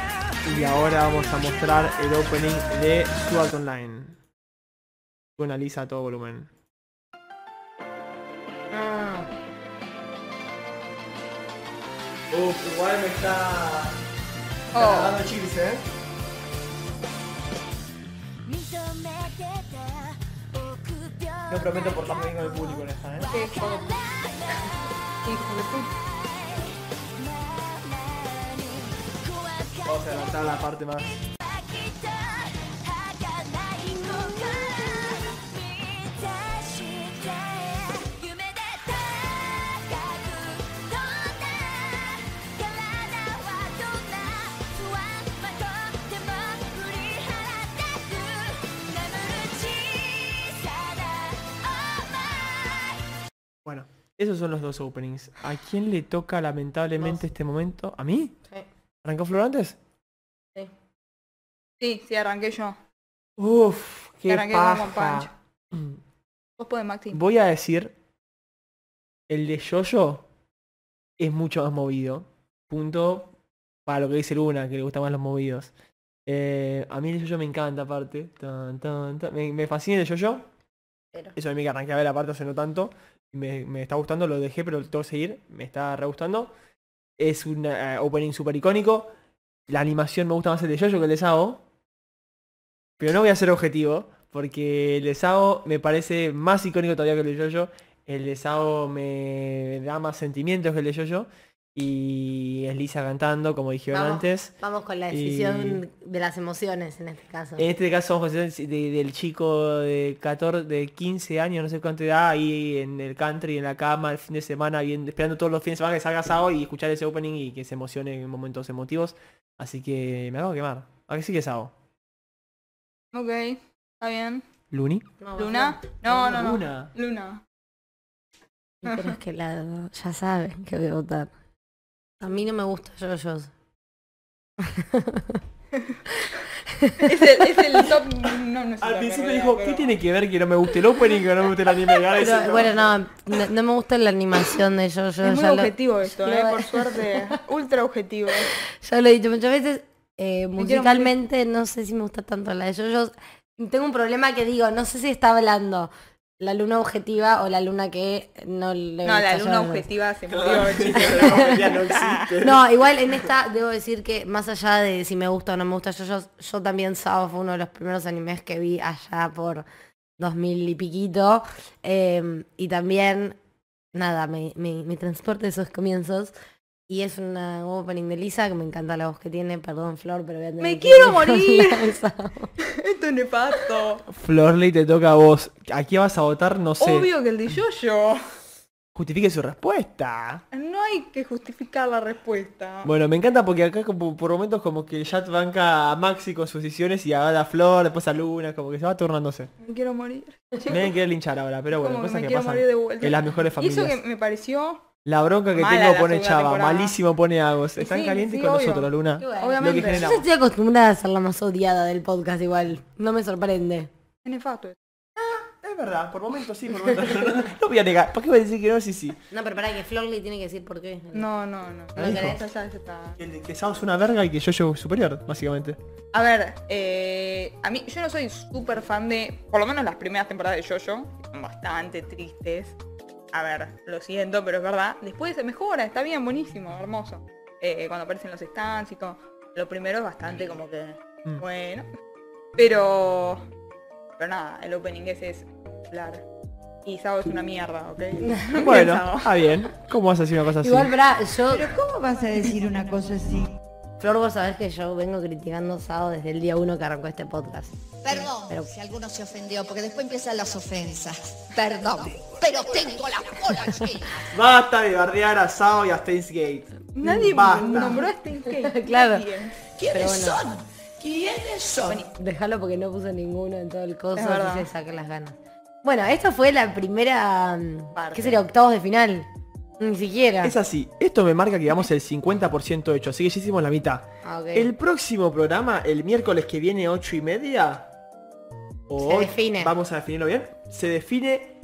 y ahora vamos a mostrar el opening de SWAT Online. Con Alisa a todo volumen.
Ah,
Uf, igual me está...
Oh.
chips, eh.
認めて
No prometo
た臆病
portarme bien con el público en esta, eh.
Sí, hijo de puta. Hijo de puta.
Vamos a adelantar la parte más...
夢で高く飛んだ不安はとっても振り払ったく眠る小さな想い
Bueno, esos son los dos openings. ¿A quién le toca lamentablemente este momento? ¿A mí?
sí.
¿Arrancó Flor antes?
Sí, sí, arranqué yo.
Uf, qué
Arranqué con One Punch.
paja. Mm.
Vos podés, Maxi.
Voy a decir, el de Yoyo es mucho más movido. Punto para lo que dice Luna, que le gustan más los movidos. Eh, a mí el de Yoyo me encanta aparte. Tan, tan, tan. Me, me fascina el de Yoyo.
Pero-
Eso a mí que arranqué a ver aparte hace no tanto. y Me, me está gustando, lo dejé, pero tengo que seguir. Me está re gustando. Es un eh, opening super icónico. La animación me gusta más el de Yoyo que el de Sao. Pero no voy a ser objetivo, porque el de Sao me parece más icónico todavía que el de Yoyo. El de Sao me da más sentimientos que el de Yoyo. Y es Lisa cantando, como dijeron
Vamos.
antes.
Vamos con la decisión de las emociones en este caso.
En este caso vamos a decir de- del chico de 14, de 15 años, no sé cuánto edad, ahí en el country, en la cama, el fin de semana, bien, esperando todos los fines de semana que salga Sao y escuchar ese opening y que se emocione en momentos emotivos. Así que me acabo de quemar. ¿A que sí que Sao?
Ok, está bien.
¿Luni?
No, vos
¿Luna? No, no, no.
Luna.
Luna.
no. Pero es que la- ya saben que voy a votar. A mí no me gusta yoyos.
Es el, es el top. No, no sé
Al
la
principio
carrera,
dijo,
pero-
¿qué tiene que ver que no me guste el opening, que no me guste el anime? Y ahora dice,
Pero, bueno, no, no, no me gusta la animación de yo, yo
Es muy
ya, lo,
objetivo esto,
ya
eh,
lo-
por suerte. Ultra objetivo.
ya lo he dicho muchas veces. eh,
quiero morir.
musicalmente no sé si me gusta tanto la de yo, Tengo un problema que digo, no sé si está hablando la luna objetiva o la luna que no le
Eh,
No, la
gusta
luna
Yo-Yo.
objetiva se murió, chicos.
La comedia no existe.
No, igual en esta debo decir que más allá de si me gusta o no me gusta yo, yo, yo también Sao fue uno de los primeros animes que vi allá por 2000 y piquito. eh, y también, nada, me, me, me transporta a esos comienzos. Y es una opening de Lisa que me encanta la voz que tiene. Perdón, Flor, pero voy a tener
¡Me
que
quiero
ir con
morir!
la de Sao.
Esto es nefasto.
Florley, te toca a vos. ¿A quién vas a votar? No sé.
Obvio que el de yo-yo.
Justifique su respuesta.
No hay que justificar la respuesta.
Bueno, me encanta porque acá como por momentos como que el chat banca a Maxi con sus decisiones y a la Flor, después a Luna, como que se va turnándose.
Me quiero morir.
Me deben querer linchar ahora, pero bueno,
Como que
cosas
me
que
quiero
pasan
morir de vuelta.
en las mejores
Y eso
familias.
que me pareció,
La bronca que
Mala
tengo
la
pone
segunda
Chava,
temporada.
malísimo pone Agos. Están
sí,
calientes
sí,
con
obvio.
nosotros, Luna.
bueno.
Lo que
obviamente,
genera-
Yo ya estoy acostumbrada a ser la más odiada del podcast igual. No me sorprende.
es nefasto.
Es verdad, por momentos sí, por momentos no. No, no voy a negar. ¿Por qué voy a decir que no? Sí, sí.
No, pero para que Flor le tiene que decir por qué.
No, no, no.
Ahí dijo.
Esa ya está.
El que Sao es una verga y que yo llevo superior, básicamente.
A ver, eh, a mí yo no soy súper fan de, por lo menos las primeras temporadas de Jojo, que son bastante tristes. A ver, lo siento, pero es verdad. Después se mejora, está bien, buenísimo, hermoso. Eh, cuando aparecen los stands y todo. Lo primero es bastante como que,
Mm.
bueno. Pero, pero nada, el opening ese es popular. Y Sao es una mierda, ¿ok? Bien,
Bueno,
Sao.
ah bien. ¿Cómo vas a decir una cosa así?
Igual, para yo...
¿Cómo vas a decir una cosa así?
Flor, vos sabés que yo vengo criticando a Sao desde el día uno que arrancó este podcast.
Perdón
Pero-
si alguno se ofendió, porque después empiezan las ofensas. Perdón, pero tengo la cola llena.
Basta de bardear a Sao y a Steins Gate.
Nadie
Basta.
nombró a Steins Gate,
Claro.
nadie.
¿Quiénes
Pero bueno.
son? ¿Quiénes son?
Déjalo porque no puse ninguno en todo el coso,
Es verdad.
así se saqué las ganas. Bueno, esta fue la primera, mm,
Parte.
¿qué sería? Octavos de final. Ni siquiera.
Es así, esto me marca que digamos el 50% hecho, así que ya hicimos la mitad.
Ah, ok.
El próximo programa, el miércoles que viene 8 y media, o
Se
hoy,
define.
vamos a definirlo bien, se define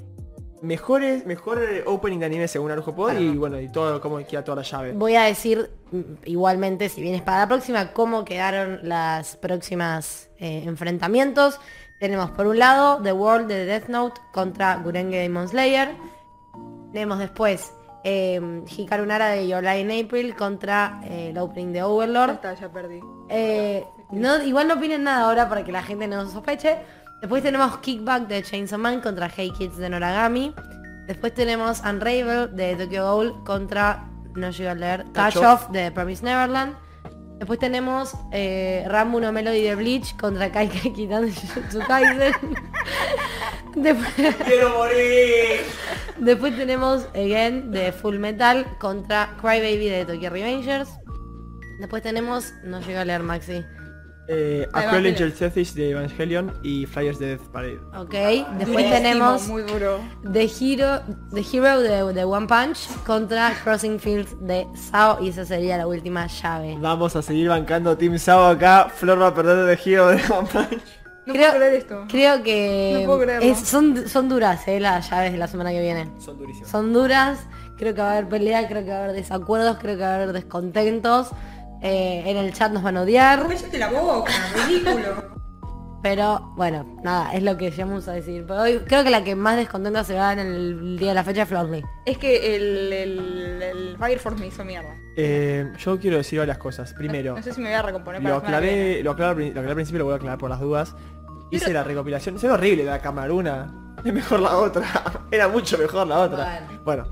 mejores, mejor eh, opening de anime según Arujo Pod y bueno, y todo como queda toda la llave.
Voy a decir mm, igualmente, si vienes para la próxima, cómo quedaron las próximas eh, enfrentamientos. Tenemos por un lado The World de Death Note contra Gurenge Demon Slayer. Tenemos después eh, Hikaru Nara de Your Lie in April contra eh, el opening de
Ya
Overlord.
está, ya perdí.
Eh, no, igual no opinen nada ahora para que la gente no sospeche. Después tenemos Kickback de Chainsaw Man contra Hey Kids de Noragami. Después tenemos Unravel de Tokyo Ghoul contra, no llego a leer, Touch
Touch
Off de Promise Neverland. Después tenemos eh, Rambo no Melody de Bleach contra Kai Kai Kitan de Jujutsu Kaisen. Después,
¡Quiero morir!
después tenemos Again de Full Metal contra Crybaby de Tokyo Revengers. Después tenemos, no llego a leer Maxi.
Eh,
Ahí
A
va,
Cruel
dile.
Angel Selfish de Evangelion y Flyers de Death Parade.
Ok, después tenemos
Muy duro.
The Hero, The Hero de, de One Punch contra Crossing Fields de Sao y esa sería la última llave.
Vamos a seguir bancando Team Sao acá, Flor va a perder el giro de One Punch.
No
Creo-
puedo creer esto.
Creo que
No puedo creerlo.
es- son, son duras eh, las llaves de la semana que viene.
Son durísimos.
Son duras, creo que va a haber pelea, creo que va a haber desacuerdos, creo que va a haber descontentos. eh, en el chat nos van a odiar,
Cállate la boca, ridículo.
pero bueno, nada, es lo que llegamos a decir. Pero hoy creo que la que más descontenta se va en el día de la fecha es Florley.
es que el, el, el Fire Force me hizo mierda.
Eh, yo quiero decir varias cosas. Primero,
No sé si me voy a recomponer para ¿eh?
lo
la semana que viene.
aclaré, lo, aclaro, al prin- lo aclaré al principio, lo voy a aclarar por las dudas. Hice la recopilación, se ve horrible la camaruna. Es mejor la otra. Era mucho mejor la otra. Bueno.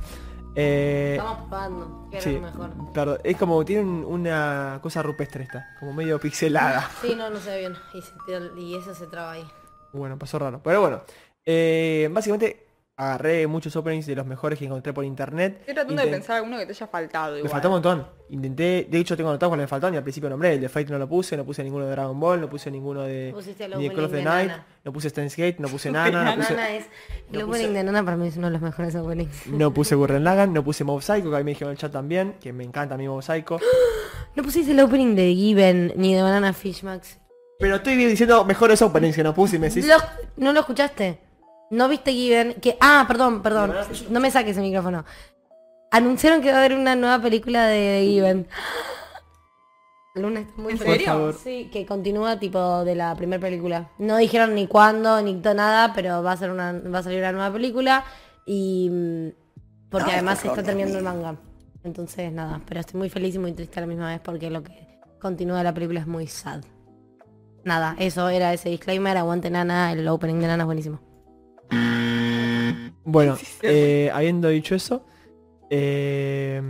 eh,
Estamos probando, que era
sí,
lo mejor.
perdón, es como tiene un- una cosa rupestre esta, como medio pixelada.
Sí, no, no se ve bien. Y, se te- y eso se traba ahí.
Bueno, pasó raro. Pero bueno, eh, básicamente agarré muchos openings de los mejores que encontré por internet.
Estoy tratando de
Inten-
pensar alguno que te haya faltado
Me
igual.
faltó un montón. Intenté, de hecho tengo anotados cuáles me faltaron y al principio nombré. El de Fight no lo puse, no puse ninguno de Dragon Ball, no puse ninguno de,
Pusiste el
ni de Call of the
opening de
Night,
Nana.
no puse Steins Gate, no puse Nana, no
Nana
puse,
es... El
lo
opening
puse-
de Nana para mí es uno de los mejores openings.
no puse Gurren Lagann, no puse Mob Psycho, que ahí me dijeron en el chat también, que me encanta a mí Mob Psycho.
No pusiste el opening de Given ni de Banana Fish, Max.
Pero estoy diciendo mejores openings que no puse y me decís...
Lo- ¿No lo escuchaste? ¿No viste Given? Que... Ah, perdón, perdón.
Banana Fish.
No me saques el micrófono. Anunciaron que va a haber una nueva película de Given. Luna está muy
¿En
feliz.
serio?
Por favor.
Sí, que continúa tipo de la primera película. No dijeron ni cuándo, ni to- nada, pero va a ser una, va a salir una nueva película. Y mm, porque además se está terminando el manga. Entonces nada, pero estoy muy feliz y muy triste a la misma vez porque lo que continúa de la película es muy sad. Nada, eso era ese disclaimer, aguante nana, el opening de nana es buenísimo.
Bueno, eh, habiendo dicho eso, eh,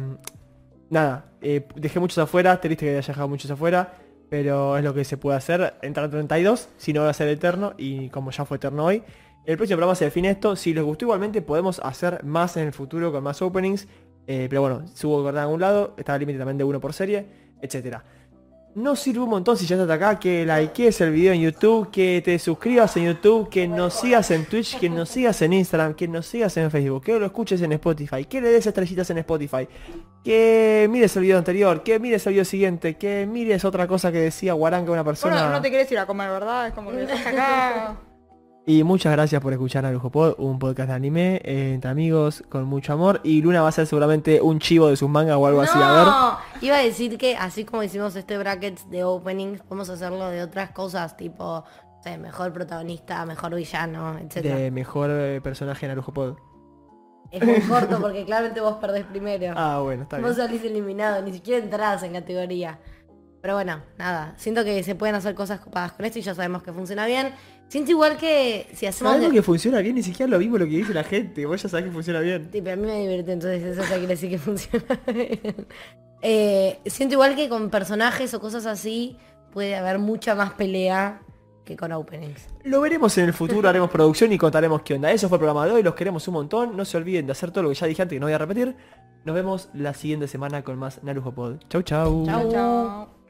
nada, eh, dejé muchos afuera, triste que haya dejado muchos afuera, pero es lo que se puede hacer, entrar a 32, si no va a ser eterno, y como ya fue eterno hoy, el próximo programa se define esto, si les gustó igualmente podemos hacer más en el futuro con más openings, eh, pero bueno, subo cortada a algún lado, está el límite también de uno por serie, etcétera. No sirve un montón si ya estás acá, que likees el video en YouTube, que te suscribas en YouTube, que nos sigas en Twitch, que nos sigas en Instagram, que nos sigas en Facebook, que lo escuches en Spotify, que le des estrellitas en Spotify, que mires el video anterior, que mires el video siguiente, que mires otra cosa que decía Guaranga una persona.
Bueno, no te querés ir a comer, ¿verdad? Es como que estás acá.
Y muchas gracias por escuchar Narujo Pod, un podcast de anime, eh, entre amigos, con mucho amor. Y Luna va a ser seguramente un chivo de sus mangas o algo así, a ver.
No, iba a decir que así como hicimos este bracket de openings, podemos hacerlo de otras cosas, tipo, no sé, mejor protagonista, mejor villano, etcétera.
De mejor eh, personaje en Narujo Pod.
Es muy corto porque claramente vos perdés primero.
Ah, bueno, está bien.
vos salís eliminado, ni siquiera entrás en categoría. Pero bueno, nada. Siento que se pueden hacer cosas copadas con esto y ya sabemos que funciona bien. Siento igual que si hacemos.
Algo que funciona bien, ni siquiera lo mismo lo que dice la gente. Vos ya sabés que funciona bien.
Tipo, a mí me divierte, entonces eso ya quiere decir que funciona bien. Eh, siento igual que con personajes o cosas así puede haber mucha más pelea que con openings.
Lo veremos en el futuro, haremos producción y contaremos qué onda. Eso fue el programa de hoy, los queremos un montón. No se olviden de hacer todo lo que ya dije antes, que no voy a repetir. Nos vemos la siguiente semana con más Narujo Pod. Chau, chau.
Chau.
Chao.